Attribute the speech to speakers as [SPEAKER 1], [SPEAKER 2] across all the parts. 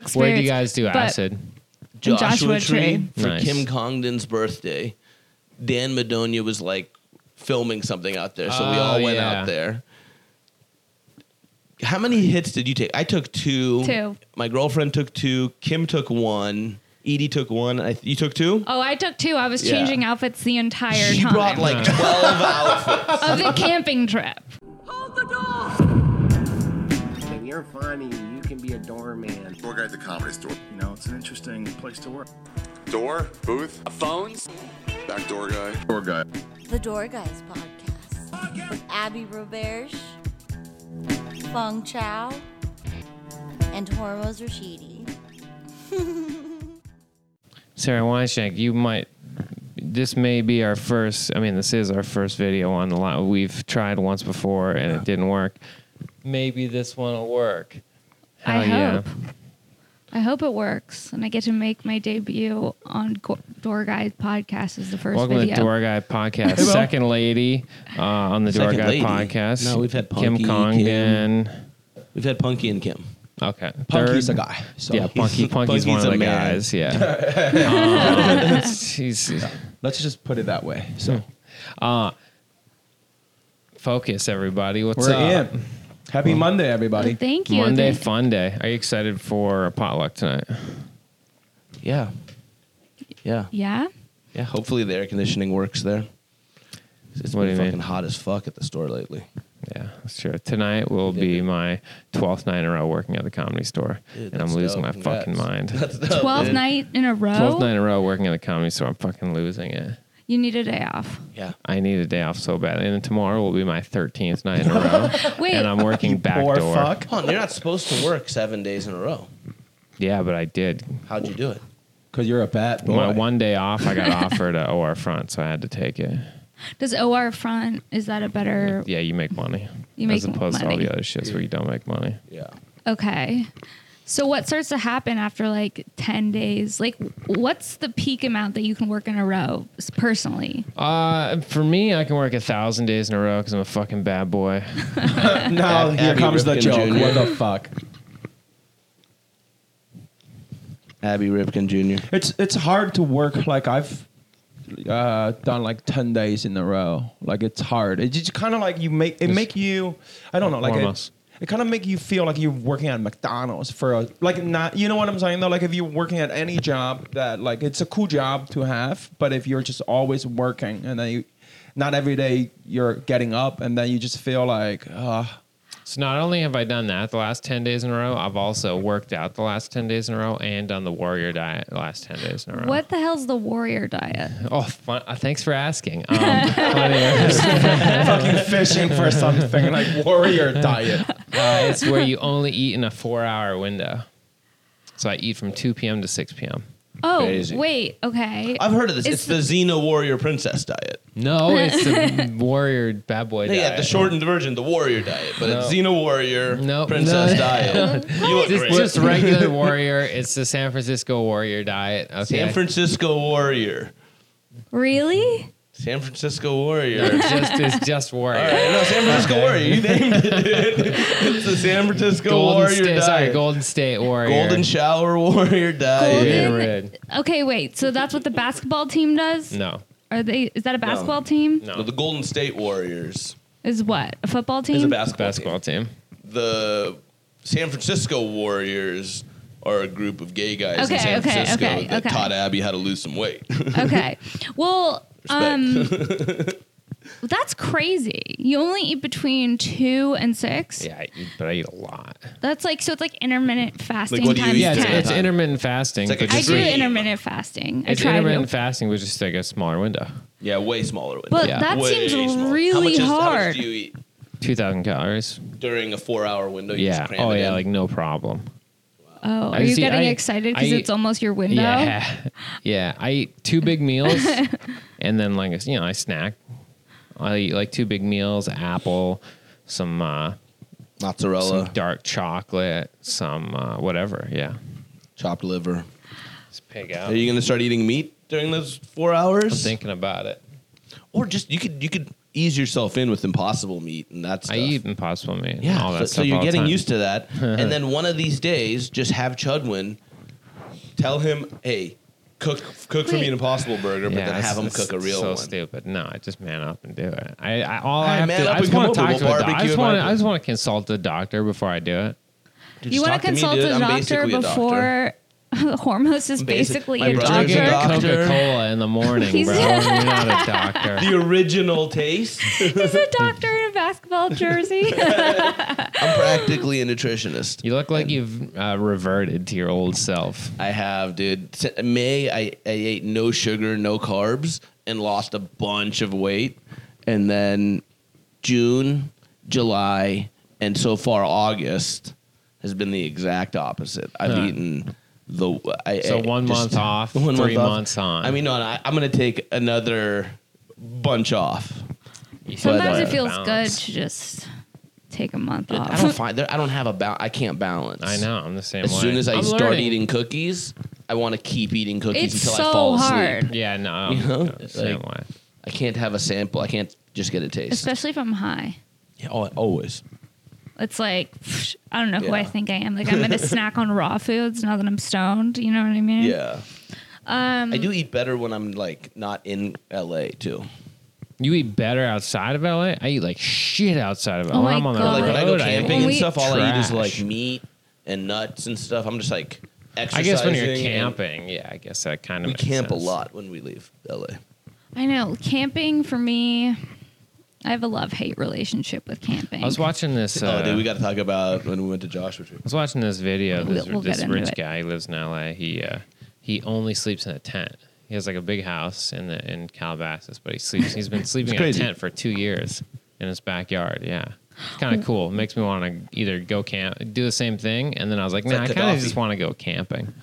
[SPEAKER 1] experience.
[SPEAKER 2] Where do you guys do
[SPEAKER 1] but-
[SPEAKER 2] acid?
[SPEAKER 1] Joshua
[SPEAKER 3] Joshua Tree
[SPEAKER 1] Tree.
[SPEAKER 3] for
[SPEAKER 2] Nice.
[SPEAKER 3] Kim Congdon's birthday. Dan Madonia was like filming something out there, so we
[SPEAKER 2] Oh,
[SPEAKER 3] all went
[SPEAKER 2] yeah.
[SPEAKER 3] out there. How many hits did you take? I took two.
[SPEAKER 1] Two.
[SPEAKER 3] My girlfriend took two. Kim took one. Edie took one. I, you took two.
[SPEAKER 1] Oh, I took two. I was
[SPEAKER 3] Yeah.
[SPEAKER 1] changing outfits the entire
[SPEAKER 3] she
[SPEAKER 1] time
[SPEAKER 3] brought like twelve outfits.
[SPEAKER 1] of the camping trip.
[SPEAKER 4] If you're funny, you can be a doorman.
[SPEAKER 5] Tour guide at the comedy store.
[SPEAKER 6] You know, it's an interesting place to work.
[SPEAKER 5] Door, booth,
[SPEAKER 7] Phones?
[SPEAKER 5] back door guy. Door guy.
[SPEAKER 8] The Door Guys podcast with Abby Roberge, Feng Chao, and Hormoz Rashidi.
[SPEAKER 2] Sarah Weinstein, you might. This may be our first. I mean, this is our first video on the lot. We've tried once before and it didn't work. Maybe this one will work.
[SPEAKER 1] I
[SPEAKER 2] Hell yeah.
[SPEAKER 1] hope. I hope it works, and I get to make my debut on Go- Door Guys podcast as the first
[SPEAKER 2] Welcome
[SPEAKER 1] video.
[SPEAKER 2] to the Door Guy Podcast. Second lady uh, on the
[SPEAKER 3] Second
[SPEAKER 2] Door Guy
[SPEAKER 3] lady?
[SPEAKER 2] Podcast.
[SPEAKER 3] No, we've had Punky,
[SPEAKER 2] Kim Congdon.
[SPEAKER 3] We've had Punky and Kim.
[SPEAKER 2] Okay.
[SPEAKER 3] Punky's
[SPEAKER 2] Third-
[SPEAKER 3] a guy. So
[SPEAKER 2] yeah,
[SPEAKER 3] he's-
[SPEAKER 2] Punky. Punky's, one of
[SPEAKER 3] a
[SPEAKER 2] the
[SPEAKER 3] man.
[SPEAKER 2] guys. Yeah. um, she's-
[SPEAKER 9] Let's just put it that way.
[SPEAKER 2] Hmm.
[SPEAKER 9] So
[SPEAKER 2] focus, everybody. What's
[SPEAKER 9] we're
[SPEAKER 2] up?
[SPEAKER 9] in. Happy Monday,
[SPEAKER 1] Well,
[SPEAKER 9] everybody.
[SPEAKER 1] Oh, thank you.
[SPEAKER 2] Monday
[SPEAKER 1] Thank-
[SPEAKER 2] fun day. Are you excited for a potluck tonight?
[SPEAKER 3] Yeah. Yeah.
[SPEAKER 1] yeah.
[SPEAKER 3] Yeah. Hopefully the air conditioning works there. It's
[SPEAKER 2] What do
[SPEAKER 3] been
[SPEAKER 2] you mean?
[SPEAKER 3] fucking hot as fuck at the store lately.
[SPEAKER 2] Yeah, sure. Tonight will be my 12th night in a row working at the comedy store,
[SPEAKER 3] Dude,
[SPEAKER 2] and I'm
[SPEAKER 3] that's
[SPEAKER 2] losing
[SPEAKER 3] dope.
[SPEAKER 2] my fucking mind.
[SPEAKER 3] Congrats. That's dope,
[SPEAKER 1] Twelve
[SPEAKER 3] dude.
[SPEAKER 1] night in a row.
[SPEAKER 2] 12th night in a row working at the comedy store. I'm fucking losing it.
[SPEAKER 1] You need a day off.
[SPEAKER 3] Yeah.
[SPEAKER 2] I need a day off so bad. And tomorrow will be my 13th night in a row,
[SPEAKER 1] Wait,
[SPEAKER 2] and I'm working back
[SPEAKER 9] Poor
[SPEAKER 2] door.
[SPEAKER 9] fuck.
[SPEAKER 3] Come on, you're not supposed to work seven days in a row.
[SPEAKER 2] Yeah, but I did.
[SPEAKER 3] How'd you do it?
[SPEAKER 9] Because you're a bad boy.
[SPEAKER 2] My one day off, I got offered at OR Front, so I had to take it.
[SPEAKER 1] does OR front is that a better?
[SPEAKER 2] Yeah, you make money.
[SPEAKER 1] You
[SPEAKER 2] as
[SPEAKER 1] make
[SPEAKER 2] opposed to all
[SPEAKER 1] money.
[SPEAKER 2] the other shits where you don't make money.
[SPEAKER 3] Yeah.
[SPEAKER 1] Okay. So what starts to happen after like 10 days? Like what's the peak amount that you can work in a row s- personally?
[SPEAKER 2] Uh, for me, I can work a thousand days in a row because I'm a fucking bad boy.
[SPEAKER 9] Now here
[SPEAKER 3] Abby
[SPEAKER 9] comes the
[SPEAKER 3] Ripkin
[SPEAKER 9] joke.
[SPEAKER 3] Jr..
[SPEAKER 9] What the fuck?
[SPEAKER 3] Abby Ripkin Jr.
[SPEAKER 9] It's it's hard to work like I've uh, done like ten days in a row. Like it's hard. It's just kind of like you make it make you. I don't know. Like
[SPEAKER 2] Warm-ups.
[SPEAKER 9] it, it kind of make you feel like you're working at McDonald's for a like not. You know what I'm saying though. Like if you're working at any job that like it's a cool job to have, but if you're just always working and then you, not every day you're getting up and then you just feel like uh,
[SPEAKER 2] So not only have I done that the last ten days in a row, I've also worked out the last ten days in a row and done the warrior diet the last ten days in a row.
[SPEAKER 1] What the hell's the warrior diet?
[SPEAKER 2] Oh, fun. Uh, thanks for asking. Um, funny.
[SPEAKER 9] fucking fishing for something like warrior diet.
[SPEAKER 2] Uh, it's where you only eat in a four-hour window. So I eat from two p.m. to six p.m.
[SPEAKER 1] Oh,
[SPEAKER 3] Crazy.
[SPEAKER 1] wait. Okay.
[SPEAKER 3] I've heard of this. It's,
[SPEAKER 1] It's
[SPEAKER 3] the Xena Warrior Princess diet.
[SPEAKER 2] No, it's the warrior bad boy
[SPEAKER 3] They
[SPEAKER 2] diet.
[SPEAKER 3] got the shortened version, the Warrior diet, but it's Xena Warrior
[SPEAKER 2] No.
[SPEAKER 3] Princess
[SPEAKER 2] No.
[SPEAKER 3] diet. You look
[SPEAKER 2] Just,
[SPEAKER 3] great.
[SPEAKER 2] just regular warrior. It's the San Francisco warrior diet. Okay.
[SPEAKER 3] San Francisco Warrior.
[SPEAKER 1] really?
[SPEAKER 3] San Francisco Warrior.
[SPEAKER 2] It's just it's just warrior.
[SPEAKER 3] No, San Francisco Warrior. You named it, dude. It's the San Francisco
[SPEAKER 2] Golden
[SPEAKER 3] Warrior
[SPEAKER 2] State,
[SPEAKER 3] diet.
[SPEAKER 2] sorry, Golden State warrior.
[SPEAKER 3] Golden Shower Warrior diet.
[SPEAKER 2] Golden
[SPEAKER 1] Golden-
[SPEAKER 2] red.
[SPEAKER 1] Okay, wait. So that's what the basketball team does?
[SPEAKER 2] No.
[SPEAKER 1] Are they is that a basketball team?
[SPEAKER 2] No.
[SPEAKER 3] No, the Golden State Warriors
[SPEAKER 1] Is what? A football team?
[SPEAKER 3] is a
[SPEAKER 2] Basketball
[SPEAKER 3] basketball, team.
[SPEAKER 2] team.
[SPEAKER 3] the San Francisco Warriors are a group of gay guys
[SPEAKER 1] Okay,
[SPEAKER 3] in San
[SPEAKER 1] okay,
[SPEAKER 3] Francisco
[SPEAKER 1] okay,
[SPEAKER 3] that
[SPEAKER 1] okay.
[SPEAKER 3] taught Abby how to lose some weight.
[SPEAKER 1] okay. Well, um that's crazy. You only eat between 2 and 6?
[SPEAKER 2] Yeah, I eat, but I eat a lot.
[SPEAKER 1] That's like so it's like intermittent fasting
[SPEAKER 3] what do you
[SPEAKER 1] times
[SPEAKER 3] eat
[SPEAKER 2] Yeah, it's,
[SPEAKER 3] during
[SPEAKER 1] ten.
[SPEAKER 3] that
[SPEAKER 2] it's
[SPEAKER 3] time?
[SPEAKER 2] intermittent fasting.
[SPEAKER 3] It's like
[SPEAKER 2] but
[SPEAKER 3] a
[SPEAKER 1] I
[SPEAKER 2] just-
[SPEAKER 1] do
[SPEAKER 3] Agree.
[SPEAKER 1] intermittent fasting. I
[SPEAKER 2] it's
[SPEAKER 1] try
[SPEAKER 2] intermittent
[SPEAKER 1] to.
[SPEAKER 2] fasting, which is like a smaller window,
[SPEAKER 3] yeah, way smaller window.
[SPEAKER 1] But
[SPEAKER 2] Yeah.
[SPEAKER 1] that
[SPEAKER 3] Way
[SPEAKER 1] seems
[SPEAKER 3] smaller. how much
[SPEAKER 1] really
[SPEAKER 3] is, How
[SPEAKER 1] hard.
[SPEAKER 3] much do you eat
[SPEAKER 2] two thousand calories.
[SPEAKER 3] during a four-hour window? You
[SPEAKER 2] Yeah.
[SPEAKER 3] Just cram
[SPEAKER 2] Oh
[SPEAKER 3] it
[SPEAKER 2] yeah,
[SPEAKER 3] in?
[SPEAKER 2] like no problem.
[SPEAKER 1] oh,
[SPEAKER 2] I
[SPEAKER 1] are you
[SPEAKER 2] see-
[SPEAKER 1] getting
[SPEAKER 2] I-
[SPEAKER 1] excited
[SPEAKER 2] I
[SPEAKER 1] because
[SPEAKER 2] eat-
[SPEAKER 1] it's almost your window?
[SPEAKER 2] Yeah. Yeah. I eat two big meals, and then like you know I snack. I eat like two big meals, apple, some uh,
[SPEAKER 3] mozzarella,
[SPEAKER 2] some dark chocolate, some uh, whatever. Yeah.
[SPEAKER 3] chopped liver.
[SPEAKER 2] Just pig
[SPEAKER 3] Are
[SPEAKER 2] out.
[SPEAKER 3] you going to start eating meat during those four hours?
[SPEAKER 2] I'm thinking about it.
[SPEAKER 3] or just you could you could ease yourself in with impossible meat and that's
[SPEAKER 2] I eat impossible meat. and
[SPEAKER 3] yeah
[SPEAKER 2] all that
[SPEAKER 3] so, so
[SPEAKER 2] stuff
[SPEAKER 3] you're
[SPEAKER 2] all the
[SPEAKER 3] getting
[SPEAKER 2] time.
[SPEAKER 3] used to that and then one of these days just have chudwin tell him hey cook cook for me
[SPEAKER 1] Wait.
[SPEAKER 3] an impossible burger but then
[SPEAKER 2] that's-
[SPEAKER 3] have him
[SPEAKER 2] that's
[SPEAKER 3] cook a real
[SPEAKER 2] so
[SPEAKER 3] one
[SPEAKER 2] stupid. No, I just man up and do it. I, I all
[SPEAKER 3] Hey,
[SPEAKER 2] I have
[SPEAKER 3] man
[SPEAKER 2] to,
[SPEAKER 3] up
[SPEAKER 2] I just
[SPEAKER 3] and come
[SPEAKER 2] want
[SPEAKER 3] over.
[SPEAKER 2] to talk
[SPEAKER 3] We'll
[SPEAKER 2] to a doc- I
[SPEAKER 3] barbecue
[SPEAKER 2] just
[SPEAKER 3] at
[SPEAKER 2] want
[SPEAKER 3] my
[SPEAKER 2] to, I
[SPEAKER 3] place.
[SPEAKER 2] just want to consult the doctor before I do it.
[SPEAKER 3] Dude,
[SPEAKER 1] you
[SPEAKER 3] just
[SPEAKER 1] want
[SPEAKER 3] talk
[SPEAKER 1] to
[SPEAKER 3] to me,
[SPEAKER 1] consult
[SPEAKER 3] dude.
[SPEAKER 1] the
[SPEAKER 3] I'm
[SPEAKER 1] doctor
[SPEAKER 3] basically a doctor.
[SPEAKER 1] before hormones is
[SPEAKER 3] Basi-
[SPEAKER 1] basically
[SPEAKER 3] my
[SPEAKER 1] a
[SPEAKER 3] brother-
[SPEAKER 2] Drinking
[SPEAKER 1] doctor.
[SPEAKER 3] Doctor.
[SPEAKER 2] Coca Cola in the morning,
[SPEAKER 1] He's-
[SPEAKER 2] bro. You're not a doctor.
[SPEAKER 3] the original taste
[SPEAKER 1] He's a doctor in a basketball jersey.
[SPEAKER 3] i'm practically a nutritionist
[SPEAKER 2] You look like you've uh, reverted to your old self.
[SPEAKER 3] I have, dude. S- May I, I ate no sugar, no carbs, and lost a bunch of weight. And then June, July, and so far August has been the exact opposite. I've
[SPEAKER 2] Huh.
[SPEAKER 3] eaten the I,
[SPEAKER 2] So
[SPEAKER 3] I
[SPEAKER 2] one
[SPEAKER 3] just-
[SPEAKER 2] month off,
[SPEAKER 3] one
[SPEAKER 2] three
[SPEAKER 3] month off.
[SPEAKER 2] months on.
[SPEAKER 3] I mean, no, I, I'm gonna take another bunch off.
[SPEAKER 1] Sometimes
[SPEAKER 3] But, uh,
[SPEAKER 1] it feels good
[SPEAKER 2] balance.
[SPEAKER 1] to just take a month
[SPEAKER 3] I don't
[SPEAKER 1] off.
[SPEAKER 3] find there. I don't have a bal- I can't balance.
[SPEAKER 2] I know. I'm the same
[SPEAKER 3] As
[SPEAKER 2] way.
[SPEAKER 3] soon as I
[SPEAKER 2] I'm
[SPEAKER 3] start
[SPEAKER 2] learning.
[SPEAKER 3] eating cookies, I want to keep eating cookies
[SPEAKER 1] It's
[SPEAKER 3] until I
[SPEAKER 1] so
[SPEAKER 3] fall asleep.
[SPEAKER 1] hard,
[SPEAKER 2] Yeah, no, I'm
[SPEAKER 3] You know?
[SPEAKER 2] the same
[SPEAKER 3] Like-
[SPEAKER 2] way.
[SPEAKER 3] I can't have a sample. I can't just get a taste.
[SPEAKER 1] especially if I'm high.
[SPEAKER 3] Yeah, al- always.
[SPEAKER 1] It's like I don't know who I
[SPEAKER 3] Yeah.
[SPEAKER 1] think I am. Like I'm gonna snack on raw foods now that I'm stoned. You know what I mean?
[SPEAKER 3] Yeah.
[SPEAKER 1] Um,
[SPEAKER 3] I do eat better when I'm like not in LA too.
[SPEAKER 2] You eat better outside of LA. I eat like shit outside of LA.
[SPEAKER 1] Oh
[SPEAKER 2] when
[SPEAKER 1] my
[SPEAKER 2] I'm on the
[SPEAKER 1] God.
[SPEAKER 2] road.
[SPEAKER 3] Like when I go
[SPEAKER 1] Right. When
[SPEAKER 3] camping and
[SPEAKER 1] we-
[SPEAKER 3] stuff, all I eat is
[SPEAKER 2] Trash.
[SPEAKER 3] like meat and nuts and stuff. I'm just like
[SPEAKER 2] I
[SPEAKER 3] exercising.
[SPEAKER 2] guess when you're
[SPEAKER 3] and-
[SPEAKER 2] camping, yeah, I guess that kind of
[SPEAKER 3] we
[SPEAKER 2] makes
[SPEAKER 3] camp
[SPEAKER 2] sense.
[SPEAKER 3] a lot when we leave LA.
[SPEAKER 1] I know camping for me. I have a love hate relationship with camping.
[SPEAKER 2] I was watching this. Uh,
[SPEAKER 3] oh, dude, we got to talk about when we went to Joshua Tree.
[SPEAKER 2] I was watching this video.
[SPEAKER 1] We'll-
[SPEAKER 2] This,
[SPEAKER 1] we'll get
[SPEAKER 2] this
[SPEAKER 1] into
[SPEAKER 2] rich
[SPEAKER 1] it.
[SPEAKER 2] guy who lives in LA. He uh, he only sleeps in a tent. He has like a big house in the in Calabasas, but he sleeps. He's been sleeping in a
[SPEAKER 3] crazy.
[SPEAKER 2] tent for two years in his backyard. Yeah, it's kind of cool. It makes me want to either go camp, do the same thing, and then I was like, nah, I
[SPEAKER 3] like
[SPEAKER 2] kind of
[SPEAKER 3] Gaddafi.
[SPEAKER 2] just want to go camping.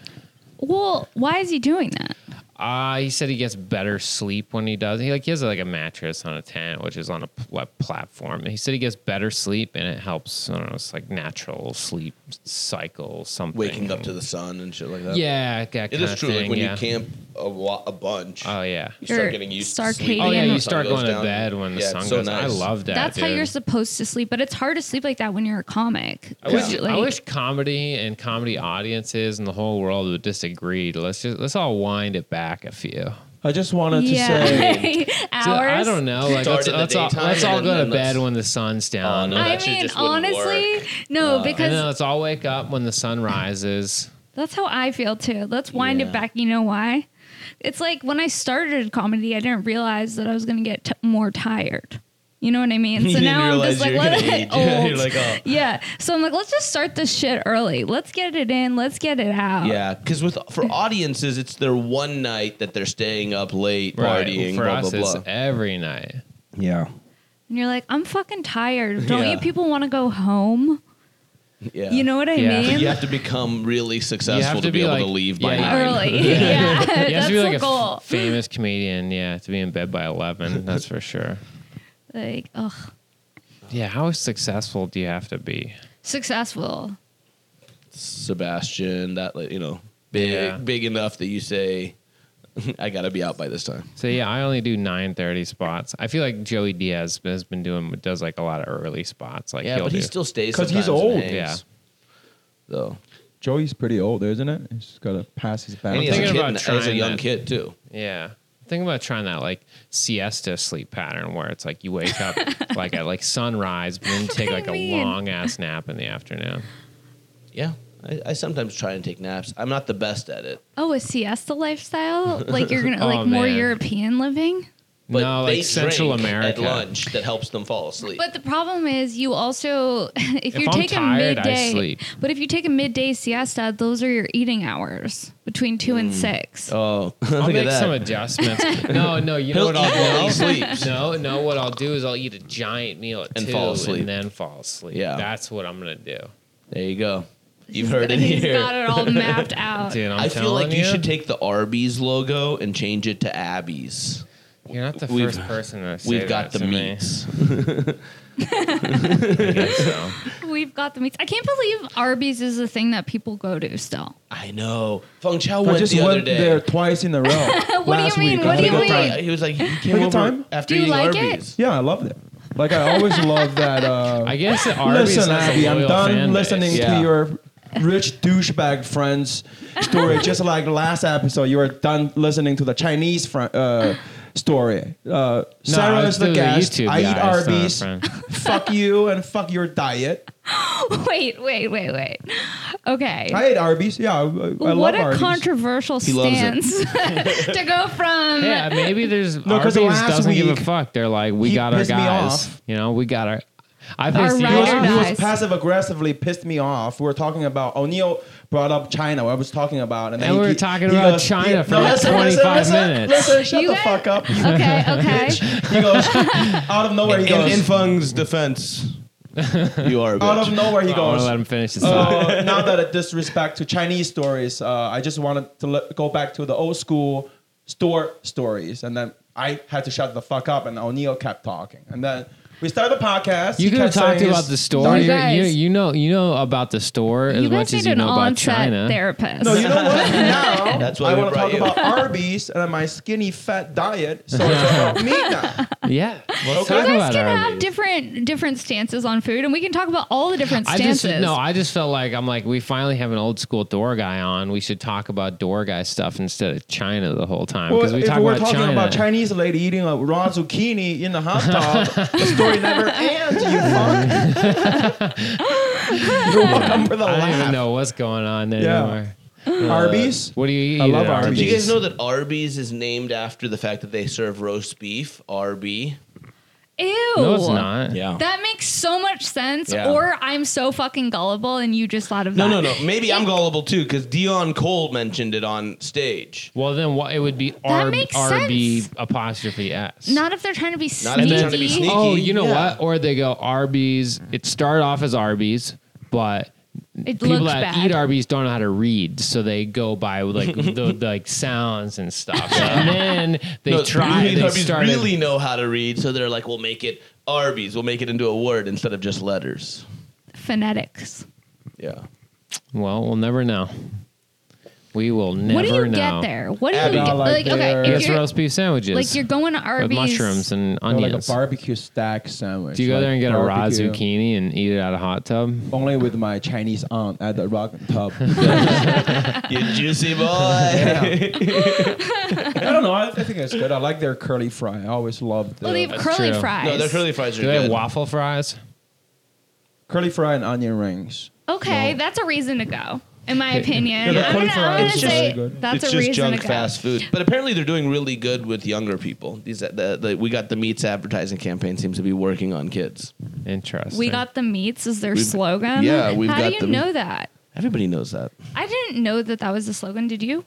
[SPEAKER 1] well, why is he doing that?
[SPEAKER 2] Uh, he said he gets better sleep when he does. He like he has like a mattress on a tent, which is on a pl- what platform. And he said he gets better sleep, and it helps. I don't know. It's like natural sleep cycle, something.
[SPEAKER 3] Waking up to the sun and shit like that.
[SPEAKER 2] Yeah, that
[SPEAKER 3] It
[SPEAKER 2] kind
[SPEAKER 3] is
[SPEAKER 2] of
[SPEAKER 3] true.
[SPEAKER 2] Thing,
[SPEAKER 3] like when
[SPEAKER 2] yeah.
[SPEAKER 3] you camp a, wa- a bunch,
[SPEAKER 2] Oh yeah.
[SPEAKER 3] you start
[SPEAKER 1] You're
[SPEAKER 3] getting used to
[SPEAKER 1] Sarcadian.
[SPEAKER 3] sleep.
[SPEAKER 2] Oh yeah,
[SPEAKER 1] when
[SPEAKER 2] you
[SPEAKER 1] the
[SPEAKER 2] start
[SPEAKER 3] goes
[SPEAKER 2] going to
[SPEAKER 3] down.
[SPEAKER 2] bed when the
[SPEAKER 3] Yeah,
[SPEAKER 2] sun
[SPEAKER 3] it's so
[SPEAKER 2] goes. I
[SPEAKER 3] nice.
[SPEAKER 2] love that.
[SPEAKER 1] That's how
[SPEAKER 2] dude.
[SPEAKER 1] you're supposed to sleep, but it's hard to sleep like that when you're a comic.
[SPEAKER 2] I
[SPEAKER 1] 'cause
[SPEAKER 2] wish,
[SPEAKER 1] you're
[SPEAKER 2] I
[SPEAKER 1] like-
[SPEAKER 2] wish comedy and comedy audiences and the whole world would disagree. Let's just let's all wind it back a few.
[SPEAKER 9] I just wanted to say.
[SPEAKER 1] yeah.
[SPEAKER 2] So,
[SPEAKER 1] hours.
[SPEAKER 2] I don't know. Like let's,
[SPEAKER 3] Start in the
[SPEAKER 2] let's all,
[SPEAKER 3] daytime
[SPEAKER 2] let's
[SPEAKER 3] and
[SPEAKER 2] all
[SPEAKER 3] then-
[SPEAKER 2] go to
[SPEAKER 3] then let's-
[SPEAKER 2] bed when the sun's down.
[SPEAKER 3] no,
[SPEAKER 2] and
[SPEAKER 3] that
[SPEAKER 1] I
[SPEAKER 3] shit
[SPEAKER 1] mean,
[SPEAKER 3] just wouldn't
[SPEAKER 1] honestly, no, Oh, because
[SPEAKER 2] then let's all wake up when the sun rises.
[SPEAKER 1] That's how I feel too. Let's wind
[SPEAKER 3] Yeah.
[SPEAKER 1] it back. You know why? It's like when I started comedy, I didn't realize that I was going to get t- more tired. You know what I mean? So
[SPEAKER 3] You didn't
[SPEAKER 1] now I'm just
[SPEAKER 3] realize
[SPEAKER 1] like,
[SPEAKER 3] you were
[SPEAKER 1] let
[SPEAKER 3] gonna
[SPEAKER 1] it
[SPEAKER 3] age. You're
[SPEAKER 1] old.
[SPEAKER 3] like, oh.
[SPEAKER 1] Yeah. So I'm like, let's just start this shit early. Let's get it in. Let's get it out.
[SPEAKER 3] Yeah, because with for audiences, it's their one night that they're staying up late
[SPEAKER 2] Right.
[SPEAKER 3] partying,
[SPEAKER 2] For
[SPEAKER 3] blah
[SPEAKER 2] us,
[SPEAKER 3] blah
[SPEAKER 2] it's
[SPEAKER 3] blah.
[SPEAKER 2] every night.
[SPEAKER 3] Yeah,
[SPEAKER 1] And you're like, I'm fucking tired. Don't
[SPEAKER 3] Yeah.
[SPEAKER 1] you people want to go home?
[SPEAKER 3] yeah.
[SPEAKER 1] You know what I
[SPEAKER 2] Yeah.
[SPEAKER 1] mean?
[SPEAKER 3] you have to become really successful
[SPEAKER 2] to
[SPEAKER 3] to,
[SPEAKER 2] be
[SPEAKER 3] be, able
[SPEAKER 2] like-
[SPEAKER 3] to leave
[SPEAKER 2] yeah,
[SPEAKER 3] by
[SPEAKER 2] you-
[SPEAKER 3] nine.
[SPEAKER 1] Early. yeah.
[SPEAKER 2] You have
[SPEAKER 1] That's
[SPEAKER 2] to be like
[SPEAKER 1] the
[SPEAKER 2] a
[SPEAKER 1] goal.
[SPEAKER 2] f- famous comedian, yeah, to be in bed by eleven. That's for sure.
[SPEAKER 1] like, ugh.
[SPEAKER 2] Yeah, how successful do you have to be?
[SPEAKER 1] Successful.
[SPEAKER 3] Sebastian, that like, you know, big
[SPEAKER 2] Yeah.
[SPEAKER 3] big enough that you say, I gotta be out by this time.
[SPEAKER 2] So yeah, I only do nine thirty spots. I feel like Joey Diaz has been doing does like a lot of early spots. Like
[SPEAKER 3] Yeah,
[SPEAKER 2] he'll
[SPEAKER 3] but he
[SPEAKER 2] do.
[SPEAKER 3] still stays
[SPEAKER 9] 'Cause he's
[SPEAKER 3] sometimes and
[SPEAKER 9] old.
[SPEAKER 3] hangs,
[SPEAKER 2] Yeah.
[SPEAKER 3] though.
[SPEAKER 9] Joey's pretty old, isn't it? He's got to pass his
[SPEAKER 3] And
[SPEAKER 9] bounds.
[SPEAKER 3] he's a
[SPEAKER 2] thinking
[SPEAKER 3] kid,
[SPEAKER 2] about
[SPEAKER 3] and as a
[SPEAKER 2] trying
[SPEAKER 3] young
[SPEAKER 2] that.
[SPEAKER 3] kid too.
[SPEAKER 2] Yeah. Think about trying that like siesta sleep pattern where it's like you wake up like at like sunrise, but then you take
[SPEAKER 1] do you
[SPEAKER 2] like a
[SPEAKER 1] mean?
[SPEAKER 2] long ass nap in the afternoon.
[SPEAKER 3] Yeah, I, I sometimes try and take naps. I'm not the best at it.
[SPEAKER 1] Oh, a siesta lifestyle? Like you're going to
[SPEAKER 2] Oh,
[SPEAKER 1] like more
[SPEAKER 2] man.
[SPEAKER 1] European living?
[SPEAKER 3] But
[SPEAKER 2] no,
[SPEAKER 3] they
[SPEAKER 2] like Central
[SPEAKER 3] drink
[SPEAKER 2] America.
[SPEAKER 3] at lunch that helps them fall asleep.
[SPEAKER 1] But the problem is, you also if,
[SPEAKER 2] If
[SPEAKER 1] you
[SPEAKER 2] I'm
[SPEAKER 1] take
[SPEAKER 2] tired,
[SPEAKER 1] a
[SPEAKER 2] I
[SPEAKER 1] midday,
[SPEAKER 2] sleep.
[SPEAKER 1] but if you take a midday siesta, those are your eating hours between two and six.
[SPEAKER 3] oh,
[SPEAKER 2] I'll
[SPEAKER 3] look
[SPEAKER 2] make
[SPEAKER 3] at that.
[SPEAKER 2] some adjustments. no, no, you know
[SPEAKER 3] He'll
[SPEAKER 2] what
[SPEAKER 3] eat while
[SPEAKER 2] I'll
[SPEAKER 3] he
[SPEAKER 2] do?
[SPEAKER 3] sleeps.
[SPEAKER 2] No, no, what I'll do is I'll eat a giant meal at
[SPEAKER 3] And
[SPEAKER 2] two
[SPEAKER 3] fall asleep.
[SPEAKER 2] and then fall asleep.
[SPEAKER 3] Yeah.
[SPEAKER 2] That's what I'm gonna do.
[SPEAKER 3] There you go.
[SPEAKER 1] He's
[SPEAKER 3] You've heard
[SPEAKER 1] got-
[SPEAKER 3] it
[SPEAKER 1] He's
[SPEAKER 3] here.
[SPEAKER 1] got it all mapped out.
[SPEAKER 2] Dude, I'm
[SPEAKER 3] I feel like
[SPEAKER 2] telling
[SPEAKER 3] you should take the Arby's logo and change it to Abby's.
[SPEAKER 2] You're not the
[SPEAKER 3] We've-
[SPEAKER 2] first person to say
[SPEAKER 3] We've got
[SPEAKER 2] that to
[SPEAKER 3] the
[SPEAKER 2] me.
[SPEAKER 3] meats.
[SPEAKER 2] I guess so.
[SPEAKER 1] We've got the meats. I can't believe Arby's is a thing that people go to still.
[SPEAKER 3] I know. Feng Chao
[SPEAKER 9] I
[SPEAKER 3] went
[SPEAKER 9] just
[SPEAKER 3] the other
[SPEAKER 9] went
[SPEAKER 3] day.
[SPEAKER 9] there twice in a row.
[SPEAKER 1] What do you
[SPEAKER 9] last
[SPEAKER 1] mean?
[SPEAKER 9] week. I
[SPEAKER 1] What do
[SPEAKER 9] had a
[SPEAKER 1] you
[SPEAKER 9] good time.
[SPEAKER 1] mean?
[SPEAKER 3] He was like, he
[SPEAKER 9] Had
[SPEAKER 3] came
[SPEAKER 9] a
[SPEAKER 3] over
[SPEAKER 9] good time?
[SPEAKER 3] after
[SPEAKER 1] Do you
[SPEAKER 3] eating
[SPEAKER 1] like it?
[SPEAKER 3] Arby's.
[SPEAKER 9] Yeah, I loved it. Like I always love that. Uh,
[SPEAKER 2] I guess that Arby's
[SPEAKER 9] Listen,
[SPEAKER 2] has a
[SPEAKER 9] Abby, I'm
[SPEAKER 2] loyal fan
[SPEAKER 9] done
[SPEAKER 2] base.
[SPEAKER 9] listening
[SPEAKER 3] Yeah.
[SPEAKER 9] to your rich douchebag friends story. Just like last episode, you were done listening to the Chinese fr- uh, story. Uh,
[SPEAKER 2] No,
[SPEAKER 9] Sarah
[SPEAKER 2] I
[SPEAKER 9] is the
[SPEAKER 2] do the
[SPEAKER 9] guest.
[SPEAKER 2] YouTube
[SPEAKER 9] I eat
[SPEAKER 2] guy, it's not a
[SPEAKER 9] Arby's.
[SPEAKER 2] friend.
[SPEAKER 9] fuck you and fuck your diet.
[SPEAKER 1] Wait, wait, wait, wait. Okay.
[SPEAKER 9] I ate Arby's. Yeah, I, I love
[SPEAKER 1] what a
[SPEAKER 9] Arby's.
[SPEAKER 1] controversial
[SPEAKER 3] He loves it.
[SPEAKER 1] stance to go from
[SPEAKER 2] Yeah, maybe there's
[SPEAKER 9] 'cause
[SPEAKER 2] Arby's
[SPEAKER 9] the last
[SPEAKER 2] doesn't give a
[SPEAKER 9] week,
[SPEAKER 2] fuck. They're like, we
[SPEAKER 9] he
[SPEAKER 2] got our
[SPEAKER 9] pissed me
[SPEAKER 2] guys.
[SPEAKER 9] off.
[SPEAKER 2] You know, we got our. I
[SPEAKER 1] Our
[SPEAKER 2] pissed you
[SPEAKER 1] ride or
[SPEAKER 2] off.
[SPEAKER 9] he was
[SPEAKER 1] Nice.
[SPEAKER 9] passive aggressively pissed me off. We were talking about O'Neill brought up China. What I was talking about, and, then
[SPEAKER 2] And
[SPEAKER 9] he-
[SPEAKER 2] we were
[SPEAKER 9] he-
[SPEAKER 2] talking
[SPEAKER 9] he
[SPEAKER 2] about
[SPEAKER 9] goes-
[SPEAKER 2] China
[SPEAKER 9] yeah,
[SPEAKER 2] for like 25 minutes.
[SPEAKER 9] Listen, shut
[SPEAKER 1] You
[SPEAKER 9] the
[SPEAKER 1] guys-
[SPEAKER 9] fuck up. you
[SPEAKER 1] Okay, okay.
[SPEAKER 9] He goes out of nowhere. He
[SPEAKER 3] In,
[SPEAKER 9] goes
[SPEAKER 3] in Feng's defense, you are a bitch.
[SPEAKER 9] out of nowhere. He
[SPEAKER 2] I want
[SPEAKER 9] goes.
[SPEAKER 2] to Oh, let him finish his thought.
[SPEAKER 9] Uh, now that it disrespect to Chinese stories, uh, I just wanted to let, go back to the old school store stories, and then I had to shut the fuck up, and O'Neill kept talking, and then we started the podcast.
[SPEAKER 2] You
[SPEAKER 9] He
[SPEAKER 2] could have
[SPEAKER 9] kept
[SPEAKER 2] talked
[SPEAKER 9] saying
[SPEAKER 2] about
[SPEAKER 9] his-
[SPEAKER 2] the store.
[SPEAKER 1] You
[SPEAKER 2] You, you,
[SPEAKER 1] guys-
[SPEAKER 2] you know you know about the store as
[SPEAKER 1] you
[SPEAKER 2] much
[SPEAKER 1] guys
[SPEAKER 2] as
[SPEAKER 1] need
[SPEAKER 2] you
[SPEAKER 1] an
[SPEAKER 2] know about
[SPEAKER 1] onset
[SPEAKER 2] China.
[SPEAKER 1] therapist.
[SPEAKER 9] No, you know what? Now
[SPEAKER 3] That's why
[SPEAKER 9] I
[SPEAKER 3] we
[SPEAKER 9] want to
[SPEAKER 3] brought
[SPEAKER 9] talk
[SPEAKER 3] you.
[SPEAKER 9] about Arby's and my skinny fat diet. So it's about me now.
[SPEAKER 2] Yeah, let's
[SPEAKER 9] Okay.
[SPEAKER 2] talk
[SPEAKER 1] you guys
[SPEAKER 2] about
[SPEAKER 1] can
[SPEAKER 2] Arby's.
[SPEAKER 1] have different different stances on food, and we can talk about all the different
[SPEAKER 2] I
[SPEAKER 1] stances.
[SPEAKER 2] just no, I just felt like I'm like we finally have an old school door guy on. We should talk about door guy stuff instead of China the whole time
[SPEAKER 9] Well,
[SPEAKER 2] because
[SPEAKER 9] if
[SPEAKER 2] we talk
[SPEAKER 9] we're
[SPEAKER 2] about
[SPEAKER 9] talking
[SPEAKER 2] China.
[SPEAKER 9] about Chinese lady eating a raw zucchini in the hot tub, the story never ends. You fuck. You're welcome for the
[SPEAKER 2] I don't
[SPEAKER 9] laugh.
[SPEAKER 2] even know what's going on there.
[SPEAKER 9] Yeah.
[SPEAKER 2] anymore.
[SPEAKER 9] Arby's.
[SPEAKER 2] What do you eat?
[SPEAKER 9] I love
[SPEAKER 2] at
[SPEAKER 9] Arby's.
[SPEAKER 3] Did you guys know that Arby's is named after the fact that they serve roast beef? RB.
[SPEAKER 1] Ew.
[SPEAKER 2] No, it's not.
[SPEAKER 3] Yeah.
[SPEAKER 1] That makes so much sense.
[SPEAKER 3] Yeah.
[SPEAKER 1] Or I'm so fucking gullible, and you just thought of
[SPEAKER 3] No,
[SPEAKER 1] that.
[SPEAKER 3] no, no. Maybe I'm gullible too because Dion Cole mentioned it on stage.
[SPEAKER 2] Well, then what? It would be R B
[SPEAKER 1] makes
[SPEAKER 2] R B
[SPEAKER 1] sense.
[SPEAKER 2] apostrophe S.
[SPEAKER 1] Not if they're trying to be
[SPEAKER 3] Not if
[SPEAKER 1] sneaky.
[SPEAKER 3] they're trying to be sneaky.
[SPEAKER 2] oh, you know
[SPEAKER 3] Yeah.
[SPEAKER 2] what? Or they go Arby's. It started off as Arby's, but
[SPEAKER 1] It
[SPEAKER 2] people
[SPEAKER 1] looks
[SPEAKER 2] that
[SPEAKER 1] bad.
[SPEAKER 2] eat Arby's don't know how to read, so they go by like the, the like sounds and stuff. And then they
[SPEAKER 3] No,
[SPEAKER 2] try.
[SPEAKER 3] Arby's
[SPEAKER 2] They started,
[SPEAKER 3] really know how to read, so they're like, we'll make it Arby's. We'll make it into a word instead of just letters.
[SPEAKER 1] Phonetics.
[SPEAKER 3] Yeah.
[SPEAKER 2] Well, we'll never know. We will never
[SPEAKER 1] What do you get
[SPEAKER 2] know.
[SPEAKER 1] there? What do you
[SPEAKER 3] Abby,
[SPEAKER 1] get?
[SPEAKER 3] I
[SPEAKER 1] Like,
[SPEAKER 9] like their-
[SPEAKER 1] okay, if
[SPEAKER 2] It's
[SPEAKER 1] you're,
[SPEAKER 2] roast beef sandwiches
[SPEAKER 1] like you're going to
[SPEAKER 2] with
[SPEAKER 1] Arby's
[SPEAKER 2] mushrooms and
[SPEAKER 9] Or like a
[SPEAKER 2] onions.
[SPEAKER 9] barbecue stack sandwich.
[SPEAKER 2] do you go
[SPEAKER 9] like
[SPEAKER 2] there and get a raw
[SPEAKER 9] barbecue,
[SPEAKER 2] zucchini and eat it out of hot tub?
[SPEAKER 9] Only with my Chinese aunt at the rock and tub.
[SPEAKER 3] You juicy boy.
[SPEAKER 9] I don't know. I, I think it's good. I like their curly fry. I always loved the
[SPEAKER 1] Well, they have
[SPEAKER 2] That's
[SPEAKER 1] curly
[SPEAKER 2] true.
[SPEAKER 1] fries.
[SPEAKER 3] No, their curly fries are
[SPEAKER 2] Do they have
[SPEAKER 3] good.
[SPEAKER 2] waffle fries?
[SPEAKER 9] curly fry and onion rings.
[SPEAKER 1] Okay, that's a reason to go, in my opinion.
[SPEAKER 9] the
[SPEAKER 1] I'm gonna,
[SPEAKER 9] cauliflower
[SPEAKER 1] I'm gonna
[SPEAKER 9] is just
[SPEAKER 1] say
[SPEAKER 9] really good.
[SPEAKER 1] that's
[SPEAKER 3] it's
[SPEAKER 1] a
[SPEAKER 3] just
[SPEAKER 1] reason
[SPEAKER 3] junk
[SPEAKER 1] to go.
[SPEAKER 3] fast food. But apparently they're doing really good with younger people. These the, the, we got the meats advertising campaign seems to be working on kids.
[SPEAKER 2] Interesting.
[SPEAKER 1] We got the meats is their
[SPEAKER 3] We've-
[SPEAKER 1] slogan.
[SPEAKER 3] yeah, we've
[SPEAKER 1] How
[SPEAKER 3] got
[SPEAKER 1] do you
[SPEAKER 3] the-
[SPEAKER 1] know that?
[SPEAKER 3] Everybody knows that.
[SPEAKER 1] I didn't know that that was the slogan. Did you?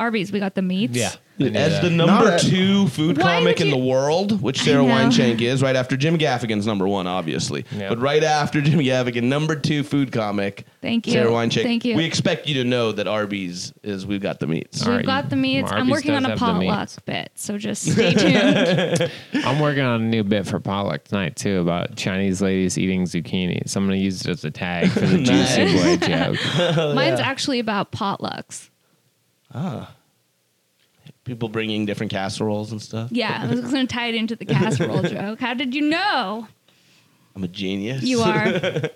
[SPEAKER 1] Arby's, we got the meats.
[SPEAKER 2] yeah.
[SPEAKER 3] As the
[SPEAKER 9] Not
[SPEAKER 3] number
[SPEAKER 9] a-
[SPEAKER 3] two food
[SPEAKER 1] Why
[SPEAKER 3] comic
[SPEAKER 1] would
[SPEAKER 3] in the
[SPEAKER 1] you-
[SPEAKER 3] world, which
[SPEAKER 1] I
[SPEAKER 3] Sarah
[SPEAKER 1] know.
[SPEAKER 3] Weinshank is, right after Jim Gaffigan's number one, obviously.
[SPEAKER 2] Yeah.
[SPEAKER 3] But right after Jim Gaffigan, number two food comic.
[SPEAKER 1] Thank you.
[SPEAKER 3] Sarah Weinshank.
[SPEAKER 1] Thank you.
[SPEAKER 3] We expect you to know that Arby's is We've Got the Meats.
[SPEAKER 1] We've
[SPEAKER 2] Alright,
[SPEAKER 1] got the meats. I'm
[SPEAKER 2] Arby's
[SPEAKER 1] working
[SPEAKER 2] does
[SPEAKER 1] on a
[SPEAKER 2] have the
[SPEAKER 1] potluck
[SPEAKER 2] meats.
[SPEAKER 1] bit, so just stay tuned.
[SPEAKER 2] I'm working on a new bit for potluck tonight too about Chinese ladies eating zucchini. So I'm gonna use it as a tag for the juicy boy joke.
[SPEAKER 1] Mine's actually about potlucks.
[SPEAKER 3] People bringing different casseroles and stuff.
[SPEAKER 1] Yeah, I was going to tie it into the casserole joke. How did you know?
[SPEAKER 3] I'm a genius.
[SPEAKER 1] You are.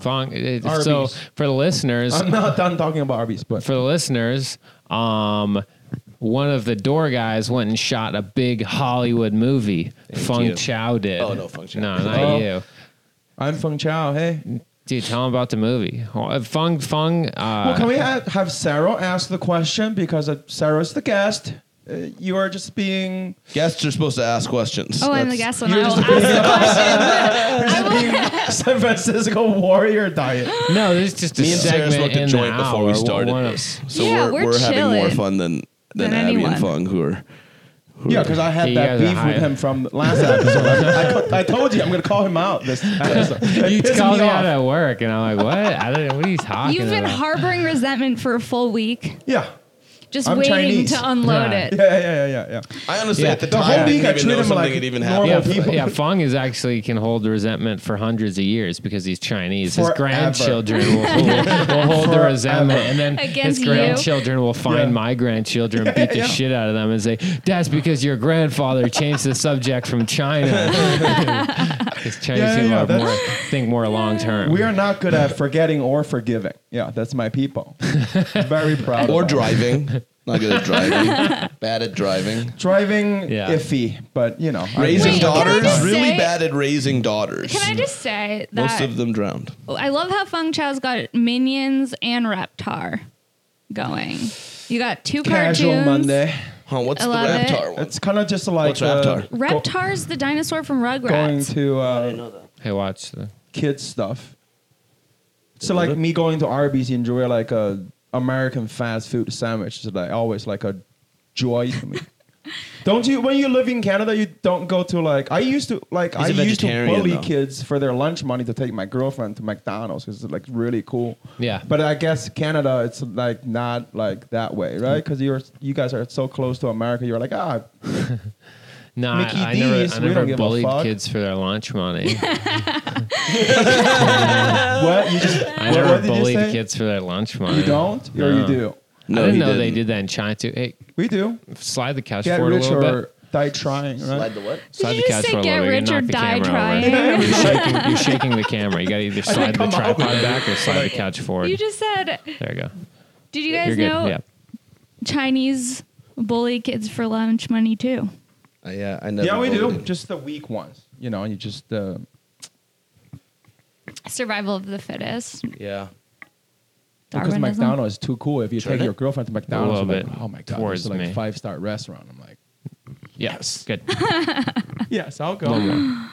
[SPEAKER 2] Fong, it-
[SPEAKER 9] Arby's.
[SPEAKER 2] so for the listeners,
[SPEAKER 9] I'm not done talking about Arby's, but
[SPEAKER 2] for the listeners, um, one of the door guys went and shot a big Hollywood movie. Feng
[SPEAKER 3] you.
[SPEAKER 2] Chao did.
[SPEAKER 3] Oh, no, Feng Chao.
[SPEAKER 2] No, not
[SPEAKER 9] Oh.
[SPEAKER 2] you.
[SPEAKER 9] I'm Feng Chao. Hey,
[SPEAKER 2] Dude, tell him about the movie. Well, Feng, Feng, uh,
[SPEAKER 9] well, can we have, have Sarah ask the question because uh, Sarah's the guest. Uh, you are just being
[SPEAKER 3] Guests are supposed to ask questions.
[SPEAKER 1] Oh, I'm the
[SPEAKER 3] That's-
[SPEAKER 1] guest, and I will ask the question. but I will-
[SPEAKER 9] San Francisco warrior diet.
[SPEAKER 2] no, there's just a
[SPEAKER 3] Me and Sarah
[SPEAKER 2] segment
[SPEAKER 3] smoked
[SPEAKER 2] in
[SPEAKER 3] a
[SPEAKER 2] the
[SPEAKER 3] joint before
[SPEAKER 2] hour.
[SPEAKER 3] we started
[SPEAKER 2] One of-
[SPEAKER 3] this. So
[SPEAKER 1] Yeah,
[SPEAKER 3] we're,
[SPEAKER 1] we're
[SPEAKER 3] we're having more
[SPEAKER 1] chilling
[SPEAKER 3] fun than, than,
[SPEAKER 1] than
[SPEAKER 3] Abby and
[SPEAKER 1] anyone.
[SPEAKER 3] Fung, who are. Who
[SPEAKER 9] Yeah,
[SPEAKER 3] are-
[SPEAKER 9] because I had
[SPEAKER 2] Hey, you
[SPEAKER 9] that
[SPEAKER 2] guys are
[SPEAKER 9] beef
[SPEAKER 2] high.
[SPEAKER 9] with him from last episode. I, I co- I told you I'm going to call him out this episode. It
[SPEAKER 2] You
[SPEAKER 9] pissed
[SPEAKER 2] called me
[SPEAKER 9] off.
[SPEAKER 2] out at work, and I'm like, "What? I don't know what are you talking
[SPEAKER 1] You've been
[SPEAKER 2] about?"
[SPEAKER 1] harboring resentment for a full week.
[SPEAKER 9] Yeah.
[SPEAKER 1] just
[SPEAKER 9] I'm
[SPEAKER 1] waiting
[SPEAKER 9] Chinese.
[SPEAKER 1] to unload
[SPEAKER 2] Yeah.
[SPEAKER 1] it.
[SPEAKER 9] Yeah, yeah, yeah, yeah, yeah.
[SPEAKER 3] I honestly
[SPEAKER 2] Yeah.
[SPEAKER 3] at the
[SPEAKER 2] The
[SPEAKER 3] time
[SPEAKER 9] whole
[SPEAKER 3] I didn't
[SPEAKER 9] week I
[SPEAKER 3] even know
[SPEAKER 9] treated him
[SPEAKER 3] something
[SPEAKER 9] like
[SPEAKER 3] had even
[SPEAKER 9] normal
[SPEAKER 3] happened.
[SPEAKER 2] Yeah,
[SPEAKER 9] people.
[SPEAKER 2] F- yeah, Fong is actually can hold resentment for hundreds of years because he's Chinese.
[SPEAKER 9] Forever.
[SPEAKER 2] His grandchildren will, will, will hold the resentment, and then
[SPEAKER 1] Against
[SPEAKER 2] his
[SPEAKER 1] you.
[SPEAKER 2] grandchildren will find
[SPEAKER 9] Yeah.
[SPEAKER 2] my grandchildren, and beat the
[SPEAKER 9] Yeah.
[SPEAKER 2] shit out of them, and say, "That's because your grandfather changed the subject from China." Because Chinese
[SPEAKER 9] Yeah, yeah,
[SPEAKER 2] people
[SPEAKER 9] yeah,
[SPEAKER 2] are
[SPEAKER 9] that's-
[SPEAKER 2] more, think more long term.
[SPEAKER 9] We are not good at forgetting or forgiving. Yeah, that's my people. Very proud.
[SPEAKER 3] Or
[SPEAKER 9] of that.
[SPEAKER 3] driving. Not good at driving. Bad at driving.
[SPEAKER 9] Driving,
[SPEAKER 2] Yeah.
[SPEAKER 9] iffy, but you know, I-
[SPEAKER 3] Raising
[SPEAKER 1] Wait, can I
[SPEAKER 3] daughters.
[SPEAKER 1] just
[SPEAKER 3] Really
[SPEAKER 1] say-
[SPEAKER 3] bad at raising daughters.
[SPEAKER 1] Can I just say
[SPEAKER 3] Most
[SPEAKER 1] that
[SPEAKER 3] of them drowned.
[SPEAKER 1] I love how Feng Chow's got Minions and Reptar going. You got two
[SPEAKER 9] Casual
[SPEAKER 1] cartoons.
[SPEAKER 9] Monday.
[SPEAKER 3] Huh, what's
[SPEAKER 1] I
[SPEAKER 3] the
[SPEAKER 1] love it.
[SPEAKER 3] Raptar one?
[SPEAKER 9] It's kind of just like
[SPEAKER 3] What's Raptar?
[SPEAKER 9] go-
[SPEAKER 1] Reptar's the dinosaur from
[SPEAKER 9] going
[SPEAKER 1] Rugrats.
[SPEAKER 9] to uh,
[SPEAKER 2] Hey, watch the.
[SPEAKER 9] kids stuff. So like me going to Arby's and enjoy like a American fast food sandwich is like always like a joy to me. don't you when you live in Canada you don't go to like I used to like
[SPEAKER 3] He's a
[SPEAKER 9] I used to
[SPEAKER 3] vegetarian,
[SPEAKER 9] bully
[SPEAKER 3] though.
[SPEAKER 9] kids for their lunch money to take my girlfriend to McDonald's because it's like really cool.
[SPEAKER 2] Yeah.
[SPEAKER 9] But I guess Canada it's like not like that way, right? Because you're you guys are so close to America. You're like ah
[SPEAKER 2] No, I,
[SPEAKER 9] Mickey
[SPEAKER 2] I never,
[SPEAKER 9] D's,
[SPEAKER 2] I
[SPEAKER 9] we don't
[SPEAKER 2] never
[SPEAKER 9] give a
[SPEAKER 2] bullied
[SPEAKER 9] fuck.
[SPEAKER 2] kids for their lunch money.
[SPEAKER 9] what you just
[SPEAKER 2] I
[SPEAKER 9] what,
[SPEAKER 2] never
[SPEAKER 9] what did you
[SPEAKER 2] bullied
[SPEAKER 9] say?
[SPEAKER 2] kids for their lunch money.
[SPEAKER 9] You don't or you
[SPEAKER 2] No.
[SPEAKER 9] do?
[SPEAKER 3] No,
[SPEAKER 2] I didn't
[SPEAKER 3] he
[SPEAKER 2] know they
[SPEAKER 3] didn't.
[SPEAKER 2] did that in China too. Hey,
[SPEAKER 9] We do.
[SPEAKER 2] slide the couch
[SPEAKER 9] Get
[SPEAKER 2] forward a
[SPEAKER 9] rich
[SPEAKER 2] little
[SPEAKER 9] or
[SPEAKER 2] bit.
[SPEAKER 9] die trying, right?
[SPEAKER 3] Slide the what?
[SPEAKER 2] Slide
[SPEAKER 1] you
[SPEAKER 2] the
[SPEAKER 1] just
[SPEAKER 2] couch
[SPEAKER 1] say
[SPEAKER 2] for a
[SPEAKER 1] get
[SPEAKER 2] little bit. You're
[SPEAKER 1] rich or
[SPEAKER 2] gonna
[SPEAKER 1] die
[SPEAKER 2] knock the camera
[SPEAKER 1] trying?
[SPEAKER 2] Over. You're shaking, you're shaking the camera. You gotta either slide the
[SPEAKER 9] come out
[SPEAKER 2] tripod back or slide the couch forward.
[SPEAKER 1] You just said,
[SPEAKER 2] there you go.
[SPEAKER 1] did you
[SPEAKER 2] You're
[SPEAKER 1] guys
[SPEAKER 2] good.
[SPEAKER 1] know
[SPEAKER 2] Yeah.
[SPEAKER 1] Chinese bully kids for lunch money too?
[SPEAKER 3] Uh, yeah, I never
[SPEAKER 9] Yeah, we do.
[SPEAKER 3] voted.
[SPEAKER 9] Just the weak ones, you know. You just uh,
[SPEAKER 1] Survival of the fittest.
[SPEAKER 3] yeah.
[SPEAKER 9] because
[SPEAKER 1] Darwinism.
[SPEAKER 9] McDonald's is too cool. If you
[SPEAKER 3] Sure.
[SPEAKER 9] take your girlfriend to McDonald's,
[SPEAKER 2] little
[SPEAKER 9] you're like,
[SPEAKER 2] bit
[SPEAKER 9] oh my god,
[SPEAKER 2] towards
[SPEAKER 9] it's like
[SPEAKER 2] me.
[SPEAKER 9] a five star restaurant. I'm like,
[SPEAKER 2] Yes. Good. A
[SPEAKER 9] yes, I'll go.
[SPEAKER 2] little more.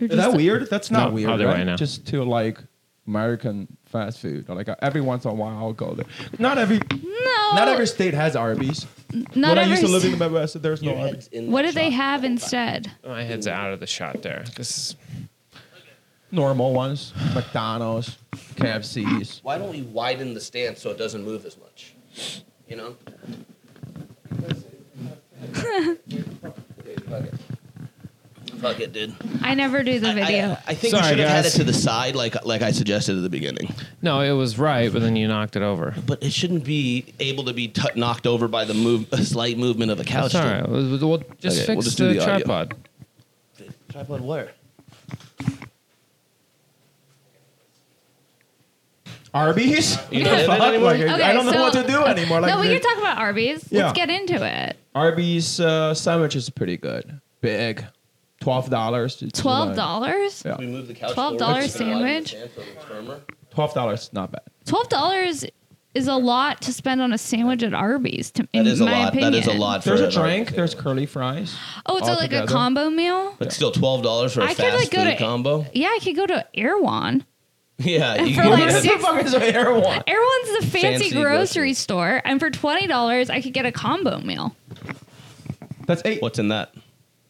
[SPEAKER 9] Is
[SPEAKER 2] A
[SPEAKER 1] You're
[SPEAKER 2] little more.
[SPEAKER 9] that
[SPEAKER 1] just-
[SPEAKER 9] weird? That's not
[SPEAKER 2] No,
[SPEAKER 9] weird,
[SPEAKER 2] other way,
[SPEAKER 9] right?
[SPEAKER 2] no.
[SPEAKER 9] Just to like American fast food. Like uh, every once in a while, I'll go there. Not every,
[SPEAKER 1] No.
[SPEAKER 9] not every state has Arby's.
[SPEAKER 1] Not
[SPEAKER 9] when I
[SPEAKER 1] every
[SPEAKER 9] used to live
[SPEAKER 1] s-
[SPEAKER 9] in the Midwest, there's no Arby's.
[SPEAKER 1] What do they have instead?
[SPEAKER 2] My head's out of the shot there. This is
[SPEAKER 9] Normal ones, McDonald's, KFC's.
[SPEAKER 7] Why don't we widen the stance so it doesn't move as much? You know?
[SPEAKER 3] Fuck it, dude.
[SPEAKER 1] I never do the video.
[SPEAKER 3] I, I think
[SPEAKER 2] Sorry,
[SPEAKER 3] we should have had it
[SPEAKER 2] guys.
[SPEAKER 3] to the side, like like I suggested at the beginning.
[SPEAKER 2] no, it was right, but then you knocked it over.
[SPEAKER 3] But it shouldn't be able to be t- knocked over by the move, a slight movement of a couch.
[SPEAKER 2] It's all right. We'll, we'll just
[SPEAKER 3] Okay,
[SPEAKER 2] fix
[SPEAKER 3] we'll just do
[SPEAKER 2] the,
[SPEAKER 3] the audio.
[SPEAKER 2] tripod.
[SPEAKER 3] Tripod where?
[SPEAKER 9] Arby's?
[SPEAKER 3] You don't have it
[SPEAKER 9] Fuck,
[SPEAKER 3] anymore?
[SPEAKER 9] like, I
[SPEAKER 1] Okay,
[SPEAKER 9] don't know
[SPEAKER 1] so-
[SPEAKER 9] what to do anymore. Like,
[SPEAKER 1] no, we can talk about Arby's.
[SPEAKER 9] Yeah.
[SPEAKER 1] Let's get into it.
[SPEAKER 9] Arby's uh, sandwich is pretty good. Big, twelve dollars.
[SPEAKER 1] Twelve dollars.
[SPEAKER 9] Yeah.
[SPEAKER 3] We move the
[SPEAKER 1] $12
[SPEAKER 3] couch. forward. It's gonna widen the
[SPEAKER 1] sandwich?
[SPEAKER 3] stance so it's firmer.
[SPEAKER 9] Twelve dollars, not bad.
[SPEAKER 1] Twelve dollars is a lot to spend on a sandwich at Arby's. To, in
[SPEAKER 3] That is a
[SPEAKER 1] my
[SPEAKER 3] lot.
[SPEAKER 1] opinion,
[SPEAKER 3] That is a lot. For
[SPEAKER 9] There's a
[SPEAKER 3] an Arby's
[SPEAKER 9] drink.
[SPEAKER 3] sandwich.
[SPEAKER 9] There's curly fries.
[SPEAKER 1] Oh, it's
[SPEAKER 9] all
[SPEAKER 1] like a
[SPEAKER 9] together.
[SPEAKER 1] combo meal.
[SPEAKER 3] But still twelve dollars for a
[SPEAKER 1] I could,
[SPEAKER 3] fast
[SPEAKER 1] like, go
[SPEAKER 3] food
[SPEAKER 1] to-
[SPEAKER 3] combo.
[SPEAKER 1] Yeah, I could go to Erewhon.
[SPEAKER 3] Yeah, you
[SPEAKER 1] for,
[SPEAKER 3] can
[SPEAKER 1] like,
[SPEAKER 3] get-
[SPEAKER 9] What the
[SPEAKER 1] six-
[SPEAKER 9] fuck is a hair one?
[SPEAKER 1] Erewhon's the fancy,
[SPEAKER 3] Fancy
[SPEAKER 1] grocery,
[SPEAKER 3] grocery.
[SPEAKER 1] store, and for twenty dollars, I could get a combo meal
[SPEAKER 9] That's eight.
[SPEAKER 3] what's in that?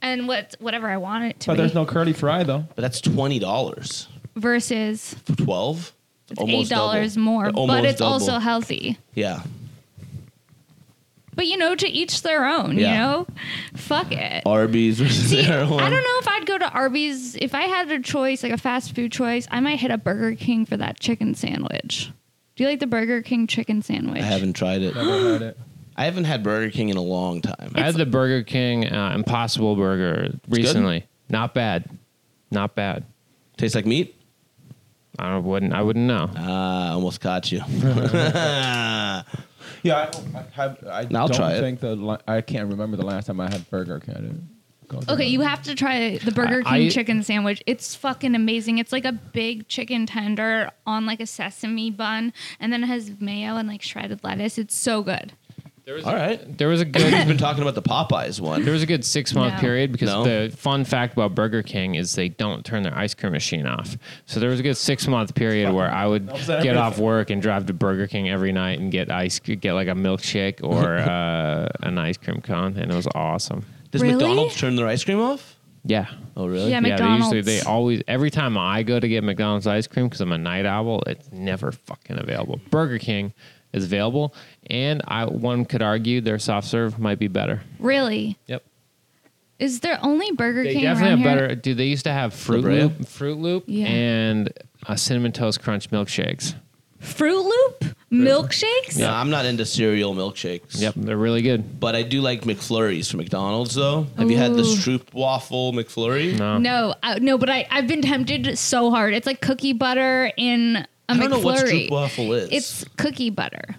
[SPEAKER 1] and what whatever I want it to
[SPEAKER 9] but
[SPEAKER 1] be.
[SPEAKER 9] there's no curly fry though.
[SPEAKER 3] But that's twenty dollars
[SPEAKER 1] versus
[SPEAKER 3] for twelve.
[SPEAKER 1] it's eight dollars
[SPEAKER 3] double.
[SPEAKER 1] more,
[SPEAKER 3] Almost
[SPEAKER 1] but it's
[SPEAKER 3] double.
[SPEAKER 1] also healthy.
[SPEAKER 3] yeah.
[SPEAKER 1] But you know, to each their own.
[SPEAKER 3] Yeah.
[SPEAKER 1] You know, fuck it.
[SPEAKER 3] Arby's versus
[SPEAKER 1] See, I don't
[SPEAKER 3] Erewhon.
[SPEAKER 1] know if I'd go to Arby's if I had a choice, like a fast food choice. I might hit a Burger King for that chicken sandwich. Do you like the Burger King chicken sandwich?
[SPEAKER 3] I haven't tried it.
[SPEAKER 9] Never had it.
[SPEAKER 3] I haven't had Burger King in a long time.
[SPEAKER 2] I had the Burger King uh, Impossible Burger recently. Not bad. Not bad.
[SPEAKER 3] Tastes like meat.
[SPEAKER 2] I don't- wouldn't. I wouldn't know.
[SPEAKER 3] Ah, almost caught you.
[SPEAKER 9] Yeah, I, I have. I
[SPEAKER 3] I'll
[SPEAKER 9] don't
[SPEAKER 3] try it.
[SPEAKER 9] think the li- I can't remember the last time I had Burger King. I didn't go there.
[SPEAKER 1] Okay, you have to try the Burger King
[SPEAKER 2] I-
[SPEAKER 1] chicken sandwich. It's fucking amazing. It's like a big chicken tender on like a sesame bun, and then it has mayo and like shredded lettuce. It's so good.
[SPEAKER 2] There was
[SPEAKER 3] All right.
[SPEAKER 2] There was a
[SPEAKER 3] We've
[SPEAKER 2] good.
[SPEAKER 3] been talking about the Popeyes one.
[SPEAKER 2] There was a good six month
[SPEAKER 1] No.
[SPEAKER 2] period because
[SPEAKER 3] No?
[SPEAKER 2] the fun fact about Burger King is they don't turn their ice cream machine off. So there was a good six month period where I would
[SPEAKER 9] Helps
[SPEAKER 2] get off
[SPEAKER 9] everything.
[SPEAKER 2] work and drive to Burger King every night and get ice, get like a milkshake or uh, an ice cream cone, and it was awesome.
[SPEAKER 3] Does
[SPEAKER 1] Really?
[SPEAKER 3] McDonald's turn their ice cream off?
[SPEAKER 2] Yeah.
[SPEAKER 3] Oh, really?
[SPEAKER 1] Yeah.
[SPEAKER 2] They,
[SPEAKER 1] McDonald's.
[SPEAKER 2] usually, they always every time I go to get McDonald's ice cream because I'm a night owl, it's never fucking available. Burger King is available, and I one could argue their soft serve might be better.
[SPEAKER 1] Really?
[SPEAKER 2] Yep.
[SPEAKER 1] Is there only Burger
[SPEAKER 2] They
[SPEAKER 1] King
[SPEAKER 2] definitely have
[SPEAKER 1] around here?
[SPEAKER 2] better. Dude, they used to have Fruit
[SPEAKER 3] Brea?
[SPEAKER 2] Loop, Fruit Loop,
[SPEAKER 1] Yeah.
[SPEAKER 2] and uh, cinnamon toast crunch milkshakes.
[SPEAKER 1] Fruit Loop milkshakes?
[SPEAKER 3] No,
[SPEAKER 2] Yeah.
[SPEAKER 3] I'm not into cereal milkshakes.
[SPEAKER 2] Yep, they're really good.
[SPEAKER 3] But I do like McFlurries from McDonald's, though. Have you had the
[SPEAKER 1] Ooh.
[SPEAKER 3] Stroop waffle McFlurry?
[SPEAKER 2] No.
[SPEAKER 1] No, uh, no, but I I've been tempted so hard. It's like cookie butter in a
[SPEAKER 3] I don't
[SPEAKER 1] McFlurry.
[SPEAKER 3] know what Stroop waffle is.
[SPEAKER 1] It's cookie butter.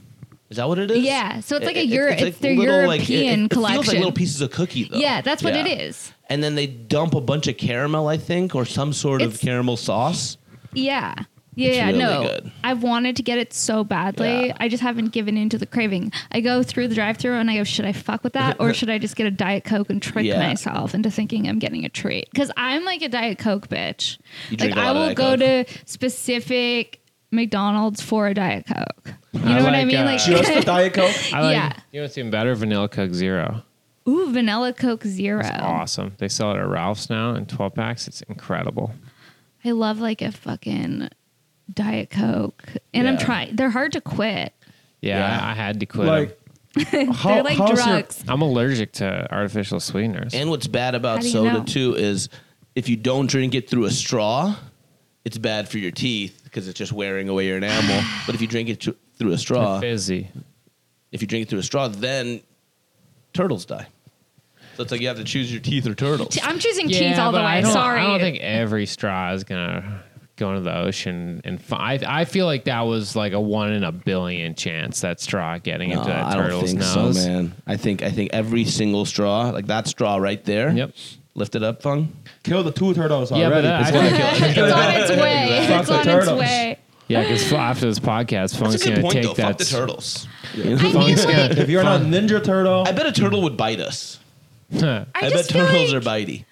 [SPEAKER 3] is that what it is?
[SPEAKER 1] Yeah, so it's like a
[SPEAKER 3] It- it-
[SPEAKER 1] Euro- it's their
[SPEAKER 3] like, it-
[SPEAKER 1] European
[SPEAKER 3] it, It feels like
[SPEAKER 1] collection.
[SPEAKER 3] little pieces of cookie, though.
[SPEAKER 1] Yeah, that's what it is.
[SPEAKER 3] And then they dump a bunch of caramel, I think, or some sort of
[SPEAKER 1] It's-
[SPEAKER 3] caramel sauce.
[SPEAKER 1] Yeah. Yeah,
[SPEAKER 3] It's
[SPEAKER 1] yeah,
[SPEAKER 3] really
[SPEAKER 1] no.
[SPEAKER 3] good.
[SPEAKER 1] I've wanted to get it so badly.
[SPEAKER 3] Yeah.
[SPEAKER 1] I just haven't given in to the craving. I go through the drive-through and I go, should I fuck with that or should I just get a diet coke and trick
[SPEAKER 3] Yeah.
[SPEAKER 1] myself into thinking I'm getting a treat? Because I'm like a diet coke bitch.
[SPEAKER 3] You drink
[SPEAKER 1] Like
[SPEAKER 3] a lot
[SPEAKER 1] I
[SPEAKER 3] of
[SPEAKER 1] will
[SPEAKER 3] Diet
[SPEAKER 1] go
[SPEAKER 3] Coke.
[SPEAKER 1] to specific McDonald's for a diet coke. You know
[SPEAKER 2] I
[SPEAKER 1] what I
[SPEAKER 2] like,
[SPEAKER 1] mean?
[SPEAKER 2] uh,
[SPEAKER 1] Like
[SPEAKER 9] Just the Diet Coke.
[SPEAKER 2] I like,
[SPEAKER 1] Yeah.
[SPEAKER 2] You know what's even better? Vanilla Coke Zero.
[SPEAKER 1] Ooh, vanilla Coke Zero.
[SPEAKER 2] It's awesome. They sell it at Ralph's now in 12 packs. It's incredible.
[SPEAKER 1] I love like a fucking Diet Coke. And I'm
[SPEAKER 3] Yeah.
[SPEAKER 1] trying, they're hard to quit.
[SPEAKER 2] Yeah,
[SPEAKER 3] Yeah.
[SPEAKER 2] I, I had to quit. 'em.
[SPEAKER 9] Like, how,
[SPEAKER 1] They're like
[SPEAKER 9] how's your-
[SPEAKER 1] drugs.
[SPEAKER 2] I'm allergic to artificial sweeteners.
[SPEAKER 3] And what's bad
[SPEAKER 1] How
[SPEAKER 3] about
[SPEAKER 1] do you
[SPEAKER 3] soda
[SPEAKER 1] know?
[SPEAKER 3] too is if you don't drink it through a straw, it's bad for your teeth because it's just wearing away your enamel. but if you drink it tr- through a straw,
[SPEAKER 2] fizzy.
[SPEAKER 3] if you drink it through a straw, then turtles die. So it's like you have to choose your teeth or turtles.
[SPEAKER 1] T- I'm choosing teeth all the
[SPEAKER 2] but I
[SPEAKER 1] way.
[SPEAKER 2] don't-
[SPEAKER 1] Sorry.
[SPEAKER 2] I don't think every straw is gonna go into the ocean. And fi- I, I feel like that was like a one in a billion chance that straw getting into that
[SPEAKER 3] I don't
[SPEAKER 2] turtle's
[SPEAKER 3] think
[SPEAKER 2] nose.
[SPEAKER 3] so, man. I think I think every single straw, like that straw right there.
[SPEAKER 2] Yep.
[SPEAKER 3] Lift it up, Fung.
[SPEAKER 9] Kill the two turtles
[SPEAKER 2] Yeah, but
[SPEAKER 9] already.
[SPEAKER 2] that-
[SPEAKER 9] It's
[SPEAKER 2] I
[SPEAKER 9] gonna
[SPEAKER 2] don't-
[SPEAKER 9] kill-
[SPEAKER 1] it's on its way.
[SPEAKER 9] Fuck
[SPEAKER 1] It's
[SPEAKER 9] the
[SPEAKER 1] on its
[SPEAKER 9] turtles.
[SPEAKER 1] way.
[SPEAKER 2] Yeah, because after this podcast, Funk's
[SPEAKER 3] That's a
[SPEAKER 2] gonna
[SPEAKER 3] good point,
[SPEAKER 2] take
[SPEAKER 3] though.
[SPEAKER 2] that.
[SPEAKER 3] Fuck the turtles.
[SPEAKER 1] I mean,
[SPEAKER 2] Funk's
[SPEAKER 1] like,
[SPEAKER 9] If you're not Ninja Turtle,
[SPEAKER 3] I bet a turtle would bite us.
[SPEAKER 2] gonna,
[SPEAKER 1] I,
[SPEAKER 3] I, bet
[SPEAKER 1] just feel
[SPEAKER 3] turtles
[SPEAKER 1] like,
[SPEAKER 3] are bitey.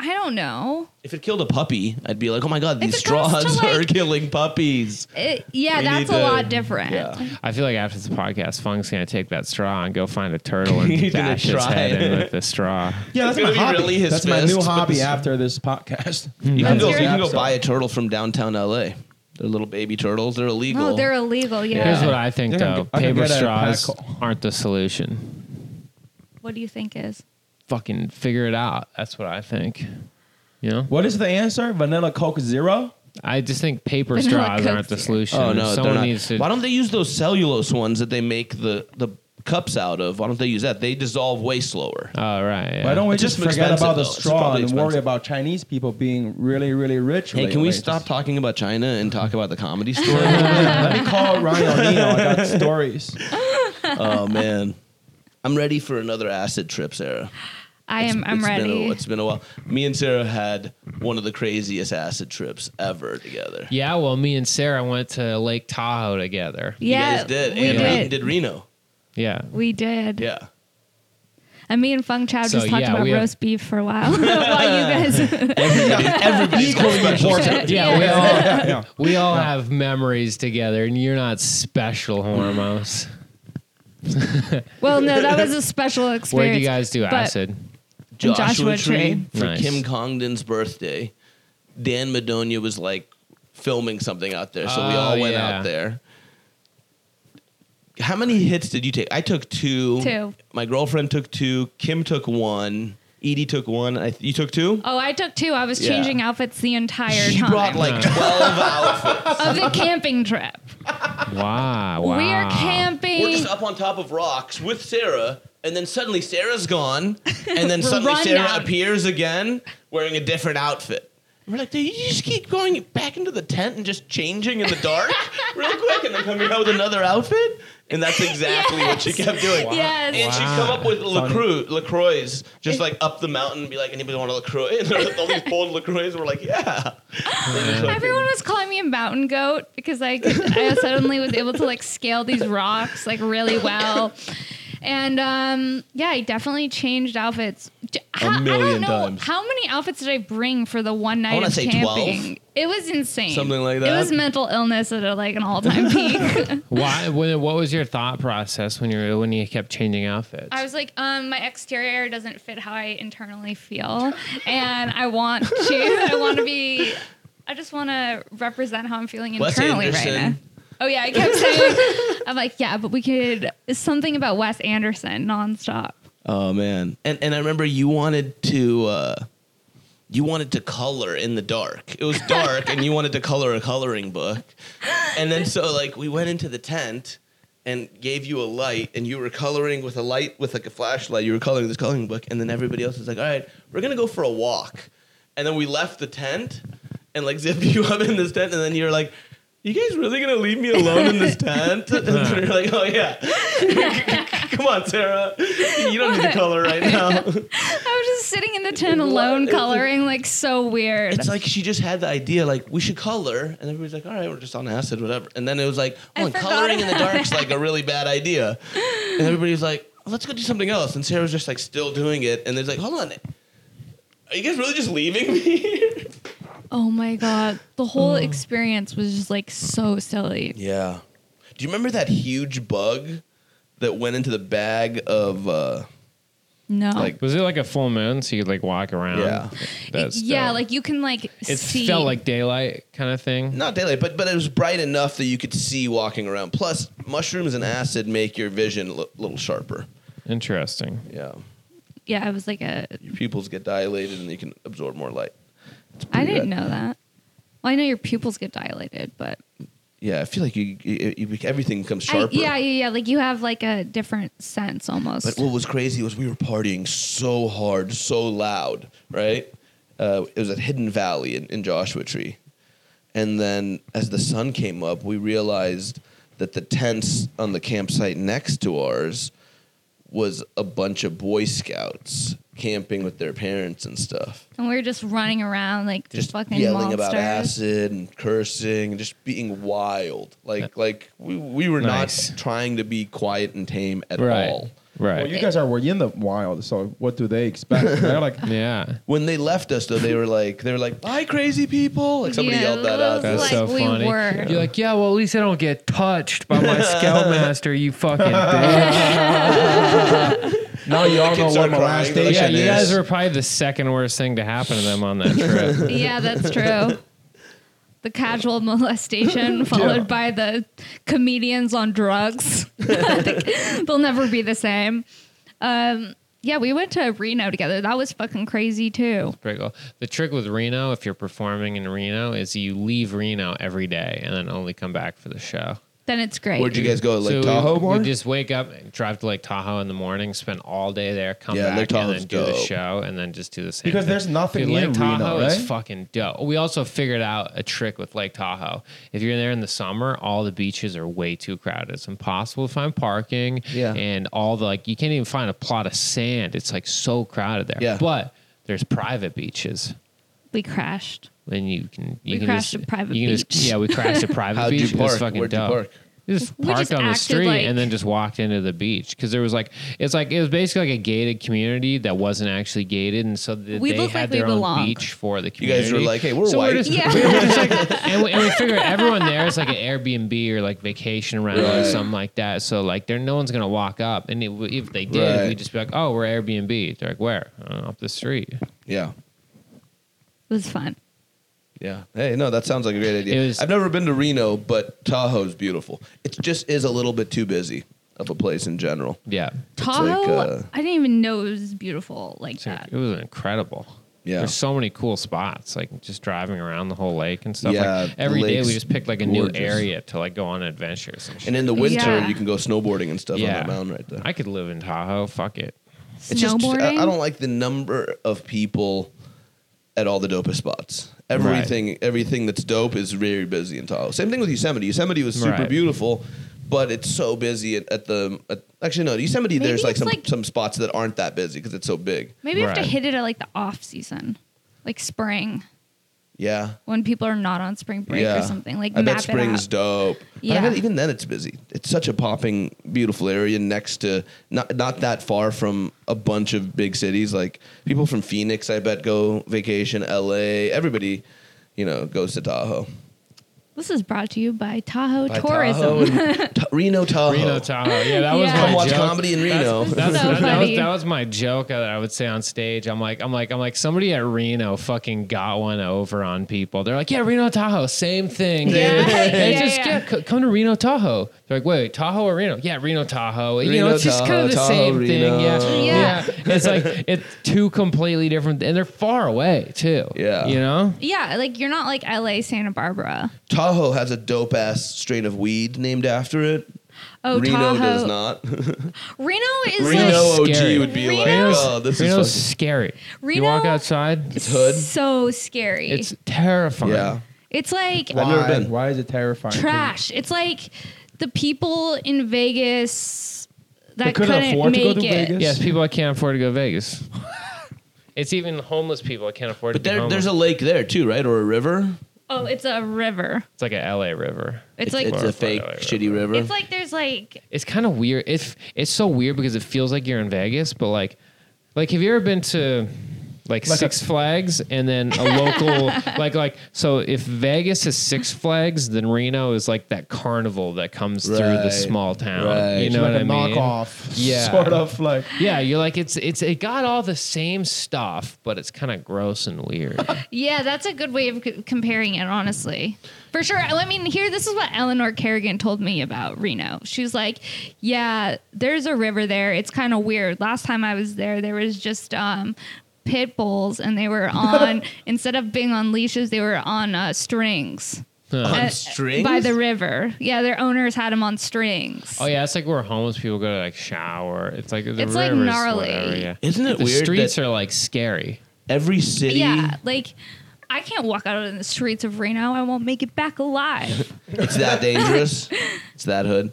[SPEAKER 1] I don't know.
[SPEAKER 3] If it killed a puppy, I'd be like, oh my god, these
[SPEAKER 1] it goes to,
[SPEAKER 3] straws are
[SPEAKER 1] like-
[SPEAKER 3] killing puppies.
[SPEAKER 1] It, yeah,
[SPEAKER 3] We
[SPEAKER 1] that's
[SPEAKER 3] need
[SPEAKER 1] a
[SPEAKER 3] to-
[SPEAKER 1] lot different. Oh,
[SPEAKER 3] Yeah.
[SPEAKER 2] I feel like after this podcast, Funk's gonna take that straw and go find a turtle and
[SPEAKER 3] He's gonna
[SPEAKER 2] bash his
[SPEAKER 3] try.
[SPEAKER 2] head in with the straw.
[SPEAKER 9] yeah, that's
[SPEAKER 3] It's
[SPEAKER 9] my
[SPEAKER 3] gonna be
[SPEAKER 9] hobby.
[SPEAKER 3] really his
[SPEAKER 9] that's my
[SPEAKER 3] fist.
[SPEAKER 9] new hobby after this podcast.
[SPEAKER 2] Hmm.
[SPEAKER 3] You can,
[SPEAKER 1] That's
[SPEAKER 3] go, you
[SPEAKER 1] your-
[SPEAKER 3] can go
[SPEAKER 9] So-
[SPEAKER 3] buy a turtle from downtown LA. They're little baby turtles. They're illegal.
[SPEAKER 1] No, they're illegal. Yeah.
[SPEAKER 2] Here's what I think
[SPEAKER 9] They're gonna
[SPEAKER 2] though:
[SPEAKER 9] get- I can
[SPEAKER 2] paper
[SPEAKER 9] get out of
[SPEAKER 2] straws aren't the solution.
[SPEAKER 1] what do you think is?
[SPEAKER 2] Fucking figure it out. That's what I think. You know,
[SPEAKER 9] What is the answer? Vanilla Coke Zero?
[SPEAKER 2] I just think paper
[SPEAKER 1] Vanilla
[SPEAKER 2] straws
[SPEAKER 1] Coke
[SPEAKER 2] aren't the
[SPEAKER 1] Zero.
[SPEAKER 2] solution.
[SPEAKER 3] oh
[SPEAKER 2] someone
[SPEAKER 3] no, they're not.
[SPEAKER 2] needs to.
[SPEAKER 3] Why don't they use those cellulose ones that they make the the cups out of? Why don't they use that? They dissolve way slower.
[SPEAKER 2] oh right. Yeah.
[SPEAKER 9] Why don't we
[SPEAKER 3] It's
[SPEAKER 9] just
[SPEAKER 3] just
[SPEAKER 9] forget
[SPEAKER 3] expensive,
[SPEAKER 9] about the
[SPEAKER 3] though. It's
[SPEAKER 9] straw
[SPEAKER 3] probably
[SPEAKER 9] and worry
[SPEAKER 3] expensive.
[SPEAKER 9] about Chinese people being really, really rich?
[SPEAKER 3] Hey, can we
[SPEAKER 9] lately?
[SPEAKER 3] stop
[SPEAKER 9] Just-
[SPEAKER 3] talking about China and talk about the comedy store?
[SPEAKER 9] Let me call Ryan O'Neill. I got stories.
[SPEAKER 3] oh man, I'm ready for another acid trip, Sarah.
[SPEAKER 1] I am. I'm
[SPEAKER 3] It's been a-
[SPEAKER 1] ready.
[SPEAKER 3] it's been a while. Me and Sarah had one of the craziest acid trips ever together.
[SPEAKER 2] Yeah, well, me and Sarah went to Lake Tahoe together.
[SPEAKER 1] yeah,
[SPEAKER 3] you guys did,
[SPEAKER 1] we
[SPEAKER 3] and
[SPEAKER 1] did.
[SPEAKER 3] we did Reno.
[SPEAKER 2] Yeah.
[SPEAKER 1] We did.
[SPEAKER 3] Yeah.
[SPEAKER 1] And me and Fung Chow
[SPEAKER 2] So,
[SPEAKER 1] just talked
[SPEAKER 2] yeah,
[SPEAKER 1] about
[SPEAKER 2] we have-
[SPEAKER 1] roast beef for a while. while you guys.
[SPEAKER 3] Everybody's
[SPEAKER 1] important.
[SPEAKER 2] Yeah, we
[SPEAKER 1] Yeah.
[SPEAKER 2] all,
[SPEAKER 9] Yeah.
[SPEAKER 2] we all have memories together, and you're not special, Hormos.
[SPEAKER 1] well, no, that was a special
[SPEAKER 2] Where
[SPEAKER 1] experience.
[SPEAKER 2] did you guys do
[SPEAKER 1] but-
[SPEAKER 2] acid?
[SPEAKER 3] Joshua,
[SPEAKER 1] Joshua
[SPEAKER 3] Tree,
[SPEAKER 1] Tree.
[SPEAKER 3] for
[SPEAKER 2] Nice.
[SPEAKER 3] Kim Congdon's birthday. Dan Madonia was like filming something out there, so we
[SPEAKER 2] Oh,
[SPEAKER 3] all went
[SPEAKER 2] yeah.
[SPEAKER 3] out there. How many hits did you take? I took two.
[SPEAKER 1] Two.
[SPEAKER 3] My girlfriend took two. Kim took one. Edie took one. I, you took two.
[SPEAKER 1] Oh, I took two. I was
[SPEAKER 3] Yeah.
[SPEAKER 1] changing outfits the entire
[SPEAKER 3] She
[SPEAKER 1] time
[SPEAKER 3] brought like twelve outfits.
[SPEAKER 1] of the camping trip.
[SPEAKER 2] Wow. Wow.
[SPEAKER 1] We are camping.
[SPEAKER 3] We're just up on top of rocks with Sarah, and then suddenly Sarah's gone, and then
[SPEAKER 1] We're
[SPEAKER 3] suddenly
[SPEAKER 1] run
[SPEAKER 3] Sarah
[SPEAKER 1] down.
[SPEAKER 3] appears again wearing a different outfit. And We're like, do you just keep going back into the tent and just changing in the dark real quick and then coming out with another outfit? And that's exactly what she
[SPEAKER 1] Yes.
[SPEAKER 3] kept doing.
[SPEAKER 1] Yes.
[SPEAKER 3] And she'd come up with LaCroix, LaCroix's, just like up the mountain and be like, anybody want a LaCroix? And all these bold LaCroix's were like, yeah.
[SPEAKER 1] Everyone was calling me a mountain goat because I, could- I suddenly was able to like scale these rocks like really well. And um, yeah, I definitely changed outfits. J- How, I don't
[SPEAKER 3] million
[SPEAKER 1] know
[SPEAKER 3] times.
[SPEAKER 1] How many outfits did I bring for the one night
[SPEAKER 3] wanna
[SPEAKER 1] of
[SPEAKER 3] say
[SPEAKER 1] camping? It was insane.
[SPEAKER 3] Something like
[SPEAKER 1] It
[SPEAKER 3] that.
[SPEAKER 1] was mental illness at a, like an all time peak.
[SPEAKER 2] Why? When, what was your thought process when you were, when you kept changing outfits?
[SPEAKER 1] I was like, um, my exterior doesn't fit how I internally feel, and I want to. I want to be. I just want to represent how I'm feeling
[SPEAKER 3] Wes
[SPEAKER 1] internally right now.
[SPEAKER 3] Anderson.
[SPEAKER 1] Oh yeah, I kept saying. I'm like, yeah, but we could something about Wes Anderson nonstop.
[SPEAKER 3] Oh man, and and I remember you wanted to. Uh, you wanted to color in the dark. It was dark, and you wanted to color a coloring book. And then so like we went into the tent and gave you a light, and you were coloring with a light with like a flashlight. You were coloring this coloring book, and then everybody else was like, "All right, we're gonna go for a walk." And then we left the tent and like zipped you up in this tent, and then you're like. You guys really gonna leave me alone in this tent? And then you're like, oh yeah, come on, Sarah, you don't need to color right now.
[SPEAKER 1] I was just sitting in the tent alone, coloring like so weird.
[SPEAKER 3] It's like she just had the idea, like we should color, and everybody's like, "All right, we're just on acid, whatever." And then it was like,
[SPEAKER 1] I forgot
[SPEAKER 3] coloring in the dark's like a really bad idea," and everybody's like, "Let's go do something else." And Sarah's just like still doing it, and there's like, "Hold on, are you guys really just leaving me?"
[SPEAKER 1] oh my god, the whole experience was just like so silly.
[SPEAKER 3] Mm. yeah. Do you remember that huge bug that went into the bag of? Uh,
[SPEAKER 1] No.
[SPEAKER 3] Like,
[SPEAKER 2] was it like a full moon so you could like walk around?
[SPEAKER 3] Yeah.
[SPEAKER 2] That's
[SPEAKER 1] yeah,
[SPEAKER 2] dope.
[SPEAKER 1] like you can like
[SPEAKER 2] it
[SPEAKER 1] see.
[SPEAKER 2] felt like daylight kind of thing.
[SPEAKER 3] not daylight, but but it was bright enough that you could see walking around. Plus, mushrooms and acid make your vision a li- little sharper.
[SPEAKER 2] Interesting.
[SPEAKER 3] Yeah.
[SPEAKER 1] yeah, it was like a
[SPEAKER 3] your pupils get dilated and you can absorb more light.
[SPEAKER 1] I
[SPEAKER 3] pretty
[SPEAKER 1] didn't
[SPEAKER 3] bad.
[SPEAKER 1] know that. Well, I know your pupils get dilated, but
[SPEAKER 3] Yeah, I feel like you, you, you everything becomes
[SPEAKER 1] I,
[SPEAKER 3] sharper.
[SPEAKER 1] yeah, yeah, yeah. Like you have like a different sense almost.
[SPEAKER 3] But what was crazy was we were partying so hard, so loud, right? Uh, it was at Hidden Valley in, in Joshua Tree. And then as the sun came up, we realized that the tents on the campsite next to ours was a bunch of Boy Scouts camping with their parents and stuff.
[SPEAKER 1] and we were just running around like
[SPEAKER 3] just
[SPEAKER 1] fucking
[SPEAKER 3] yelling
[SPEAKER 1] monsters.
[SPEAKER 3] about acid and cursing and just being wild. Like like we we were
[SPEAKER 2] Nice.
[SPEAKER 3] not trying to be quiet and tame at
[SPEAKER 2] Right.
[SPEAKER 3] all.
[SPEAKER 2] Right.
[SPEAKER 9] Well, you guys are were in the wild, so what do they expect? They're like,
[SPEAKER 2] yeah.
[SPEAKER 3] When they left us though, they were like they were like, "Bye, crazy people!" Like somebody
[SPEAKER 1] Yeah,
[SPEAKER 3] yelled that out.
[SPEAKER 1] it was
[SPEAKER 2] That's
[SPEAKER 1] like
[SPEAKER 2] so
[SPEAKER 1] we
[SPEAKER 2] funny.
[SPEAKER 1] were.
[SPEAKER 2] You're like, yeah. Well, at least I don't get touched by my scoutmaster. You fucking bitch.
[SPEAKER 9] now you all
[SPEAKER 3] kids
[SPEAKER 9] know
[SPEAKER 3] start
[SPEAKER 9] what
[SPEAKER 3] crying,
[SPEAKER 9] molestation
[SPEAKER 2] yeah. You
[SPEAKER 9] is.
[SPEAKER 2] guys were probably the second worst thing to happen to them on that trip.
[SPEAKER 1] Yeah, that's true. The casual molestation followed by the comedians on drugs. I think They'll never be the same. Um, yeah, we went to Reno together. That was fucking crazy too.
[SPEAKER 2] Pretty cool. The trick with Reno, if you're performing in Reno, is you leave Reno every day and then only come back for the show.
[SPEAKER 1] Then it's great.
[SPEAKER 3] Where'd you guys go? Lake
[SPEAKER 2] we-
[SPEAKER 3] Tahoe
[SPEAKER 2] we,
[SPEAKER 3] more?
[SPEAKER 2] just wake up, drive to Lake Tahoe in the morning, spend all day there, come
[SPEAKER 3] Yeah, Lake
[SPEAKER 2] back, and
[SPEAKER 3] Tahodu's
[SPEAKER 2] then do the
[SPEAKER 3] dope.
[SPEAKER 2] show, and then just do the same.
[SPEAKER 9] Because
[SPEAKER 2] thing.
[SPEAKER 9] there's nothing
[SPEAKER 2] Dude, Lake
[SPEAKER 9] in Reno,
[SPEAKER 2] Tahoe
[SPEAKER 9] right?
[SPEAKER 2] is fucking dope. We also figured out a trick with Lake Tahoe. If you're there in the summer, all the beaches are way too crowded. It's impossible to find parking.
[SPEAKER 3] Yeah.
[SPEAKER 2] and all the like, you can't even find a plot of sand. It's like so crowded there.
[SPEAKER 3] Yeah.
[SPEAKER 2] but there's private beaches.
[SPEAKER 1] we crashed.
[SPEAKER 2] And you can you
[SPEAKER 1] We
[SPEAKER 2] can
[SPEAKER 1] crashed
[SPEAKER 2] just,
[SPEAKER 1] a private
[SPEAKER 2] you can just-
[SPEAKER 1] beach.
[SPEAKER 2] yeah, we crashed a private
[SPEAKER 3] How'd you
[SPEAKER 2] beach. It was
[SPEAKER 3] park?
[SPEAKER 2] fucking
[SPEAKER 3] Where'd you
[SPEAKER 2] dope.
[SPEAKER 3] park?
[SPEAKER 2] We just
[SPEAKER 1] We
[SPEAKER 2] parked
[SPEAKER 1] just
[SPEAKER 2] on the
[SPEAKER 1] acted
[SPEAKER 2] street
[SPEAKER 1] like-
[SPEAKER 2] and then just walked into the beach because there was like it's like it was basically like a gated community that wasn't actually gated, and so the,
[SPEAKER 1] We
[SPEAKER 2] they
[SPEAKER 1] looked like
[SPEAKER 2] had
[SPEAKER 1] we
[SPEAKER 2] their own
[SPEAKER 1] belonged.
[SPEAKER 2] beach for the
[SPEAKER 3] You guys
[SPEAKER 2] community.
[SPEAKER 3] were like, "Hey, we're
[SPEAKER 2] so
[SPEAKER 3] white."
[SPEAKER 2] We're just,
[SPEAKER 1] Yeah.
[SPEAKER 2] we were just like, and we, and we figured everyone there is like an Airbnb or like vacation rental or
[SPEAKER 3] Right.
[SPEAKER 2] something like that. So like, there no one's gonna walk up, and it, if they did,
[SPEAKER 3] Right.
[SPEAKER 2] we'd just be like, "Oh, we're Airbnb." They're like, "Where?" Uh, up the street.
[SPEAKER 3] yeah,
[SPEAKER 1] It was fun.
[SPEAKER 3] yeah. Hey, no, that sounds like a great idea.
[SPEAKER 2] It was-
[SPEAKER 3] I've never been to Reno, but Tahoe's beautiful. It just is a little bit too busy of a place in general.
[SPEAKER 2] Yeah.
[SPEAKER 1] Tahoe,
[SPEAKER 3] uh,
[SPEAKER 1] I didn't even know it was beautiful like
[SPEAKER 2] It's in-
[SPEAKER 1] that.
[SPEAKER 2] It was incredible.
[SPEAKER 3] Yeah.
[SPEAKER 2] There's so many cool spots, like just driving around the whole lake and stuff.
[SPEAKER 3] Yeah,
[SPEAKER 2] like every day
[SPEAKER 3] lake's
[SPEAKER 2] we just picked like a
[SPEAKER 3] gorgeous.
[SPEAKER 2] new area to like go on adventures. And, shit.
[SPEAKER 3] And in the winter,
[SPEAKER 1] Yeah.
[SPEAKER 3] you can go snowboarding and stuff
[SPEAKER 2] yeah,
[SPEAKER 3] on that mountain right there.
[SPEAKER 2] I could live in Tahoe. Fuck it.
[SPEAKER 3] It's just
[SPEAKER 1] Snowboarding.
[SPEAKER 3] I, I don't like the number of people at all the dopest spots. Everything everything that's dope is very busy in Tahoe. Same thing with Yosemite. Yosemite was super
[SPEAKER 2] Right.
[SPEAKER 3] beautiful, but it's so busy at, at the at, actually no Yosemite.
[SPEAKER 1] Maybe
[SPEAKER 3] there's like
[SPEAKER 1] it's
[SPEAKER 3] some
[SPEAKER 1] like-
[SPEAKER 3] some spots that aren't that busy because it's so big.
[SPEAKER 1] Maybe you have to
[SPEAKER 2] Right.
[SPEAKER 1] hit it at like the off season, like spring.
[SPEAKER 3] Yeah.
[SPEAKER 1] when people are not on spring break
[SPEAKER 3] yeah.
[SPEAKER 1] or something. Like
[SPEAKER 3] I
[SPEAKER 1] map
[SPEAKER 3] bet
[SPEAKER 1] it
[SPEAKER 3] Spring's
[SPEAKER 1] out.
[SPEAKER 3] dope. But I
[SPEAKER 1] Yeah.
[SPEAKER 3] bet even then it's busy. It's such a popping, beautiful area next to not not that far from a bunch of big cities. Like people from Phoenix, I bet go vacation. L.A. Everybody, you know, goes to Tahoe.
[SPEAKER 1] This is brought to you by Tahoe
[SPEAKER 3] By
[SPEAKER 1] Tourism.
[SPEAKER 3] Tahoe and- Ta- Reno Tahoe.
[SPEAKER 2] Reno Tahoe. Yeah, that was
[SPEAKER 1] Yeah.
[SPEAKER 2] my
[SPEAKER 3] Uh-huh. Come watch
[SPEAKER 2] joke.
[SPEAKER 3] comedy in Reno.
[SPEAKER 2] That's,
[SPEAKER 1] So
[SPEAKER 2] that, that was,
[SPEAKER 1] funny.
[SPEAKER 2] that was my joke that I would say on stage. I'm like, I'm like, I'm like, somebody at Reno fucking got one over on people. They're like, yeah, Reno Tahoe, same thing.
[SPEAKER 1] Yeah,
[SPEAKER 2] They
[SPEAKER 1] yeah,
[SPEAKER 2] just
[SPEAKER 1] yeah.
[SPEAKER 2] yeah, c- come to Reno Tahoe. They're like, wait, wait, Tahoe or Reno? Yeah, Reno Tahoe. you
[SPEAKER 3] Reno,
[SPEAKER 2] know, it's just kind of the
[SPEAKER 3] Tahoe,
[SPEAKER 2] same
[SPEAKER 3] Tahoe,
[SPEAKER 2] thing. Yeah.
[SPEAKER 3] Reno.
[SPEAKER 1] Yeah.
[SPEAKER 2] it's like it's two completely different, and they're far away too.
[SPEAKER 3] Yeah.
[SPEAKER 2] you know.
[SPEAKER 1] Yeah, like you're not like LA Santa Barbara.
[SPEAKER 3] Tahoe has a dope ass strain of weed named after it.
[SPEAKER 1] Oh,
[SPEAKER 3] Reno
[SPEAKER 1] Tahoe.
[SPEAKER 3] does not.
[SPEAKER 1] Reno is
[SPEAKER 3] Reno
[SPEAKER 1] like
[SPEAKER 2] Reno's
[SPEAKER 3] OG
[SPEAKER 2] scary.
[SPEAKER 3] would be like,
[SPEAKER 1] Reno's-
[SPEAKER 3] oh, this
[SPEAKER 2] Reno's
[SPEAKER 3] is fucking-
[SPEAKER 2] scary. you
[SPEAKER 1] Reno-
[SPEAKER 2] walk outside, it's,
[SPEAKER 3] hood.
[SPEAKER 1] so scary. It's,
[SPEAKER 2] terrifying.
[SPEAKER 3] Yeah.
[SPEAKER 1] like
[SPEAKER 3] I've never been.
[SPEAKER 9] Why is it terrifying?
[SPEAKER 1] trash. It's like the people in Vegas
[SPEAKER 9] They
[SPEAKER 1] that
[SPEAKER 9] couldn't
[SPEAKER 1] couldn't,
[SPEAKER 9] afford to
[SPEAKER 1] make
[SPEAKER 9] go to
[SPEAKER 1] it.
[SPEAKER 9] Vegas?
[SPEAKER 2] Yes, people I can't afford to go to Vegas. it's even homeless people I can't afford
[SPEAKER 3] But
[SPEAKER 2] to. be
[SPEAKER 3] there,
[SPEAKER 2] homeless.
[SPEAKER 3] there's a lake there too, right, or a river?
[SPEAKER 1] Oh, it's a river.
[SPEAKER 2] It's like a LA river.
[SPEAKER 1] It's, like
[SPEAKER 3] it's
[SPEAKER 1] it's,
[SPEAKER 3] a fake
[SPEAKER 2] River.
[SPEAKER 3] shitty river.
[SPEAKER 1] like there's like
[SPEAKER 2] It's kind of weird. It's it's so weird because it feels like you're in Vegas, but like, like have you ever been to like,
[SPEAKER 9] Like a-
[SPEAKER 2] Six Flags and then a local like like so if Vegas is Six Flags, then Reno is like that carnival that comes through the
[SPEAKER 3] Right.
[SPEAKER 2] small town.
[SPEAKER 3] Right.
[SPEAKER 2] You
[SPEAKER 3] It's
[SPEAKER 2] know
[SPEAKER 9] like
[SPEAKER 2] what
[SPEAKER 9] a
[SPEAKER 2] I mean?
[SPEAKER 9] knockoff,
[SPEAKER 2] Yeah.
[SPEAKER 9] sort of like.
[SPEAKER 2] Yeah, you're like it's it's it got all the same stuff, but it's kind of gross and weird.
[SPEAKER 1] yeah, that's a good way of c- comparing it, honestly. For sure. I mean, here this is what Eleanor Kerrigan told me about Reno. She was like, "Yeah, there's a river there. It's kind of weird. Last time I was there, there was just um pit bulls and they were on instead of being on leashes, they were on uh, strings."
[SPEAKER 3] on
[SPEAKER 1] Uh,
[SPEAKER 3] strings
[SPEAKER 1] by the river. Yeah, their owners had them on strings.
[SPEAKER 2] Oh yeah, it's like where homeless people go to like shower. It's like the
[SPEAKER 1] It's, like,
[SPEAKER 2] rivers,
[SPEAKER 1] gnarly.
[SPEAKER 2] whatever, yeah.
[SPEAKER 3] Isn't it
[SPEAKER 2] the
[SPEAKER 3] weird
[SPEAKER 2] streets
[SPEAKER 3] that-
[SPEAKER 2] are like scary.
[SPEAKER 3] every city.
[SPEAKER 1] Yeah, like I can't walk out in the streets of Reno. I won't make it back alive.
[SPEAKER 3] It's that dangerous. it's that hood.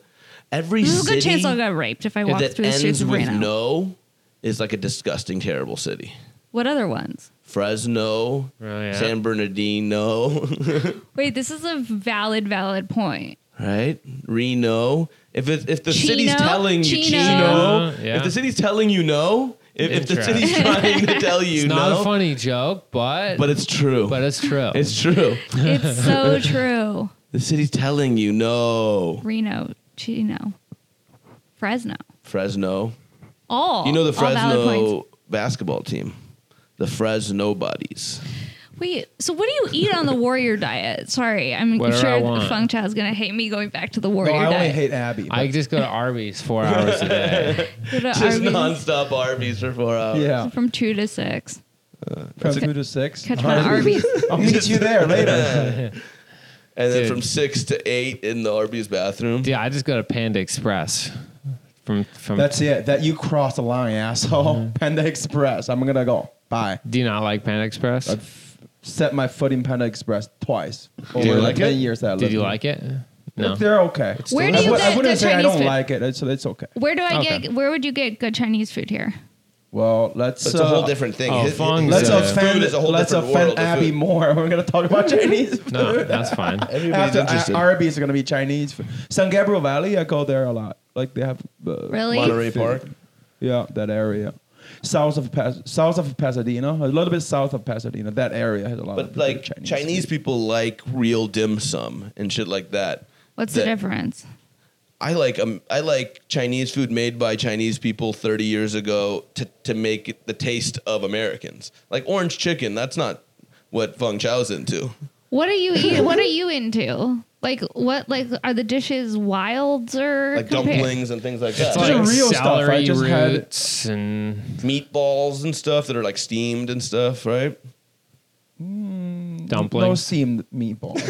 [SPEAKER 3] Every
[SPEAKER 1] There's a
[SPEAKER 3] city
[SPEAKER 1] good chance I'll get raped if I walk
[SPEAKER 3] that
[SPEAKER 1] through the streets
[SPEAKER 3] ends
[SPEAKER 1] of
[SPEAKER 3] with
[SPEAKER 1] Reno.
[SPEAKER 3] no is like a disgusting, terrible city.
[SPEAKER 1] what other ones?
[SPEAKER 3] Fresno,
[SPEAKER 2] Oh, yeah.
[SPEAKER 3] San Bernardino,
[SPEAKER 1] Wait, this is a valid, valid point.
[SPEAKER 3] right? Reno. If it, if the
[SPEAKER 1] Chino?
[SPEAKER 3] city's telling you
[SPEAKER 1] Chino.
[SPEAKER 3] Chino,
[SPEAKER 2] Yeah.
[SPEAKER 3] if the city's telling you no, if, if the
[SPEAKER 2] Interesting.
[SPEAKER 3] city's trying to tell you
[SPEAKER 2] It's not
[SPEAKER 3] no,
[SPEAKER 2] a funny joke, but
[SPEAKER 3] but it's true.
[SPEAKER 2] but it's true.
[SPEAKER 3] it's true.
[SPEAKER 1] It's so true.
[SPEAKER 3] The city's telling you no.
[SPEAKER 1] Reno, Chino, Fresno,
[SPEAKER 3] Fresno.
[SPEAKER 1] all.
[SPEAKER 3] You know the
[SPEAKER 1] all valid points.
[SPEAKER 3] Fresno basketball team, the Fresno Buddies.
[SPEAKER 1] Wait, so what do you eat on the warrior diet? Sorry, I'm
[SPEAKER 2] Whatever I
[SPEAKER 1] sure
[SPEAKER 2] want.
[SPEAKER 1] Feng Chao is gonna hate me going back to the
[SPEAKER 9] No,
[SPEAKER 1] warrior
[SPEAKER 9] I only
[SPEAKER 1] diet.
[SPEAKER 9] hate Abby.
[SPEAKER 2] I just go to Arby's four hours a day.
[SPEAKER 1] Go to
[SPEAKER 3] Just
[SPEAKER 1] Arby's
[SPEAKER 3] nonstop Arby's for four hours.
[SPEAKER 9] yeah,
[SPEAKER 1] from two to six.
[SPEAKER 9] from two to six.
[SPEAKER 1] Catch my Arby's.
[SPEAKER 9] I'll meet you there later.
[SPEAKER 3] And then
[SPEAKER 2] Dude.
[SPEAKER 3] from six to eight in the Arby's bathroom.
[SPEAKER 2] Yeah, I just go to Panda Express. From from
[SPEAKER 9] That's it. That you crossed the line, asshole. Panda Express. I'm gonna go. Bye.
[SPEAKER 2] do you not like Panda Express?
[SPEAKER 9] I've set my foot in Panda Express twice
[SPEAKER 2] you
[SPEAKER 9] over the
[SPEAKER 2] like
[SPEAKER 9] ten
[SPEAKER 2] it?
[SPEAKER 9] years that I
[SPEAKER 2] Did
[SPEAKER 9] lived
[SPEAKER 2] you
[SPEAKER 9] here.
[SPEAKER 2] like it? No.
[SPEAKER 9] They're okay.
[SPEAKER 1] Where do
[SPEAKER 9] I,
[SPEAKER 1] you
[SPEAKER 9] would,
[SPEAKER 1] get
[SPEAKER 9] I wouldn't
[SPEAKER 1] the
[SPEAKER 9] say I
[SPEAKER 1] Chinese
[SPEAKER 9] don't
[SPEAKER 1] food?
[SPEAKER 9] like it, so it's okay.
[SPEAKER 1] Where do I
[SPEAKER 2] Okay.
[SPEAKER 1] get? Where would you get good Chinese food here?
[SPEAKER 9] Well, let's.
[SPEAKER 3] It's
[SPEAKER 9] uh,
[SPEAKER 3] a whole different thing.
[SPEAKER 2] oh,
[SPEAKER 3] His-
[SPEAKER 2] Fong's
[SPEAKER 9] Let's
[SPEAKER 3] his
[SPEAKER 2] Yeah.
[SPEAKER 9] offend.
[SPEAKER 3] food is a whole
[SPEAKER 9] Let's
[SPEAKER 3] different
[SPEAKER 9] offend
[SPEAKER 3] world of
[SPEAKER 9] Abby
[SPEAKER 3] food.
[SPEAKER 9] more. We're gonna talk about Chinese food.
[SPEAKER 2] No, that's fine.
[SPEAKER 3] Everybody's
[SPEAKER 9] After
[SPEAKER 3] interested.
[SPEAKER 9] A- Arby's is gonna be Chinese food. San Gabriel Valley, I go there a lot. Like they have. Uh,
[SPEAKER 1] Really?
[SPEAKER 3] Monterey Park.
[SPEAKER 9] Yeah, that area. South of Pas- south of Pasadena, a little bit south of Pasadena, that area has a lot of
[SPEAKER 3] But
[SPEAKER 9] good
[SPEAKER 3] like Chinese,
[SPEAKER 9] Chinese.
[SPEAKER 3] people like real dim sum and shit like that.
[SPEAKER 1] What's
[SPEAKER 3] That-
[SPEAKER 1] the difference?
[SPEAKER 3] I like um, I like Chinese food made by Chinese people 30 years ago to, to make it the taste of Americans. Like orange chicken, that's not what Feng Chao's into.
[SPEAKER 1] What are you? eat- what are you into? Like what? Like are the dishes wilder?
[SPEAKER 3] Like
[SPEAKER 1] compared-
[SPEAKER 3] dumplings and things like
[SPEAKER 2] It's
[SPEAKER 3] that.
[SPEAKER 9] These
[SPEAKER 2] like
[SPEAKER 9] are real stuff. I
[SPEAKER 2] celery
[SPEAKER 9] just had-
[SPEAKER 2] roots and
[SPEAKER 3] meatballs and stuff that are like steamed and stuff, right?
[SPEAKER 9] No
[SPEAKER 2] dumplings.
[SPEAKER 9] steamed meatballs.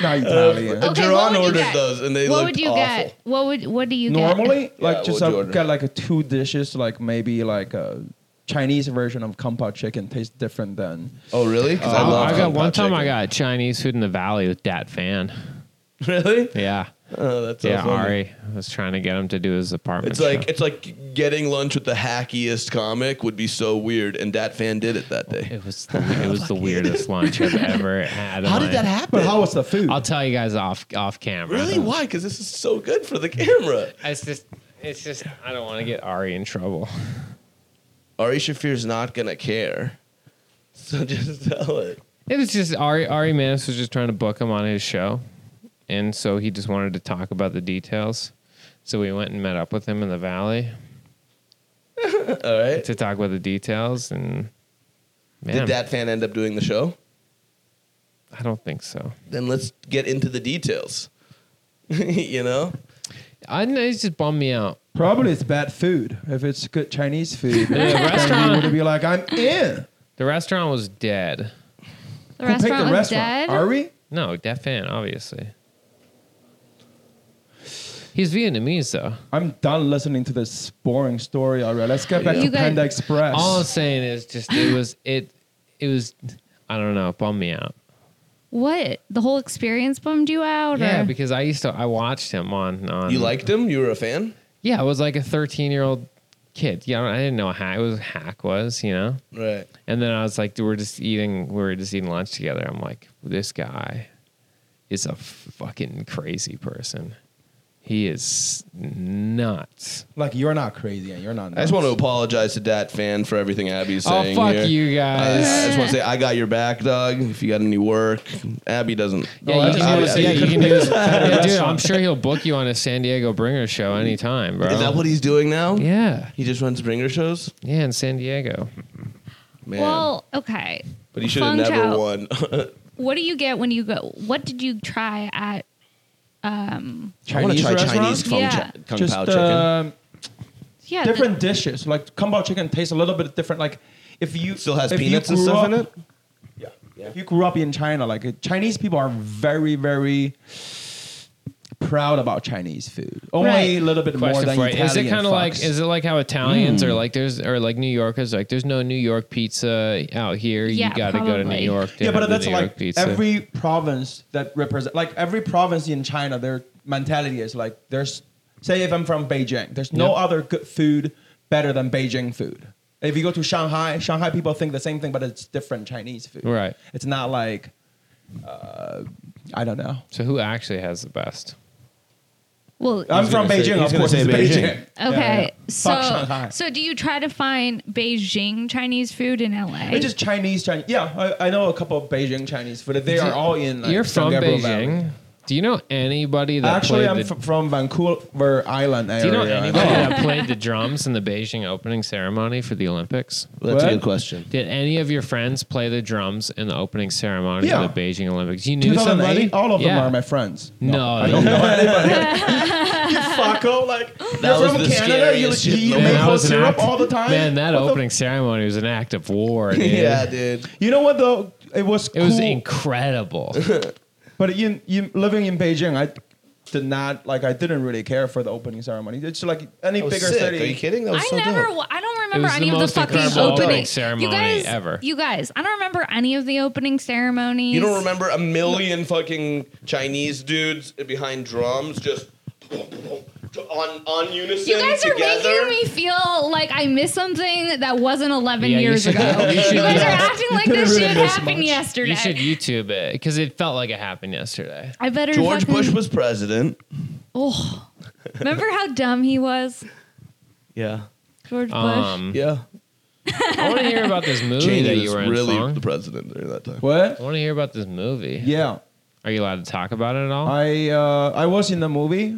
[SPEAKER 9] Not Italian.
[SPEAKER 1] Okay, what would
[SPEAKER 3] Duran
[SPEAKER 1] you
[SPEAKER 3] ordered
[SPEAKER 1] get?
[SPEAKER 3] those and they
[SPEAKER 1] What
[SPEAKER 3] looked
[SPEAKER 1] would you
[SPEAKER 3] awful.
[SPEAKER 1] get? What would? What do you
[SPEAKER 9] Normally, like
[SPEAKER 3] what would
[SPEAKER 9] just
[SPEAKER 3] you
[SPEAKER 9] I'll
[SPEAKER 3] order?
[SPEAKER 9] get like a two dishes, like maybe like a Chinese version of kung pao chicken tastes different than.
[SPEAKER 3] Oh, really? Because
[SPEAKER 2] Uh, I, I got
[SPEAKER 3] kung pao
[SPEAKER 2] one time I
[SPEAKER 3] chicken.
[SPEAKER 2] got Chinese food in the valley with Dat Fan.
[SPEAKER 3] really.
[SPEAKER 2] Yeah.
[SPEAKER 3] Oh, that's so
[SPEAKER 2] yeah,
[SPEAKER 3] funny.
[SPEAKER 2] Ari was trying to get him to do his apartment.
[SPEAKER 3] It's like
[SPEAKER 2] show.
[SPEAKER 3] it's like getting lunch with the hackiest comic would be so weird, and that fan did it that day.
[SPEAKER 2] it was the, it was the weirdest lunch I've ever had. in
[SPEAKER 3] How
[SPEAKER 2] my-
[SPEAKER 3] did that happen?
[SPEAKER 9] But how was the food?
[SPEAKER 2] I'll tell you guys off off camera.
[SPEAKER 3] really? Why? Because this is so good for the camera.
[SPEAKER 2] It's just it's just I don't want to get Ari in trouble.
[SPEAKER 3] Ari Shafir's not gonna care, so just tell it.
[SPEAKER 2] It was just Ari Ari Manis was just trying to book him on his show, and so he just wanted to talk about the details. So we went and met up with him in the valley
[SPEAKER 3] All right.
[SPEAKER 2] to talk about the details, and man,
[SPEAKER 3] Did that fan end up doing the show?
[SPEAKER 2] I don't think so.
[SPEAKER 3] Then let's get into the details. you know,
[SPEAKER 2] I don't know it just bummed me out.
[SPEAKER 9] Probably it's bad food. If it's good Chinese food,
[SPEAKER 2] The
[SPEAKER 9] would
[SPEAKER 2] restaurant
[SPEAKER 9] be like, I'm in.
[SPEAKER 2] the restaurant was dead.
[SPEAKER 1] The
[SPEAKER 9] Who picked
[SPEAKER 1] restaurant
[SPEAKER 9] the
[SPEAKER 1] was
[SPEAKER 9] restaurant?
[SPEAKER 1] dead.
[SPEAKER 9] Are we?
[SPEAKER 2] No, deaf fan, obviously. He's Vietnamese though.
[SPEAKER 9] I'm done listening to this boring story already. Let's get back
[SPEAKER 1] You
[SPEAKER 9] to
[SPEAKER 1] guys-
[SPEAKER 9] Panda Express.
[SPEAKER 2] All I'm saying is just it was it it was I don't know, it bummed me out.
[SPEAKER 1] What? The whole experience bummed you out?
[SPEAKER 2] Yeah,
[SPEAKER 1] or-
[SPEAKER 2] because I used to I watched him on on
[SPEAKER 3] you liked him. You were a fan,
[SPEAKER 2] Yeah, I was like a 13 year old kid. Yeah, I didn't know what hack was hack was, you know.
[SPEAKER 3] right?
[SPEAKER 2] And then I was like, we're just eating, we were just eating lunch together. I'm like, this guy is a fucking crazy person. He is nuts.
[SPEAKER 9] like you're not crazy and you're not.
[SPEAKER 3] I just want to apologize to that fan for everything Abby's
[SPEAKER 2] Oh
[SPEAKER 3] saying.
[SPEAKER 2] fuck
[SPEAKER 3] here.
[SPEAKER 2] you
[SPEAKER 3] I, I
[SPEAKER 2] guys!
[SPEAKER 3] just want to say I got your back, Doug. If you got any work, Abby doesn't.
[SPEAKER 2] Yeah, you
[SPEAKER 9] that's
[SPEAKER 2] can do
[SPEAKER 9] obvious.
[SPEAKER 2] this. Yeah,
[SPEAKER 9] You
[SPEAKER 2] you can
[SPEAKER 9] couldn't
[SPEAKER 2] do
[SPEAKER 9] pick
[SPEAKER 2] this. Yeah, dude,
[SPEAKER 9] restaurant.
[SPEAKER 2] I'm sure he'll book you on a San Diego Bringer show anytime, bro.
[SPEAKER 3] Is that what he's doing now?
[SPEAKER 2] Yeah,
[SPEAKER 3] He just runs bringer shows.
[SPEAKER 2] yeah, in San Diego.
[SPEAKER 3] Man,
[SPEAKER 1] Well, okay.
[SPEAKER 3] but he should have never
[SPEAKER 1] Fangzhou.
[SPEAKER 3] won.
[SPEAKER 1] What do you get when you go? What did you try at?
[SPEAKER 3] I want to try
[SPEAKER 9] restaurant?
[SPEAKER 3] Chinese kung,
[SPEAKER 1] Yeah.
[SPEAKER 3] chi- kung
[SPEAKER 9] Just
[SPEAKER 3] pao chicken.
[SPEAKER 9] um,
[SPEAKER 1] Yeah, the-
[SPEAKER 9] different dishes. Like kung pao chicken tastes a little bit different. Like if you
[SPEAKER 3] Still has
[SPEAKER 9] if you
[SPEAKER 3] peanuts and
[SPEAKER 9] grew
[SPEAKER 3] stuff in
[SPEAKER 9] up-
[SPEAKER 3] it.
[SPEAKER 9] If you grew up in China, like uh, Chinese people are very very proud about Chinese food. Only a
[SPEAKER 1] Right.
[SPEAKER 9] little bit more
[SPEAKER 2] Question
[SPEAKER 9] than
[SPEAKER 2] for you.
[SPEAKER 9] Italian.
[SPEAKER 2] Is it kind of like
[SPEAKER 9] fucks.
[SPEAKER 2] is it like how Italians
[SPEAKER 9] Hmm.
[SPEAKER 2] or like there's or like New Yorkers like there's no New York pizza out here.
[SPEAKER 1] Yeah,
[SPEAKER 2] you got to go to New
[SPEAKER 1] probably.
[SPEAKER 2] York. To
[SPEAKER 9] yeah, but
[SPEAKER 2] have the
[SPEAKER 9] that's
[SPEAKER 2] New York
[SPEAKER 9] like
[SPEAKER 2] pizza.
[SPEAKER 9] every province that represent like every province in China, their mentality is like there's say if I'm from Beijing, there's no
[SPEAKER 2] Yep.
[SPEAKER 9] other good food better than Beijing food. If you go to Shanghai, Shanghai people think the same thing, but it's different Chinese food.
[SPEAKER 2] Right.
[SPEAKER 9] It's not like uh, I don't know.
[SPEAKER 2] So who actually has the best?
[SPEAKER 1] well,
[SPEAKER 9] I'm from
[SPEAKER 3] gonna
[SPEAKER 9] Beijing,
[SPEAKER 3] say-
[SPEAKER 9] of
[SPEAKER 3] he's gonna
[SPEAKER 9] course.
[SPEAKER 3] say
[SPEAKER 9] it's
[SPEAKER 3] Beijing.
[SPEAKER 9] Beijing. Yeah, yeah.
[SPEAKER 1] okay.
[SPEAKER 9] Fuck
[SPEAKER 1] So,
[SPEAKER 9] Shanghai.
[SPEAKER 1] so do you try to find Beijing Chinese food in LA?
[SPEAKER 9] it's just Chinese Chinese. Yeah, I, I know a couple of Beijing Chinese food. They are all in. Like,
[SPEAKER 2] You're
[SPEAKER 9] San
[SPEAKER 2] from
[SPEAKER 9] Gabriel
[SPEAKER 2] Beijing.
[SPEAKER 9] Valley.
[SPEAKER 2] Do you know anybody that
[SPEAKER 9] Actually,
[SPEAKER 2] played
[SPEAKER 9] I'm
[SPEAKER 2] the,
[SPEAKER 9] f- from Vancouver Island area.
[SPEAKER 2] Do you know anybody
[SPEAKER 9] Oh.
[SPEAKER 2] that played the drums in the Beijing opening ceremony for the Olympics?
[SPEAKER 3] That's a
[SPEAKER 9] What?
[SPEAKER 3] good question.
[SPEAKER 2] Did any of your friends play the drums in the opening ceremony
[SPEAKER 9] Yeah.
[SPEAKER 2] of the Beijing Olympics? You knew somebody?
[SPEAKER 9] 2008, all of
[SPEAKER 2] Yeah.
[SPEAKER 9] them are my friends.
[SPEAKER 2] No,
[SPEAKER 9] I don't know anybody. you fucko, like
[SPEAKER 3] That
[SPEAKER 9] you're
[SPEAKER 3] was
[SPEAKER 9] from
[SPEAKER 3] the
[SPEAKER 9] Canada. You,
[SPEAKER 3] scariest shit
[SPEAKER 9] you
[SPEAKER 3] in the
[SPEAKER 2] Man,
[SPEAKER 9] make
[SPEAKER 2] that
[SPEAKER 9] maple
[SPEAKER 2] was an
[SPEAKER 9] syrup
[SPEAKER 2] act-
[SPEAKER 9] all the time.
[SPEAKER 2] Man, that
[SPEAKER 9] What the-
[SPEAKER 2] opening ceremony was an act of war. Dude.
[SPEAKER 3] Yeah, dude.
[SPEAKER 9] you know what though? It was
[SPEAKER 2] It was
[SPEAKER 9] cool,
[SPEAKER 2] incredible.
[SPEAKER 9] but you, you living in Beijing, I did not like. I didn't really care for the opening ceremony. It's like any
[SPEAKER 3] That was
[SPEAKER 9] bigger
[SPEAKER 3] sick.
[SPEAKER 9] city.
[SPEAKER 3] Are you kidding? That was
[SPEAKER 1] I
[SPEAKER 3] so
[SPEAKER 1] never.
[SPEAKER 3] dope.
[SPEAKER 1] wa- I don't remember
[SPEAKER 2] was
[SPEAKER 1] any
[SPEAKER 2] the
[SPEAKER 1] of the
[SPEAKER 2] most
[SPEAKER 1] fucking
[SPEAKER 2] incredible
[SPEAKER 1] opening
[SPEAKER 2] opening ceremony
[SPEAKER 1] you guys,
[SPEAKER 2] ever.
[SPEAKER 1] You guys, I don't remember any of the opening ceremonies.
[SPEAKER 3] You don't remember a million fucking Chinese dudes behind drums just on on unison
[SPEAKER 1] You guys are
[SPEAKER 3] together.
[SPEAKER 1] making me feel like I missed something that wasn't 11
[SPEAKER 2] Yeah, you
[SPEAKER 1] years
[SPEAKER 2] should-
[SPEAKER 1] ago.
[SPEAKER 2] you
[SPEAKER 1] You,
[SPEAKER 2] should-
[SPEAKER 1] guys are acting like
[SPEAKER 9] couldn't
[SPEAKER 1] this
[SPEAKER 9] really
[SPEAKER 1] shit
[SPEAKER 9] miss
[SPEAKER 1] happened
[SPEAKER 9] much.
[SPEAKER 1] yesterday.
[SPEAKER 2] you should YouTube it because it felt like it happened yesterday.
[SPEAKER 1] I better
[SPEAKER 3] George
[SPEAKER 1] fucking,
[SPEAKER 3] Bush was president.
[SPEAKER 1] Oh, remember how dumb he was,
[SPEAKER 3] Yeah.
[SPEAKER 1] George Bush?
[SPEAKER 2] Um,
[SPEAKER 3] Yeah.
[SPEAKER 2] I want to hear about this movie that
[SPEAKER 3] Cheney
[SPEAKER 2] you
[SPEAKER 3] Hmm. was
[SPEAKER 2] were in.
[SPEAKER 3] really
[SPEAKER 2] Fong.
[SPEAKER 3] the president during that time.
[SPEAKER 9] What?
[SPEAKER 2] I want to hear about this movie.
[SPEAKER 9] Yeah,
[SPEAKER 2] Are you allowed to talk about it at all?
[SPEAKER 9] I uh, I was in the movie.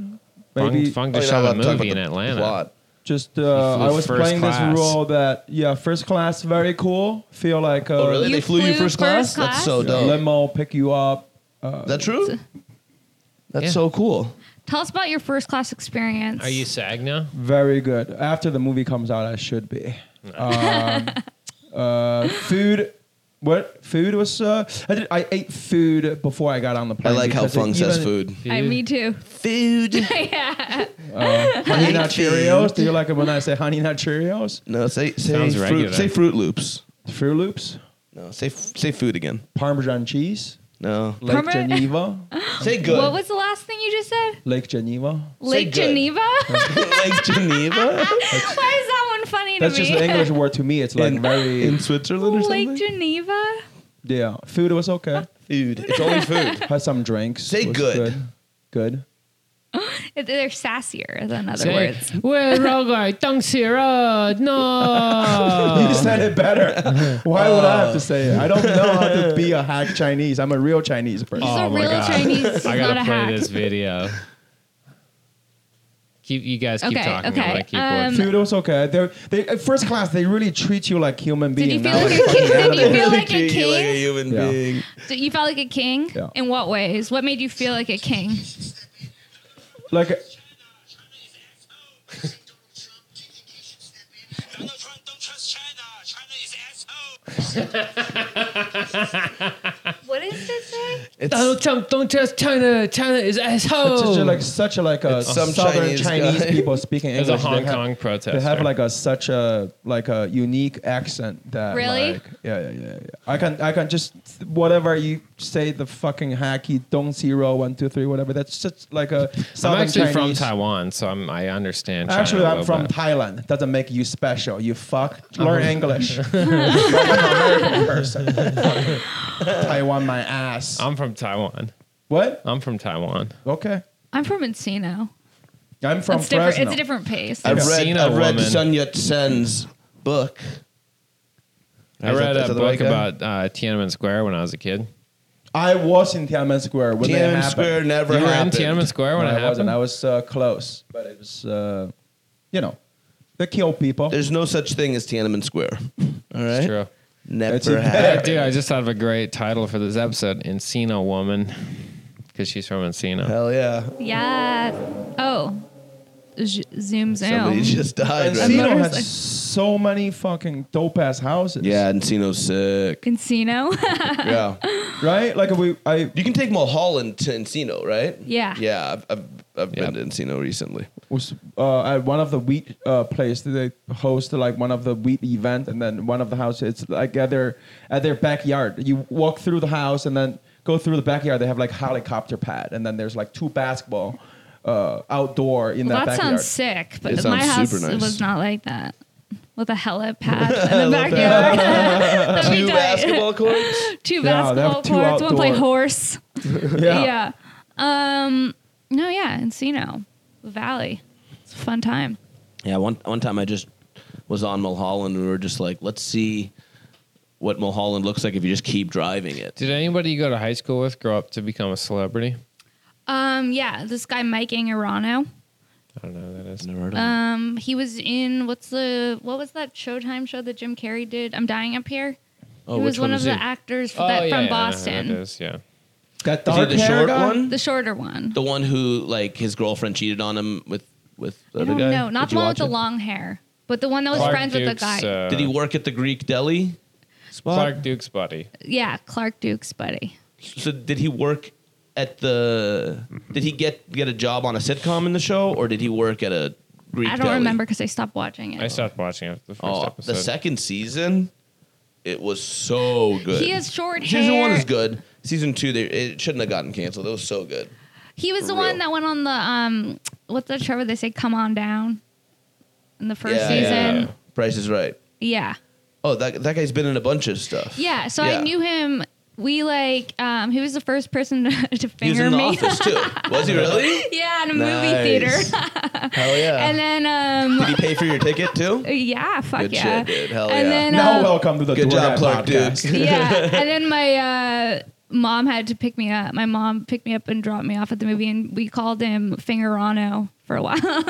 [SPEAKER 9] Maybe
[SPEAKER 2] Fung, Fung
[SPEAKER 3] I mean,
[SPEAKER 2] just
[SPEAKER 3] I'm
[SPEAKER 2] shot a
[SPEAKER 3] not talking
[SPEAKER 2] movie in
[SPEAKER 3] about the
[SPEAKER 2] Atlanta.
[SPEAKER 3] plot.
[SPEAKER 9] just uh,
[SPEAKER 2] flew
[SPEAKER 9] I was
[SPEAKER 2] first
[SPEAKER 9] playing
[SPEAKER 2] class.
[SPEAKER 9] this role that yeah, first class, very cool. Feel like uh,
[SPEAKER 3] Oh, really?
[SPEAKER 1] You
[SPEAKER 3] they flew, you
[SPEAKER 1] flew
[SPEAKER 3] first class?
[SPEAKER 1] first
[SPEAKER 3] That's
[SPEAKER 1] class?
[SPEAKER 3] so
[SPEAKER 1] Yeah.
[SPEAKER 3] dope.
[SPEAKER 9] limo pick you up.
[SPEAKER 3] Is that true? That's
[SPEAKER 2] Yeah.
[SPEAKER 3] so cool.
[SPEAKER 1] Tell us about your first class experience.
[SPEAKER 2] Are you SAG now?
[SPEAKER 9] Very good. After the movie comes out, I should be. Um, uh, food. What food was? Uh, I did. I ate food before I got on the
[SPEAKER 3] I
[SPEAKER 9] plane.
[SPEAKER 3] like how
[SPEAKER 9] because it
[SPEAKER 3] Fung says
[SPEAKER 9] even-
[SPEAKER 3] food.
[SPEAKER 1] I, me too.
[SPEAKER 3] Food.
[SPEAKER 1] yeah.
[SPEAKER 9] Honey Nut
[SPEAKER 3] Food.
[SPEAKER 9] Cheerios. Do you like it when I say Honey Nut Cheerios?
[SPEAKER 3] No, say say
[SPEAKER 2] Sounds
[SPEAKER 3] fruit,
[SPEAKER 2] regular.
[SPEAKER 3] say Fruit Loops.
[SPEAKER 9] Fruit Loops,
[SPEAKER 3] No, say f- say food again.
[SPEAKER 9] Parmesan cheese.
[SPEAKER 3] No.
[SPEAKER 9] Lake
[SPEAKER 1] Permanent-
[SPEAKER 9] Geneva.
[SPEAKER 3] Say good.
[SPEAKER 1] What was the last thing you just said?
[SPEAKER 9] Lake Geneva.
[SPEAKER 1] Lake
[SPEAKER 3] good.
[SPEAKER 1] Geneva? Why
[SPEAKER 3] Lake Geneva?
[SPEAKER 1] is that one funny
[SPEAKER 9] That's
[SPEAKER 1] to me?
[SPEAKER 9] just the English word to me. It's like
[SPEAKER 3] In-
[SPEAKER 9] very
[SPEAKER 3] in Switzerland or
[SPEAKER 1] Lake
[SPEAKER 3] something?
[SPEAKER 1] Geneva?
[SPEAKER 9] yeah. Food was okay.
[SPEAKER 3] Food. It's only food.
[SPEAKER 9] Had some drinks.
[SPEAKER 3] Say
[SPEAKER 9] was
[SPEAKER 3] good.
[SPEAKER 9] Good.
[SPEAKER 1] It- They're sassier than other
[SPEAKER 2] Say,
[SPEAKER 1] words.
[SPEAKER 2] Where's Rogai? Dungsi Road.
[SPEAKER 9] You
[SPEAKER 2] No.
[SPEAKER 9] said it better. Why would I have
[SPEAKER 2] Uh,
[SPEAKER 9] to say it? I don't know how to be a hack Chinese. I'm a real Chinese person.
[SPEAKER 1] He's
[SPEAKER 2] Oh
[SPEAKER 1] a
[SPEAKER 2] my
[SPEAKER 1] real
[SPEAKER 2] God.
[SPEAKER 1] Chinese. He's
[SPEAKER 2] I
[SPEAKER 1] not
[SPEAKER 2] gotta
[SPEAKER 1] a
[SPEAKER 2] play
[SPEAKER 1] hack.
[SPEAKER 2] this video. Keep you guys keep
[SPEAKER 1] Okay,
[SPEAKER 2] talking.
[SPEAKER 1] okay,
[SPEAKER 2] I'm gonna keep
[SPEAKER 1] um,
[SPEAKER 2] looking.
[SPEAKER 9] Food was okay. They, they at first class they really treat you like human
[SPEAKER 1] Did
[SPEAKER 9] being.
[SPEAKER 1] you feel
[SPEAKER 9] not
[SPEAKER 1] like
[SPEAKER 9] like
[SPEAKER 1] a king?
[SPEAKER 9] fucking
[SPEAKER 1] Did you
[SPEAKER 9] animal.
[SPEAKER 1] feel like a
[SPEAKER 3] Treat you like a
[SPEAKER 1] king?
[SPEAKER 3] human
[SPEAKER 9] Yeah.
[SPEAKER 3] being.
[SPEAKER 1] Did you felt like a king?
[SPEAKER 9] Yeah.
[SPEAKER 1] In what ways? What made you feel like a king?
[SPEAKER 9] Like a-
[SPEAKER 10] Donald Trump don't trust China. China is asshole.
[SPEAKER 1] What is this say?
[SPEAKER 2] Donald Trump, don't trust China. China is asshole.
[SPEAKER 9] it's just like such a like a
[SPEAKER 3] some
[SPEAKER 9] southern
[SPEAKER 3] Chinese
[SPEAKER 9] Chinese,
[SPEAKER 3] guy.
[SPEAKER 9] people speaking English.
[SPEAKER 2] There's a Hong
[SPEAKER 9] they have-
[SPEAKER 2] Kong protest.
[SPEAKER 9] They have like a such a like a unique accent that
[SPEAKER 1] Really?
[SPEAKER 9] like, yeah, yeah, yeah, yeah. I can I can just whatever you say the fucking hacky dong zero one two three whatever. That's just like a.
[SPEAKER 2] I'm
[SPEAKER 9] Southern
[SPEAKER 2] actually from
[SPEAKER 9] Chinese-
[SPEAKER 2] Taiwan, so I'm, I understand. China
[SPEAKER 9] Actually,
[SPEAKER 2] a
[SPEAKER 9] I'm
[SPEAKER 2] little
[SPEAKER 9] from
[SPEAKER 2] bit.
[SPEAKER 9] Thailand. Doesn't make you special. You fuck. Learn English. I'm an American person. Taiwan, my ass.
[SPEAKER 2] I'm from Taiwan.
[SPEAKER 9] what?
[SPEAKER 2] I'm from Taiwan.
[SPEAKER 9] Okay.
[SPEAKER 1] I'm from Encino.
[SPEAKER 9] I'm from
[SPEAKER 1] It's different.
[SPEAKER 9] Fresno.
[SPEAKER 1] It's a different pace.
[SPEAKER 3] I've
[SPEAKER 2] I've
[SPEAKER 3] read,
[SPEAKER 2] seen a
[SPEAKER 3] I've read
[SPEAKER 2] woman-
[SPEAKER 3] Sun Yat sen's book.
[SPEAKER 2] I
[SPEAKER 3] Is that-
[SPEAKER 2] read
[SPEAKER 3] is
[SPEAKER 2] a
[SPEAKER 3] that the
[SPEAKER 2] book
[SPEAKER 3] right guy?
[SPEAKER 2] about uh, Tiananmen Square when I was a kid.
[SPEAKER 9] I was in Tiananmen Square when that
[SPEAKER 3] Tiananmen
[SPEAKER 9] happened.
[SPEAKER 3] Square never
[SPEAKER 2] You were in
[SPEAKER 3] happened.
[SPEAKER 2] Tiananmen Square when
[SPEAKER 9] No,
[SPEAKER 2] it
[SPEAKER 9] I wasn't.
[SPEAKER 2] happened.
[SPEAKER 9] I was uh, close, but it was, uh, you know, they kill people.
[SPEAKER 3] There's no such thing as Tiananmen Square. All right.
[SPEAKER 2] It's true.
[SPEAKER 3] Never
[SPEAKER 9] It's a-
[SPEAKER 3] happened.
[SPEAKER 2] Dude, I just thought of a great title for this episode: Encino Woman, because she's from Encino.
[SPEAKER 3] Hell yeah.
[SPEAKER 1] yeah. Oh. Z- zoom
[SPEAKER 3] Somebody
[SPEAKER 1] zoom.
[SPEAKER 3] just died. Right now.
[SPEAKER 9] Encino
[SPEAKER 1] motorcycle.
[SPEAKER 9] has so many fucking dope ass houses.
[SPEAKER 3] Yeah, Encino's sick.
[SPEAKER 1] Encino.
[SPEAKER 3] yeah.
[SPEAKER 9] Right? Like we, I,
[SPEAKER 3] You can take Mulholland to Encino, right?
[SPEAKER 1] Yeah.
[SPEAKER 3] Yeah, I've, I've, I've
[SPEAKER 2] Yeah.
[SPEAKER 3] been to Encino recently.
[SPEAKER 9] was uh, at one of the wheat uh, place that they host like one of the wheat event and then one of the houses it's like at their at their backyard you walk through the house and then go through the backyard they have like helicopter pad and then there's like two basketball uh, outdoor in
[SPEAKER 1] Well,
[SPEAKER 9] that,
[SPEAKER 1] that
[SPEAKER 9] backyard
[SPEAKER 1] sounds sick, but
[SPEAKER 3] It
[SPEAKER 1] my
[SPEAKER 3] sounds
[SPEAKER 1] house
[SPEAKER 3] super nice.
[SPEAKER 1] was not like that. With a helipad in the backyard. That'd be
[SPEAKER 3] Two
[SPEAKER 1] tight.
[SPEAKER 3] basketball courts?
[SPEAKER 1] Two
[SPEAKER 9] they have
[SPEAKER 1] basketball
[SPEAKER 9] two
[SPEAKER 1] courts, one play
[SPEAKER 9] outdoor.
[SPEAKER 1] horse. yeah. Um, no, yeah, Encino Valley. It's a fun time.
[SPEAKER 3] Yeah, one one time I just was on Mulholland and we were just like, let's see what Mulholland looks like if you just keep driving it.
[SPEAKER 2] Did anybody you go to high school with grow up to become a celebrity?
[SPEAKER 1] Um, yeah, this guy Mike Angarano.
[SPEAKER 2] I don't know who that is.
[SPEAKER 3] Never heard of it.
[SPEAKER 1] Um, he was in what's the what was that Showtime show that Jim Carrey did? I'm dying up here.
[SPEAKER 3] Oh,
[SPEAKER 1] he was
[SPEAKER 3] which
[SPEAKER 1] one,
[SPEAKER 3] one
[SPEAKER 1] of
[SPEAKER 3] is
[SPEAKER 1] the
[SPEAKER 3] he?
[SPEAKER 1] actors f-
[SPEAKER 2] Oh,
[SPEAKER 1] that,
[SPEAKER 2] yeah,
[SPEAKER 1] from
[SPEAKER 2] yeah, I know who that
[SPEAKER 1] Boston.
[SPEAKER 2] is, Yeah.
[SPEAKER 9] that
[SPEAKER 3] Is he
[SPEAKER 9] dark
[SPEAKER 3] the
[SPEAKER 9] hair
[SPEAKER 3] short
[SPEAKER 9] guy?
[SPEAKER 3] one?
[SPEAKER 1] The shorter one.
[SPEAKER 3] The one who like his girlfriend cheated on him with with the
[SPEAKER 1] I
[SPEAKER 3] other
[SPEAKER 1] don't
[SPEAKER 3] guy.
[SPEAKER 1] know, not
[SPEAKER 3] Did
[SPEAKER 1] the
[SPEAKER 3] you
[SPEAKER 1] one
[SPEAKER 3] watch
[SPEAKER 1] with the
[SPEAKER 3] it?
[SPEAKER 1] long hair, but the one that was
[SPEAKER 2] Clark
[SPEAKER 1] friends with
[SPEAKER 2] Duke's,
[SPEAKER 1] the guy.
[SPEAKER 2] uh,
[SPEAKER 3] Did he work at the Greek deli? Spot?
[SPEAKER 2] Clark Duke's buddy.
[SPEAKER 1] yeah, Clark Duke's buddy.
[SPEAKER 3] So did he work at the? Did he get get a job on a sitcom in the show, or did he work at a Greek?
[SPEAKER 1] I don't
[SPEAKER 3] deli?
[SPEAKER 1] remember because I stopped watching it.
[SPEAKER 2] I stopped watching after the first
[SPEAKER 3] Oh,
[SPEAKER 2] episode.
[SPEAKER 3] the second season, it was so good.
[SPEAKER 1] He has short hair.
[SPEAKER 3] Season one is good. Season two, they, it shouldn't have gotten canceled. It was so good.
[SPEAKER 1] He was
[SPEAKER 3] For
[SPEAKER 1] the
[SPEAKER 3] real.
[SPEAKER 1] one that went on the um what's that show where they say come on down in the first
[SPEAKER 3] Yeah, yeah,
[SPEAKER 1] season.
[SPEAKER 3] Price is Right.
[SPEAKER 1] Yeah.
[SPEAKER 3] Oh, that that guy's been in a bunch of stuff.
[SPEAKER 1] yeah. So
[SPEAKER 3] Yeah.
[SPEAKER 1] I knew him. We like um he was the first person to, to
[SPEAKER 3] He was
[SPEAKER 1] finger
[SPEAKER 3] in the
[SPEAKER 1] me.
[SPEAKER 3] office too. Was he really?
[SPEAKER 1] yeah, in a movie
[SPEAKER 3] Nice.
[SPEAKER 1] theater.
[SPEAKER 3] Hell yeah.
[SPEAKER 1] and then
[SPEAKER 3] did
[SPEAKER 1] um
[SPEAKER 3] he pay for your ticket too?
[SPEAKER 1] yeah, fuck
[SPEAKER 3] Good
[SPEAKER 1] yeah.
[SPEAKER 3] shit, dude. Hell
[SPEAKER 1] and
[SPEAKER 3] yeah.
[SPEAKER 1] then
[SPEAKER 9] now
[SPEAKER 1] um,
[SPEAKER 9] welcome to the
[SPEAKER 3] Good
[SPEAKER 9] Door
[SPEAKER 3] job,
[SPEAKER 9] Guy
[SPEAKER 3] Clark
[SPEAKER 9] podcast.
[SPEAKER 3] Duke.
[SPEAKER 1] yeah. And then my uh, mom had to pick me up. My mom picked me up and dropped me off at the movie, and we called him Fingerano for a while. um,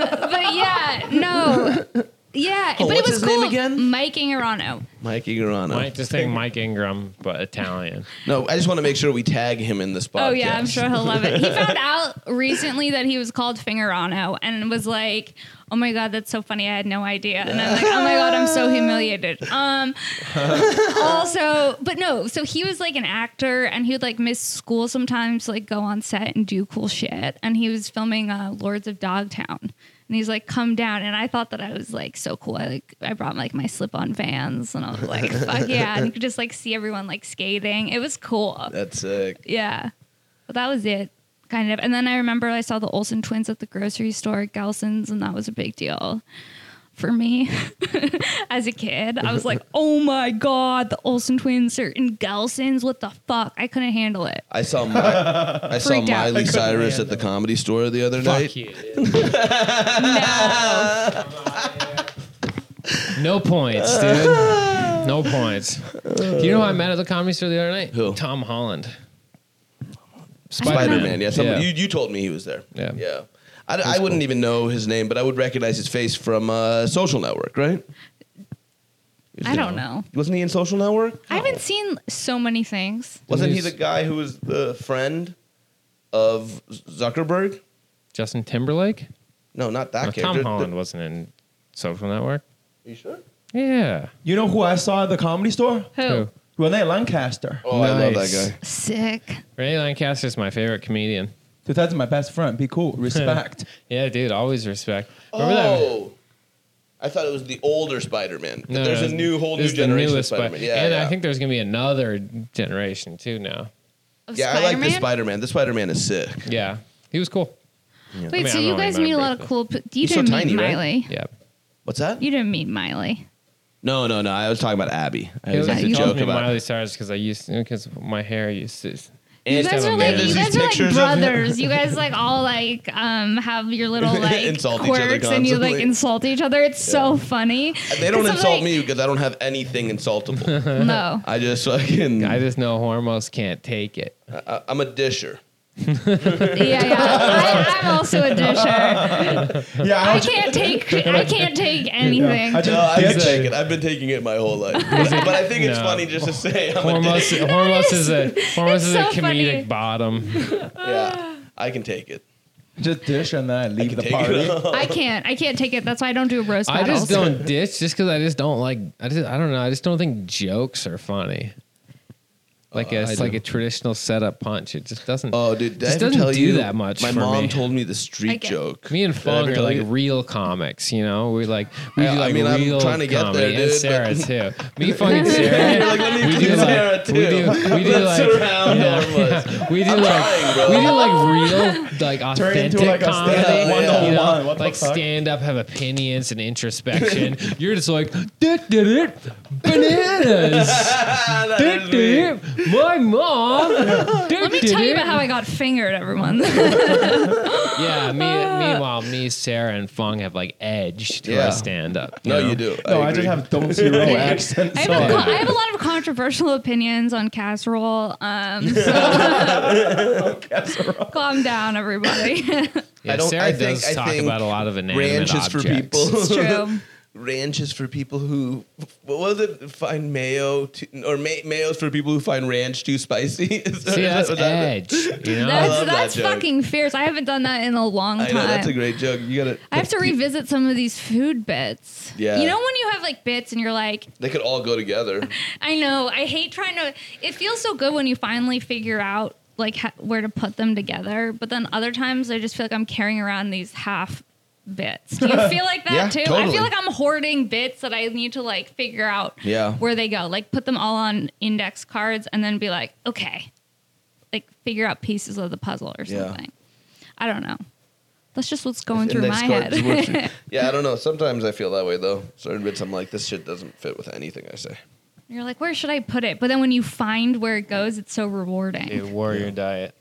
[SPEAKER 1] but yeah, no. Yeah, but
[SPEAKER 3] Oh, what's
[SPEAKER 1] it was
[SPEAKER 3] his name
[SPEAKER 1] cool.
[SPEAKER 3] again?
[SPEAKER 1] Mike Ingerano.
[SPEAKER 3] Mike Igorano.
[SPEAKER 2] Mike, just think Mike Ingram, but Italian.
[SPEAKER 3] No, I just want to make sure we tag him in this podcast.
[SPEAKER 1] Oh yeah, I'm sure he'll love it. He found out recently that he was called Fingerano and was like, "Oh my god, that's so funny! I had no idea." And I'm like, "Oh my god, I'm so humiliated." Um, also, but no, so he was like an actor, and he would like miss school sometimes, like go on set and do cool shit. And he was filming uh, Lords of Dogtown. And he's like, come down. And I thought that I was like so cool. I like I brought like my slip on vans and I was like, fuck yeah. And you could just like see everyone like skating. It was cool.
[SPEAKER 3] That's uh, sick.
[SPEAKER 1] Yeah. But that was it, kind of. And then I remember I saw the Olsen twins at the grocery store at Gelson's, and that was a big deal for me as a kid. I was like, oh my God, the Olsen twins are in Gelson's. What the fuck? I couldn't handle it.
[SPEAKER 3] I saw my, I saw
[SPEAKER 1] Freaked out. I
[SPEAKER 3] Miley
[SPEAKER 1] couldn't
[SPEAKER 3] Cyrus at the comedy store the other night.
[SPEAKER 2] Fuck you. no points, dude. No points. Do you know who I met at the comedy store the other night?
[SPEAKER 3] Who?
[SPEAKER 2] Tom Holland.
[SPEAKER 3] Spider Man.
[SPEAKER 2] Spider-Man,
[SPEAKER 3] Yeah, some, You, you told me he was there.
[SPEAKER 2] Yeah.
[SPEAKER 3] yeah. I, I wouldn't even know his name, but I would recognize his face from uh, Social Network, right? He was
[SPEAKER 1] I don't
[SPEAKER 3] in-
[SPEAKER 1] know.
[SPEAKER 3] Wasn't he in Social Network?
[SPEAKER 1] I haven't seen so many things.
[SPEAKER 3] Wasn't he
[SPEAKER 2] He's-
[SPEAKER 3] the guy who was the friend of Zuckerberg?
[SPEAKER 2] Justin Timberlake?
[SPEAKER 3] No, not that
[SPEAKER 2] No,
[SPEAKER 3] character.
[SPEAKER 2] Tom
[SPEAKER 3] The-
[SPEAKER 2] Holland wasn't in Social Network.
[SPEAKER 3] you sure?
[SPEAKER 2] Yeah.
[SPEAKER 9] You know who I saw at the comedy store?
[SPEAKER 1] Who?
[SPEAKER 2] Who?
[SPEAKER 9] Renee Lancaster.
[SPEAKER 3] Oh, I love
[SPEAKER 2] Nice.
[SPEAKER 3] that guy.
[SPEAKER 1] Sick.
[SPEAKER 2] Ray Lancaster's my favorite comedian.
[SPEAKER 9] Dude, that's my best friend. Be cool. Respect.
[SPEAKER 2] Yeah, dude, always respect. that?
[SPEAKER 3] Oh. I thought it was the older Spider-Man. but there's a new whole new
[SPEAKER 2] this is the
[SPEAKER 3] generation of
[SPEAKER 2] newest Spi-
[SPEAKER 3] Spider-Man. Yeah,
[SPEAKER 2] and
[SPEAKER 3] yeah.
[SPEAKER 2] I think there's gonna be another generation too now.
[SPEAKER 1] Of
[SPEAKER 3] yeah, I like
[SPEAKER 1] Spider-Man?
[SPEAKER 3] the Spider-Man. The Spider-man is sick.
[SPEAKER 2] Yeah, he was cool.
[SPEAKER 1] Wait,
[SPEAKER 2] mean, I
[SPEAKER 1] so
[SPEAKER 2] don't
[SPEAKER 1] you
[SPEAKER 2] really
[SPEAKER 1] guys meet a
[SPEAKER 2] remember,
[SPEAKER 1] lot of
[SPEAKER 2] but-
[SPEAKER 1] cool people. You
[SPEAKER 3] He's so
[SPEAKER 1] didn't meet
[SPEAKER 3] tiny, right?
[SPEAKER 1] Miley.
[SPEAKER 2] Yeah,
[SPEAKER 3] What's that?
[SPEAKER 1] You didn't meet Miley.
[SPEAKER 3] No, no, no. I was talking about Abby. I
[SPEAKER 2] it
[SPEAKER 3] was
[SPEAKER 2] was
[SPEAKER 3] just a
[SPEAKER 1] you-
[SPEAKER 3] joke
[SPEAKER 2] me
[SPEAKER 3] about.
[SPEAKER 2] Miley Cyrus because I used because my hair used to.
[SPEAKER 1] You
[SPEAKER 2] Just
[SPEAKER 1] guys
[SPEAKER 2] have
[SPEAKER 1] are
[SPEAKER 2] a
[SPEAKER 1] like
[SPEAKER 2] man.
[SPEAKER 1] you
[SPEAKER 3] There's
[SPEAKER 1] guys
[SPEAKER 3] these
[SPEAKER 1] are like
[SPEAKER 3] pictures of him.
[SPEAKER 1] brothers. You guys like all like um have your little like
[SPEAKER 3] Insult each other
[SPEAKER 1] quirks and you like
[SPEAKER 3] constantly.
[SPEAKER 1] insult each other. It's so funny.
[SPEAKER 3] They don't
[SPEAKER 1] 'Cause I'm
[SPEAKER 3] insult
[SPEAKER 1] like,
[SPEAKER 3] me because I don't have anything insultable.
[SPEAKER 1] No.
[SPEAKER 3] I just fucking.
[SPEAKER 2] I
[SPEAKER 3] I,
[SPEAKER 2] just know Hormos can't take it.
[SPEAKER 3] I, I'm a disher.
[SPEAKER 1] Yeah, yeah. I, I'm also a disher.
[SPEAKER 9] yeah,
[SPEAKER 1] I can't take I can't take anything.
[SPEAKER 9] I
[SPEAKER 1] I
[SPEAKER 9] just
[SPEAKER 3] No, I
[SPEAKER 9] ditched-
[SPEAKER 3] take it. I've been taking it my whole life. But, but I think it's
[SPEAKER 2] No.
[SPEAKER 3] funny just to say I'm a
[SPEAKER 2] Hormos,
[SPEAKER 3] disher.
[SPEAKER 2] Hormos is a Hormos
[SPEAKER 1] It's
[SPEAKER 2] is a
[SPEAKER 1] so funny.
[SPEAKER 2] comedic bottom.
[SPEAKER 3] Yeah, I can take it.
[SPEAKER 9] Just dish and then I leave the
[SPEAKER 3] Take
[SPEAKER 9] party.
[SPEAKER 3] it.
[SPEAKER 1] can't I can't take it. That's why I don't do roast
[SPEAKER 2] I
[SPEAKER 1] battles.
[SPEAKER 2] just don't ditch just because I just don't like. I just I don't know. I just don't think jokes are funny. Like a, it's like a traditional setup punch. It just doesn't.
[SPEAKER 3] Uh, Oh, dude, did
[SPEAKER 2] Just
[SPEAKER 3] I ever
[SPEAKER 2] doesn't
[SPEAKER 3] tell
[SPEAKER 2] do
[SPEAKER 3] you
[SPEAKER 2] that much
[SPEAKER 3] My
[SPEAKER 2] for
[SPEAKER 3] mom
[SPEAKER 2] me.
[SPEAKER 3] told me the street
[SPEAKER 1] I get-
[SPEAKER 3] joke.
[SPEAKER 2] Me and
[SPEAKER 3] Did I ever
[SPEAKER 2] Fong are
[SPEAKER 3] tell
[SPEAKER 2] like
[SPEAKER 3] you?
[SPEAKER 2] real comics, you know. We like we
[SPEAKER 3] I- I
[SPEAKER 2] do like
[SPEAKER 3] mean, I'm
[SPEAKER 2] real
[SPEAKER 3] trying to get
[SPEAKER 2] comedy,
[SPEAKER 3] there, dude,
[SPEAKER 2] and Sarah too. Me, Fong, and Sarah.
[SPEAKER 3] Like, let me
[SPEAKER 2] we
[SPEAKER 3] do
[SPEAKER 2] do
[SPEAKER 3] Sarah,
[SPEAKER 2] like
[SPEAKER 3] too.
[SPEAKER 2] we do we do
[SPEAKER 3] Let's
[SPEAKER 2] like
[SPEAKER 3] surround Hormuz.
[SPEAKER 2] we do
[SPEAKER 3] trying,
[SPEAKER 2] like
[SPEAKER 3] bro.
[SPEAKER 2] we do like real like
[SPEAKER 9] Turn into
[SPEAKER 2] authentic
[SPEAKER 9] like a
[SPEAKER 2] comedy,
[SPEAKER 9] stand-up
[SPEAKER 3] Yeah,
[SPEAKER 9] one
[SPEAKER 3] yeah.
[SPEAKER 2] you
[SPEAKER 9] to
[SPEAKER 2] know,
[SPEAKER 9] one. What
[SPEAKER 2] like
[SPEAKER 9] the fuck?
[SPEAKER 2] stand up, have opinions and introspection. You're just like did did it bananas.
[SPEAKER 3] Ah,
[SPEAKER 2] Did did it my mom. Let
[SPEAKER 1] Let me tell you about how I got fingered, everyone.
[SPEAKER 2] Yeah, me, meanwhile, me, Sarah, and Fong have like edge to
[SPEAKER 3] Yeah.
[SPEAKER 2] our stand up.
[SPEAKER 3] No, you do.
[SPEAKER 9] No, I
[SPEAKER 3] agree.
[SPEAKER 9] just have don't zero accent.
[SPEAKER 1] I have, a, co- I have a lot of controversial opinions on casserole. Um, so- Calm down, everybody.
[SPEAKER 2] Yeah,
[SPEAKER 3] I don't-
[SPEAKER 2] Sarah
[SPEAKER 3] I think-
[SPEAKER 2] does
[SPEAKER 3] I
[SPEAKER 2] talk
[SPEAKER 3] think
[SPEAKER 2] about a lot of inanimate
[SPEAKER 3] ranch is
[SPEAKER 2] objects.
[SPEAKER 3] for people.
[SPEAKER 1] it's true.
[SPEAKER 3] Ranch is for people who, what was it? Find mayo, too, or may, mayo's for people who find ranch too spicy. Is that-
[SPEAKER 2] See,
[SPEAKER 3] is that-
[SPEAKER 2] that's
[SPEAKER 3] was that-
[SPEAKER 2] edge. You know,
[SPEAKER 1] That's,
[SPEAKER 3] love that
[SPEAKER 1] that's
[SPEAKER 3] joke.
[SPEAKER 1] fucking fierce. I haven't done that in a long
[SPEAKER 3] I
[SPEAKER 1] time.
[SPEAKER 3] know that's a great joke. You gotta.
[SPEAKER 1] Uh, I have to revisit some of these food bits.
[SPEAKER 3] Yeah.
[SPEAKER 1] You know when you have like bits and you're like,
[SPEAKER 3] They could all go together.
[SPEAKER 1] I know, I hate trying to. It feels so good when you finally figure out like ha- where to put them together. But then other times I just feel like I'm carrying around these half bits. Do you feel like that
[SPEAKER 3] Yeah,
[SPEAKER 1] too? I
[SPEAKER 3] totally.
[SPEAKER 1] feel like I'm hoarding bits that I need to like figure out
[SPEAKER 3] Yeah.
[SPEAKER 1] where they go. Like put them all on index cards and then be like, okay, like figure out pieces of the puzzle or
[SPEAKER 3] Yeah.
[SPEAKER 1] something. I don't know. That's just what's going
[SPEAKER 3] And
[SPEAKER 1] through my
[SPEAKER 3] next card just works
[SPEAKER 1] head.
[SPEAKER 3] through- yeah, I don't know. Sometimes I feel that way though. Certain bits, I'm like, this shit doesn't fit with anything I say.
[SPEAKER 1] You're like, where should I put it? But then when you find where it goes, it's so rewarding.
[SPEAKER 2] Dude, warrior diet.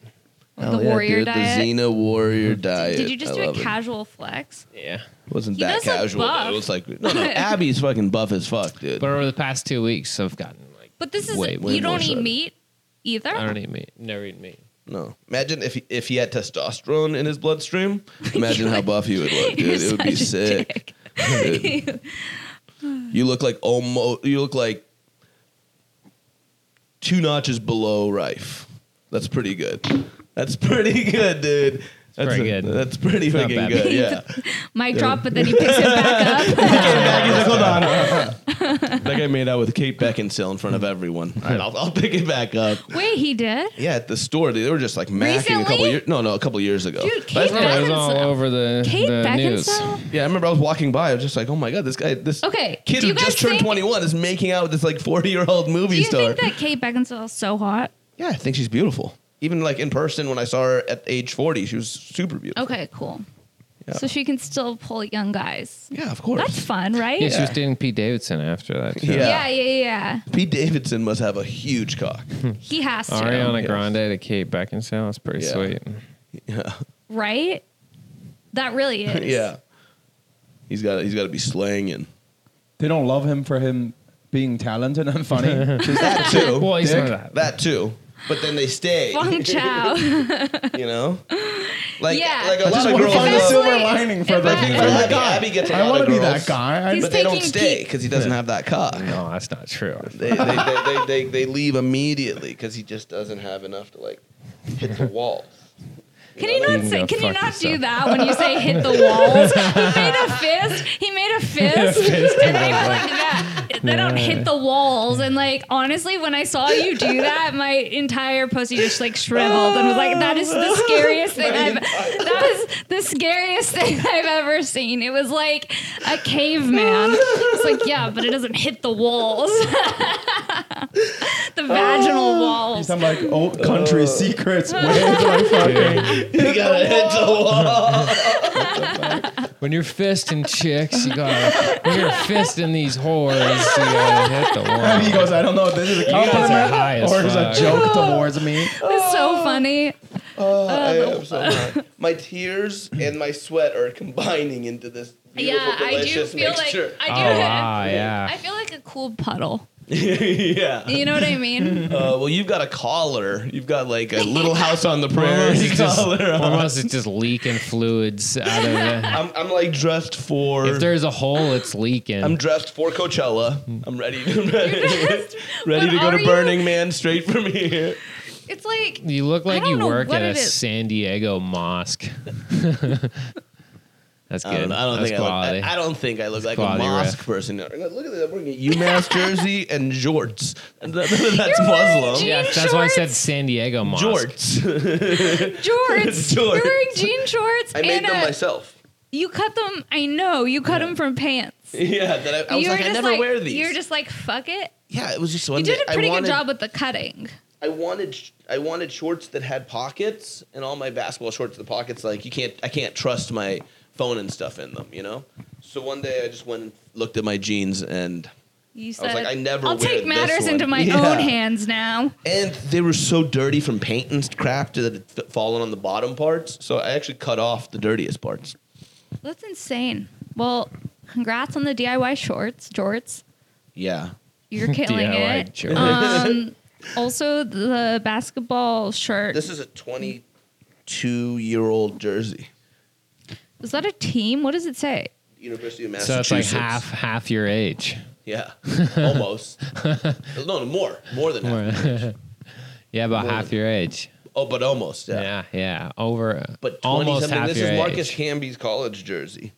[SPEAKER 1] the warrior diet.
[SPEAKER 3] Oh, The Xena warrior diet.
[SPEAKER 1] Did you just
[SPEAKER 3] I
[SPEAKER 1] do a
[SPEAKER 3] love it.
[SPEAKER 1] casual flex?
[SPEAKER 2] Yeah,
[SPEAKER 3] Wasn't
[SPEAKER 1] He
[SPEAKER 3] that
[SPEAKER 1] does look
[SPEAKER 3] casual? but
[SPEAKER 1] buff.
[SPEAKER 3] It was like no, no. Abby's fucking buff as fuck, dude.
[SPEAKER 2] but over the past two weeks, I've gotten like.
[SPEAKER 1] But this is
[SPEAKER 2] Way- way
[SPEAKER 1] you don't
[SPEAKER 2] more
[SPEAKER 1] eat
[SPEAKER 2] so.
[SPEAKER 1] meat either.
[SPEAKER 2] I don't e- eat meat. Never eat meat.
[SPEAKER 3] No. Imagine if he, if he had testosterone in his bloodstream. Imagine how buff he would look,
[SPEAKER 1] You're
[SPEAKER 3] dude. It would be
[SPEAKER 1] such a
[SPEAKER 3] sick.
[SPEAKER 1] dick.
[SPEAKER 3] dude. you look like almost. You look like two notches below Rife. That's pretty good. That's pretty good, dude. That's
[SPEAKER 2] Very
[SPEAKER 3] a-
[SPEAKER 2] good.
[SPEAKER 3] That's pretty
[SPEAKER 2] not
[SPEAKER 3] fucking
[SPEAKER 2] bad.
[SPEAKER 3] good. Yeah.
[SPEAKER 1] Mic drop, but then he picks it back up.
[SPEAKER 3] that guy made out with Kate Beckinsale in front of everyone. All right, I'll, I'll pick it back up.
[SPEAKER 1] Wait, he did?
[SPEAKER 3] Yeah, at the store they were just like macking a couple
[SPEAKER 1] Recently?
[SPEAKER 3] years. No, no, a couple years ago.
[SPEAKER 1] Dude,
[SPEAKER 3] But I
[SPEAKER 1] Kate
[SPEAKER 3] remember I
[SPEAKER 2] It
[SPEAKER 3] was-
[SPEAKER 2] was all
[SPEAKER 1] Beckinsale.
[SPEAKER 2] over the,
[SPEAKER 1] Kate
[SPEAKER 2] the news.
[SPEAKER 1] Beckinsale?
[SPEAKER 3] yeah, I remember I was walking by. I was just like, oh my god, this guy, this
[SPEAKER 1] Okay,
[SPEAKER 3] kid
[SPEAKER 1] do
[SPEAKER 3] who
[SPEAKER 1] you guys
[SPEAKER 3] just turned
[SPEAKER 1] think-
[SPEAKER 3] twenty one is making out with this like forty year old movie
[SPEAKER 1] Do you
[SPEAKER 3] star.
[SPEAKER 1] think that Kate Beckinsale is so hot?
[SPEAKER 3] yeah, I think she's beautiful. Even like in person, when I saw her at age forty, she was super beautiful.
[SPEAKER 1] Okay, cool.
[SPEAKER 3] Yeah.
[SPEAKER 1] So she can still pull young guys.
[SPEAKER 3] Yeah, of course.
[SPEAKER 1] That's fun, right?
[SPEAKER 2] Yeah, she was dating Pete Davidson after that. Too.
[SPEAKER 1] yeah,
[SPEAKER 3] Yeah.
[SPEAKER 1] yeah, yeah.
[SPEAKER 3] Pete Davidson must have a huge cock.
[SPEAKER 1] He has to,
[SPEAKER 2] Ariana
[SPEAKER 3] Yes.
[SPEAKER 2] Grande to Kate Beckinsale. That's pretty
[SPEAKER 3] Yeah.
[SPEAKER 2] sweet.
[SPEAKER 3] yeah,
[SPEAKER 1] right? That really is.
[SPEAKER 3] yeah. He's got he's got to be slanging.
[SPEAKER 9] They don't love him for him being talented and funny. Just-
[SPEAKER 3] That too.
[SPEAKER 2] Well, he's
[SPEAKER 9] Dick.
[SPEAKER 2] not that.
[SPEAKER 3] that too. But then they stay.
[SPEAKER 1] Feng Chao.
[SPEAKER 3] you know, like
[SPEAKER 1] Yeah.
[SPEAKER 3] like
[SPEAKER 1] I
[SPEAKER 3] a lot
[SPEAKER 9] just
[SPEAKER 3] of
[SPEAKER 9] wanna
[SPEAKER 3] girls. love-
[SPEAKER 9] find a
[SPEAKER 1] Eventually-
[SPEAKER 9] silver lining for the.
[SPEAKER 1] Eventually-
[SPEAKER 3] But Abby, Abby gets a
[SPEAKER 9] I
[SPEAKER 3] lot
[SPEAKER 9] want
[SPEAKER 3] of
[SPEAKER 9] to be
[SPEAKER 3] girls,
[SPEAKER 9] that guy. I-
[SPEAKER 1] He's
[SPEAKER 3] but they don't
[SPEAKER 1] Taking
[SPEAKER 3] stay
[SPEAKER 1] Pete-
[SPEAKER 3] because he doesn't have that cock.
[SPEAKER 2] No, that's not true.
[SPEAKER 3] They, they, they, they, they, they leave immediately because he just doesn't have enough to like hit the wall.
[SPEAKER 1] Can you not
[SPEAKER 2] can
[SPEAKER 1] say?
[SPEAKER 2] go
[SPEAKER 1] Can you
[SPEAKER 2] fuck
[SPEAKER 1] not do
[SPEAKER 2] yourself.
[SPEAKER 1] that when you say hit the walls? he made a fist. He made a fist, and then he was like, "Yeah, they don't hit the walls." And like, honestly, when I saw you do that, my entire pussy just like shriveled and was like, "That is the scariest thing I've. That is the scariest thing I've ever seen." It was like a caveman. It's like, yeah, but it doesn't hit the walls. the
[SPEAKER 9] Oh.
[SPEAKER 1] vaginal walls.
[SPEAKER 9] Some like old country secrets. Where do I fucking?
[SPEAKER 3] You gotta hit the wall.
[SPEAKER 2] When you're fisting chicks, you gotta. when you're fisting these whores, you gotta hit the wall.
[SPEAKER 9] He goes, I don't know. if This is a
[SPEAKER 2] You guys are
[SPEAKER 9] compliment
[SPEAKER 2] high as
[SPEAKER 9] or is a
[SPEAKER 2] fuck. Oh,
[SPEAKER 9] joke towards me.
[SPEAKER 1] It's so funny. Uh,
[SPEAKER 3] I
[SPEAKER 1] oh.
[SPEAKER 3] am so hot. My tears and my sweat are combining into this. Beautiful,
[SPEAKER 1] Yeah, I do
[SPEAKER 3] delicious
[SPEAKER 1] feel like
[SPEAKER 3] mixture.
[SPEAKER 1] I do.
[SPEAKER 2] Oh wow,
[SPEAKER 1] I
[SPEAKER 2] yeah.
[SPEAKER 1] feel like a cool puddle.
[SPEAKER 3] yeah.
[SPEAKER 1] You know what I mean?
[SPEAKER 3] Uh, well, you've got a collar. You've got like a little house on the
[SPEAKER 2] Almost
[SPEAKER 3] prairie
[SPEAKER 2] it's just,
[SPEAKER 3] collar. on.
[SPEAKER 2] almost it's just leaking fluids out of the.
[SPEAKER 3] I'm, I'm like dressed for.
[SPEAKER 2] If there's a hole, it's leaking.
[SPEAKER 3] I'm dressed for Coachella. I'm ready. ready,
[SPEAKER 1] but
[SPEAKER 3] to go
[SPEAKER 1] are
[SPEAKER 3] to
[SPEAKER 1] you-
[SPEAKER 3] Burning Man straight from here.
[SPEAKER 1] It's like
[SPEAKER 2] you look
[SPEAKER 1] I
[SPEAKER 2] like
[SPEAKER 1] don't
[SPEAKER 2] you
[SPEAKER 1] know
[SPEAKER 2] work
[SPEAKER 1] what
[SPEAKER 2] at a
[SPEAKER 1] it is.
[SPEAKER 2] San Diego mosque. That's good.
[SPEAKER 3] I don't, I don't
[SPEAKER 2] That's
[SPEAKER 3] think I look,
[SPEAKER 2] quality.
[SPEAKER 3] I, I don't think I look like a
[SPEAKER 2] quality, right?
[SPEAKER 3] mosque person. Look at that! I'm wearing a UMass jersey and jorts. That's
[SPEAKER 1] You're wearing
[SPEAKER 3] Muslim.
[SPEAKER 1] jeans.
[SPEAKER 2] yeah,
[SPEAKER 1] Jean
[SPEAKER 2] that's why I said
[SPEAKER 1] shorts.
[SPEAKER 2] San Diego mosque.
[SPEAKER 3] Jorts.
[SPEAKER 1] jorts.
[SPEAKER 3] Jorts.
[SPEAKER 1] You're wearing jean shorts.
[SPEAKER 3] I made
[SPEAKER 1] and uh,
[SPEAKER 3] them
[SPEAKER 1] a-
[SPEAKER 3] myself.
[SPEAKER 1] You cut them. I know you cut them from pants.
[SPEAKER 3] Yeah, that I, I was
[SPEAKER 1] you were
[SPEAKER 3] like, I
[SPEAKER 1] just
[SPEAKER 3] never
[SPEAKER 1] like,
[SPEAKER 3] wear these.
[SPEAKER 1] You're just like fuck it.
[SPEAKER 3] yeah, it was just one
[SPEAKER 1] You did
[SPEAKER 3] day-
[SPEAKER 1] a pretty
[SPEAKER 3] I wanted,
[SPEAKER 1] good job with the cutting.
[SPEAKER 3] I wanted sh- I wanted shorts that had pockets, and all my basketball shorts the pockets like you can't I can't trust my phone and stuff in them, you know. So one day I just went and looked at my jeans, and
[SPEAKER 1] You
[SPEAKER 3] I
[SPEAKER 1] said
[SPEAKER 3] was like, I never
[SPEAKER 1] will
[SPEAKER 3] wear
[SPEAKER 1] take
[SPEAKER 3] this
[SPEAKER 1] matters
[SPEAKER 3] one."
[SPEAKER 1] into my
[SPEAKER 3] Yeah.
[SPEAKER 1] own hands now.
[SPEAKER 3] and they were so dirty from paint and crap that it had fallen on the bottom parts. So I actually cut off the dirtiest parts.
[SPEAKER 1] That's insane. Well, congrats on the DIY shorts, jorts.
[SPEAKER 3] Yeah,
[SPEAKER 1] You're killing
[SPEAKER 2] DIY
[SPEAKER 1] it.
[SPEAKER 2] jorts.
[SPEAKER 1] Um, also, the basketball shirt.
[SPEAKER 3] this is a 22 year old jersey,
[SPEAKER 1] Is that a team? What does it say?
[SPEAKER 3] University of
[SPEAKER 2] So
[SPEAKER 3] Massachusetts.
[SPEAKER 2] it's like half half your age.
[SPEAKER 3] Yeah, almost. no, no, more, more than half.
[SPEAKER 2] yeah, about
[SPEAKER 3] More
[SPEAKER 2] half
[SPEAKER 3] than-
[SPEAKER 2] your age.
[SPEAKER 3] Oh, but almost.
[SPEAKER 2] Yeah,
[SPEAKER 3] yeah.
[SPEAKER 2] yeah, over.
[SPEAKER 3] But 20
[SPEAKER 2] almost
[SPEAKER 3] something.
[SPEAKER 2] half
[SPEAKER 3] This
[SPEAKER 2] your
[SPEAKER 3] is Marcus
[SPEAKER 2] age.
[SPEAKER 3] Hamby's college jersey.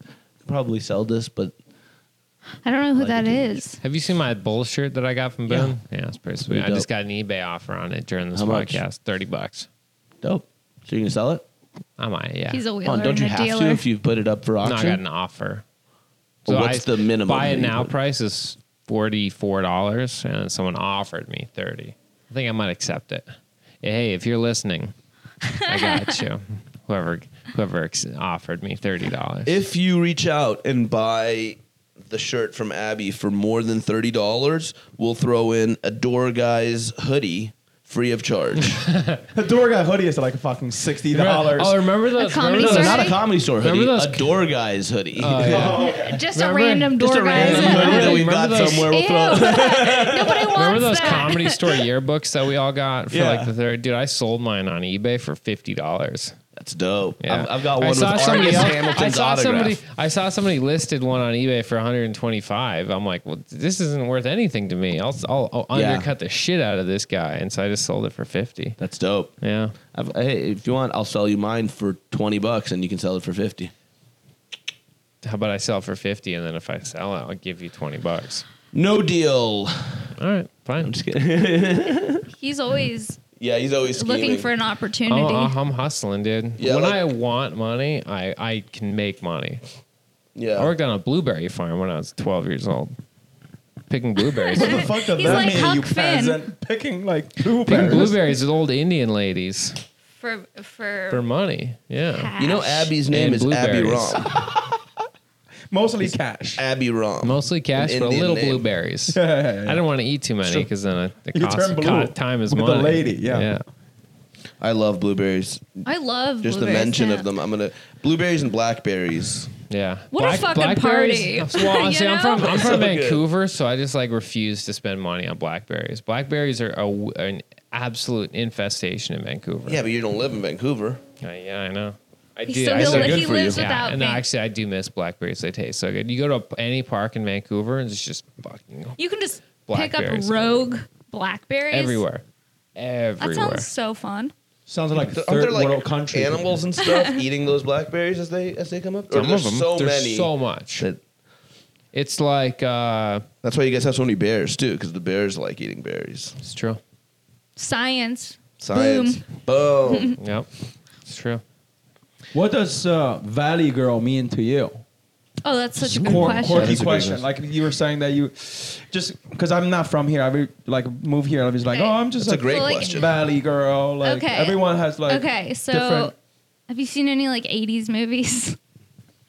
[SPEAKER 3] Probably sell this, but
[SPEAKER 1] I don't know who
[SPEAKER 3] Like
[SPEAKER 1] that
[SPEAKER 3] a team.
[SPEAKER 1] is.
[SPEAKER 2] Have you seen my bull shirt that I got from Boone? Yeah, it's pretty sweet.
[SPEAKER 3] Pretty
[SPEAKER 2] I just
[SPEAKER 3] dope.
[SPEAKER 2] got an eBay offer on it during this
[SPEAKER 3] How much?
[SPEAKER 2] podcast. Thirty bucks.
[SPEAKER 3] dope. So you're gonna sell it?
[SPEAKER 2] I might. Yeah.
[SPEAKER 1] He's a
[SPEAKER 3] Come
[SPEAKER 1] wheeler
[SPEAKER 3] on, don't
[SPEAKER 1] and
[SPEAKER 3] you
[SPEAKER 1] a
[SPEAKER 3] have to
[SPEAKER 1] dealer.
[SPEAKER 3] if you put it up for
[SPEAKER 2] no, I
[SPEAKER 3] auction?
[SPEAKER 2] got an offer.
[SPEAKER 3] Well, what's
[SPEAKER 2] I-
[SPEAKER 3] the minimum
[SPEAKER 2] Buy
[SPEAKER 3] that
[SPEAKER 2] it
[SPEAKER 3] you
[SPEAKER 2] now.
[SPEAKER 3] put?
[SPEAKER 2] Price is forty four dollars, and someone offered me thirty. I think I might accept it. Hey, if you're listening, I got you. Whoever whoever ex- offered me thirty dollars.
[SPEAKER 3] If you reach out and buy the shirt from Abby for more than thirty dollars, we'll throw in a door guy's hoodie free of charge.
[SPEAKER 9] The door guy hoodie is like fucking sixty dollars.
[SPEAKER 2] Oh, remember the
[SPEAKER 1] comedy
[SPEAKER 3] no,
[SPEAKER 1] Sorry?
[SPEAKER 3] not a comedy store
[SPEAKER 2] Remember
[SPEAKER 3] hoodie.
[SPEAKER 2] those- Oh,
[SPEAKER 3] A door guy's hoodie.
[SPEAKER 9] Oh,
[SPEAKER 1] Just
[SPEAKER 2] Remember?
[SPEAKER 1] a random door
[SPEAKER 3] Just a
[SPEAKER 1] guy.
[SPEAKER 3] random
[SPEAKER 2] Yeah.
[SPEAKER 3] hoodie that we
[SPEAKER 2] Remember
[SPEAKER 3] got
[SPEAKER 2] those-
[SPEAKER 3] somewhere.
[SPEAKER 1] Ew,
[SPEAKER 3] We'll throw.
[SPEAKER 1] Nobody wants
[SPEAKER 2] Remember those
[SPEAKER 1] that.
[SPEAKER 2] comedy store yearbooks that we all got for
[SPEAKER 9] Yeah.
[SPEAKER 2] like the third? Dude, I sold mine on eBay for fifty dollars.
[SPEAKER 3] That's dope.
[SPEAKER 2] Yeah.
[SPEAKER 3] I've, I've got
[SPEAKER 2] I
[SPEAKER 3] one with
[SPEAKER 2] saw somebody
[SPEAKER 3] Argus
[SPEAKER 2] else-
[SPEAKER 3] Hamilton's
[SPEAKER 2] I saw
[SPEAKER 3] autograph.
[SPEAKER 2] somebody. I saw somebody listed one on eBay for 125. I'm like, well, this isn't worth anything to me. I'll I'll, I'll
[SPEAKER 3] Yeah.
[SPEAKER 2] undercut the shit out of this guy, and so I just sold it for 50.
[SPEAKER 3] That's dope.
[SPEAKER 2] Yeah,
[SPEAKER 3] I've, hey, if you want, I'll sell you mine for twenty bucks, and you can sell it for fifty.
[SPEAKER 2] how about I sell it for 50, and then if I sell it, I'll give you 20 bucks.
[SPEAKER 3] No
[SPEAKER 2] All
[SPEAKER 3] deal.
[SPEAKER 2] right, fine.
[SPEAKER 3] I'm just kidding.
[SPEAKER 1] He's always
[SPEAKER 3] yeah, he's always scheming.
[SPEAKER 1] looking for an opportunity.
[SPEAKER 2] I'm, I'm hustling, dude.
[SPEAKER 3] Yeah,
[SPEAKER 2] when
[SPEAKER 3] like-
[SPEAKER 2] I want money, I, I can make money.
[SPEAKER 3] Yeah,
[SPEAKER 2] I worked on a blueberry farm when I was 12 years old, picking blueberries.
[SPEAKER 9] What the fuck does
[SPEAKER 1] He's
[SPEAKER 9] that
[SPEAKER 1] like
[SPEAKER 9] mean,
[SPEAKER 1] Huck
[SPEAKER 9] you
[SPEAKER 1] Finn.
[SPEAKER 9] peasant? Picking like
[SPEAKER 2] picking
[SPEAKER 9] blueberries.
[SPEAKER 2] blueberries with old Indian ladies
[SPEAKER 1] for for,
[SPEAKER 2] for money. Yeah,
[SPEAKER 1] cash.
[SPEAKER 3] you know Abby's name
[SPEAKER 2] And
[SPEAKER 3] is Abby
[SPEAKER 2] blueberries.
[SPEAKER 3] Rom.
[SPEAKER 9] Mostly cash.
[SPEAKER 3] Abby Rom.
[SPEAKER 2] mostly cash
[SPEAKER 3] An
[SPEAKER 2] for
[SPEAKER 3] Indian
[SPEAKER 2] little
[SPEAKER 3] name.
[SPEAKER 2] blueberries.
[SPEAKER 9] Yeah, yeah, yeah.
[SPEAKER 2] I don't want to eat too many because then it, it
[SPEAKER 9] You
[SPEAKER 2] costs
[SPEAKER 9] turn blue
[SPEAKER 2] co- time is
[SPEAKER 9] with the
[SPEAKER 2] money.
[SPEAKER 9] lady, yeah.
[SPEAKER 3] I love blueberries.
[SPEAKER 1] I love
[SPEAKER 3] Just the
[SPEAKER 1] blueberries,
[SPEAKER 3] mention
[SPEAKER 1] yeah.
[SPEAKER 3] of them, I'm gonna blueberries and blackberries.
[SPEAKER 2] Yeah.
[SPEAKER 1] What a fucking
[SPEAKER 2] blackberries-
[SPEAKER 1] party.
[SPEAKER 2] Well,
[SPEAKER 1] You
[SPEAKER 2] see, I'm
[SPEAKER 1] know?
[SPEAKER 2] from I'm from
[SPEAKER 3] So good.
[SPEAKER 2] Vancouver, so I just like refuse to spend money on blackberries. Blackberries are a, an absolute infestation in Vancouver.
[SPEAKER 3] Yeah, but you don't live in Vancouver.
[SPEAKER 2] Uh, yeah, I know. I
[SPEAKER 1] He
[SPEAKER 2] do.
[SPEAKER 1] still
[SPEAKER 2] I
[SPEAKER 1] lives-
[SPEAKER 2] still-
[SPEAKER 3] they're good
[SPEAKER 1] he
[SPEAKER 3] for you.
[SPEAKER 1] lives
[SPEAKER 2] yeah,
[SPEAKER 1] without.
[SPEAKER 2] and
[SPEAKER 1] me.
[SPEAKER 2] actually, I do miss blackberries. They taste so good. You go to any park in Vancouver, and it's just fucking
[SPEAKER 1] you can just pick up
[SPEAKER 2] Blackberries.
[SPEAKER 1] rogue blackberries
[SPEAKER 2] everywhere, everywhere.
[SPEAKER 1] That sounds so fun.
[SPEAKER 9] Sounds like a
[SPEAKER 3] Aren't
[SPEAKER 9] third
[SPEAKER 3] there like
[SPEAKER 9] world country.
[SPEAKER 3] animals and stuff eating those blackberries as they as they come up? Or
[SPEAKER 2] Some
[SPEAKER 3] there's
[SPEAKER 2] of them.
[SPEAKER 3] so
[SPEAKER 2] there's
[SPEAKER 3] many.
[SPEAKER 2] so much.
[SPEAKER 3] that-
[SPEAKER 2] it's like uh,
[SPEAKER 3] that's why you guys have so many bears too, because the bears like eating berries.
[SPEAKER 2] it's true.
[SPEAKER 1] Science.
[SPEAKER 3] Science. Boom.
[SPEAKER 2] Yep, it's true.
[SPEAKER 9] What does uh, Valley Girl mean to you?
[SPEAKER 1] Oh, that's such a
[SPEAKER 9] Mm-hmm. Cor-
[SPEAKER 1] good question.
[SPEAKER 9] Quirky
[SPEAKER 3] good
[SPEAKER 9] question.
[SPEAKER 3] question.
[SPEAKER 9] Like you were saying that you just because I'm not from here. I re- like move here. I was like,
[SPEAKER 1] Okay.
[SPEAKER 9] oh, I'm just
[SPEAKER 3] That's a
[SPEAKER 9] like
[SPEAKER 3] great
[SPEAKER 1] Well, like-
[SPEAKER 3] question.
[SPEAKER 9] Valley Girl. Like
[SPEAKER 1] Okay.
[SPEAKER 9] everyone has like
[SPEAKER 1] okay, so
[SPEAKER 9] different
[SPEAKER 1] have you seen any like '80s movies?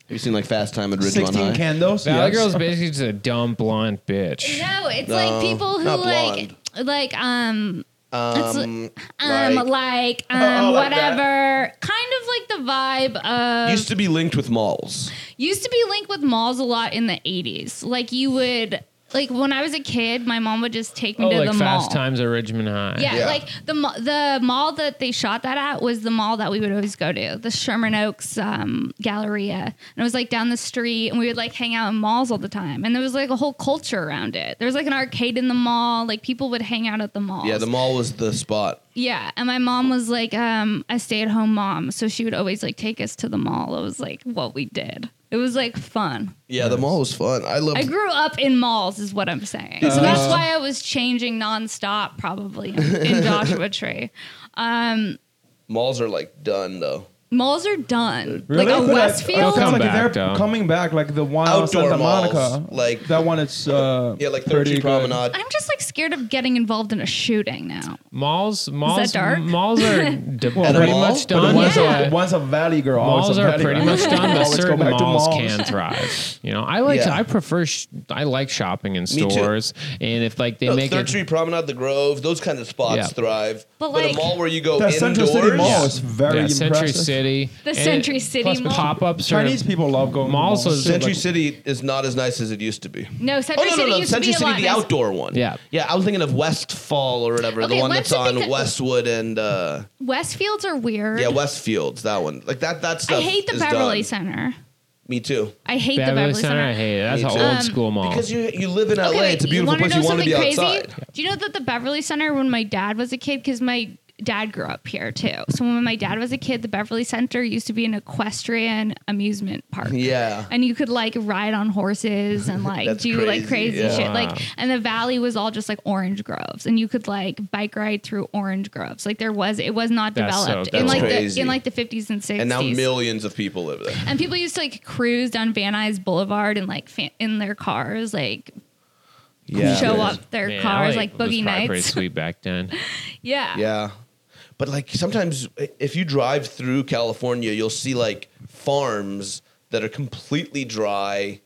[SPEAKER 3] Have you seen like Fast Time at Ridgemont
[SPEAKER 9] 16
[SPEAKER 3] High?
[SPEAKER 9] candles.
[SPEAKER 2] Valley
[SPEAKER 9] yes.
[SPEAKER 2] Girl's basically just a dumb blonde bitch.
[SPEAKER 1] No, it's
[SPEAKER 3] No,
[SPEAKER 1] like people who
[SPEAKER 3] not
[SPEAKER 1] like like um it's
[SPEAKER 3] um,
[SPEAKER 1] like, um
[SPEAKER 3] like-
[SPEAKER 1] like, um
[SPEAKER 9] Oh, like
[SPEAKER 1] whatever kind of like the vibe of
[SPEAKER 3] used to be linked with malls.
[SPEAKER 1] used to be linked with malls a lot in the 80s. Like you would like when I was a kid, my mom would just take me
[SPEAKER 2] Oh,
[SPEAKER 1] to
[SPEAKER 2] like
[SPEAKER 1] the mall.
[SPEAKER 2] Fast Times at Ridgemont High.
[SPEAKER 1] Yeah,
[SPEAKER 3] Yeah.
[SPEAKER 1] like the ma- the mall that they shot that at was the mall that we would always go to, the Sherman Oaks um, Galleria, and it was like down the street, and we would like hang out in malls all the time, and there was like a whole culture around it. There was like an arcade in the mall, like people would hang out at the mall.
[SPEAKER 3] Yeah, the mall was the spot.
[SPEAKER 1] Yeah, and my mom was like um, a stay at home mom, so she would always like take us to the mall. It was like what we did. It was like fun.
[SPEAKER 3] Yeah, the mall was fun. I love.
[SPEAKER 1] I grew up in malls, is what I'm saying. So that's why I was changing nonstop, probably in Joshua Tree.
[SPEAKER 3] malls are like done though.
[SPEAKER 1] Malls are done.
[SPEAKER 9] Really?
[SPEAKER 1] Like a
[SPEAKER 9] But I- I
[SPEAKER 1] Westfield.
[SPEAKER 9] feel
[SPEAKER 2] They'll come
[SPEAKER 9] like
[SPEAKER 2] back,
[SPEAKER 9] they're
[SPEAKER 2] though.
[SPEAKER 9] coming back, like the one on
[SPEAKER 3] Outdoor
[SPEAKER 9] Santa
[SPEAKER 3] malls,
[SPEAKER 9] Monica,
[SPEAKER 3] like-
[SPEAKER 9] that one. It's uh,
[SPEAKER 3] Yeah, like
[SPEAKER 9] pretty
[SPEAKER 3] Thirty
[SPEAKER 9] good.
[SPEAKER 3] Promenade.
[SPEAKER 1] I'm just like scared of getting involved in a shooting now.
[SPEAKER 2] Malls, malls,
[SPEAKER 1] dark?
[SPEAKER 2] malls are d-
[SPEAKER 9] Well,
[SPEAKER 2] pretty
[SPEAKER 3] the mall?
[SPEAKER 2] much
[SPEAKER 9] But
[SPEAKER 2] done.
[SPEAKER 9] the ones,
[SPEAKER 1] Yeah.
[SPEAKER 9] a, ones a Valley Girl.
[SPEAKER 2] malls
[SPEAKER 9] also
[SPEAKER 2] are
[SPEAKER 9] Valley
[SPEAKER 2] pretty
[SPEAKER 9] Girl.
[SPEAKER 2] much done, but
[SPEAKER 9] Always go
[SPEAKER 2] certain
[SPEAKER 9] back to
[SPEAKER 2] malls, can thrive. You know, I like
[SPEAKER 3] Yeah.
[SPEAKER 2] I prefer sh- I like shopping in
[SPEAKER 3] too.
[SPEAKER 2] stores, and if like they
[SPEAKER 3] No,
[SPEAKER 2] make
[SPEAKER 3] Third
[SPEAKER 2] it,
[SPEAKER 3] Street Promenade, the Grove, those kind of spots
[SPEAKER 2] Yeah.
[SPEAKER 3] thrive.
[SPEAKER 1] But,
[SPEAKER 3] a
[SPEAKER 1] like-
[SPEAKER 3] mall where you go
[SPEAKER 9] That
[SPEAKER 3] indoors,
[SPEAKER 9] Central City Mall is very
[SPEAKER 2] yeah,
[SPEAKER 9] impressive.
[SPEAKER 2] Century City,
[SPEAKER 1] The
[SPEAKER 2] and
[SPEAKER 1] Century City
[SPEAKER 2] plus
[SPEAKER 1] Mall?
[SPEAKER 2] pop up
[SPEAKER 9] Chinese people love going. to
[SPEAKER 2] Malls was-
[SPEAKER 3] Century
[SPEAKER 2] like-
[SPEAKER 3] City is not as nice as it used to be.
[SPEAKER 1] No,
[SPEAKER 3] Oh
[SPEAKER 1] Century
[SPEAKER 3] no, no,
[SPEAKER 1] City
[SPEAKER 3] no!
[SPEAKER 1] used
[SPEAKER 3] Century
[SPEAKER 1] to be a
[SPEAKER 3] City,
[SPEAKER 1] lot
[SPEAKER 3] the
[SPEAKER 1] nice.
[SPEAKER 3] outdoor one.
[SPEAKER 2] Yeah.
[SPEAKER 3] yeah. I was thinking of Westfall or whatever, the
[SPEAKER 1] Okay,
[SPEAKER 3] one
[SPEAKER 1] what's
[SPEAKER 3] that's on
[SPEAKER 1] the big-
[SPEAKER 3] Westwood and uh,
[SPEAKER 1] Westfields are weird.
[SPEAKER 3] yeah, Westfields. That one, like that. That stuff.
[SPEAKER 1] I hate the
[SPEAKER 3] is
[SPEAKER 1] Beverly
[SPEAKER 3] done.
[SPEAKER 1] Center.
[SPEAKER 3] Me too.
[SPEAKER 1] I hate the
[SPEAKER 2] Beverly Center,
[SPEAKER 1] Center.
[SPEAKER 2] I hate it. That's
[SPEAKER 3] Me
[SPEAKER 2] an
[SPEAKER 3] too.
[SPEAKER 2] old
[SPEAKER 3] Um,
[SPEAKER 2] school mall.
[SPEAKER 3] Because you you live in LA,
[SPEAKER 1] wait,
[SPEAKER 3] it's a beautiful
[SPEAKER 1] wanna
[SPEAKER 3] place.
[SPEAKER 1] know
[SPEAKER 3] You want to
[SPEAKER 1] something
[SPEAKER 3] be
[SPEAKER 1] crazy?
[SPEAKER 3] outside.
[SPEAKER 1] Do you know that the Beverly Center, when my dad was a kid, because my dad grew up here too. So when my dad was a kid, the Beverly Center used to be an equestrian amusement park.
[SPEAKER 3] Yeah.
[SPEAKER 1] And you could like ride on horses and like
[SPEAKER 3] That's
[SPEAKER 1] do like crazy
[SPEAKER 3] crazy, yeah.
[SPEAKER 1] shit. Like, and the valley was all just like orange groves, and you could like bike ride through orange groves. Like there was, it was not
[SPEAKER 2] That's so
[SPEAKER 1] developed
[SPEAKER 2] cool.
[SPEAKER 1] in like
[SPEAKER 3] Crazy.
[SPEAKER 1] the in like the fifties and sixties.
[SPEAKER 3] And now millions of people live there.
[SPEAKER 1] And people used to like cruise down Van Nuys Boulevard and like fa- in their cars, like
[SPEAKER 3] Yeah.
[SPEAKER 1] show
[SPEAKER 3] Yeah.
[SPEAKER 1] up their
[SPEAKER 2] Man,
[SPEAKER 1] cars
[SPEAKER 2] LA
[SPEAKER 1] like
[SPEAKER 2] was
[SPEAKER 1] boogie
[SPEAKER 2] probably Pretty
[SPEAKER 1] nights.
[SPEAKER 2] sweet back then.
[SPEAKER 1] yeah.
[SPEAKER 3] Yeah. But like sometimes i- if you drive through California, you'll see like farms that are completely dry.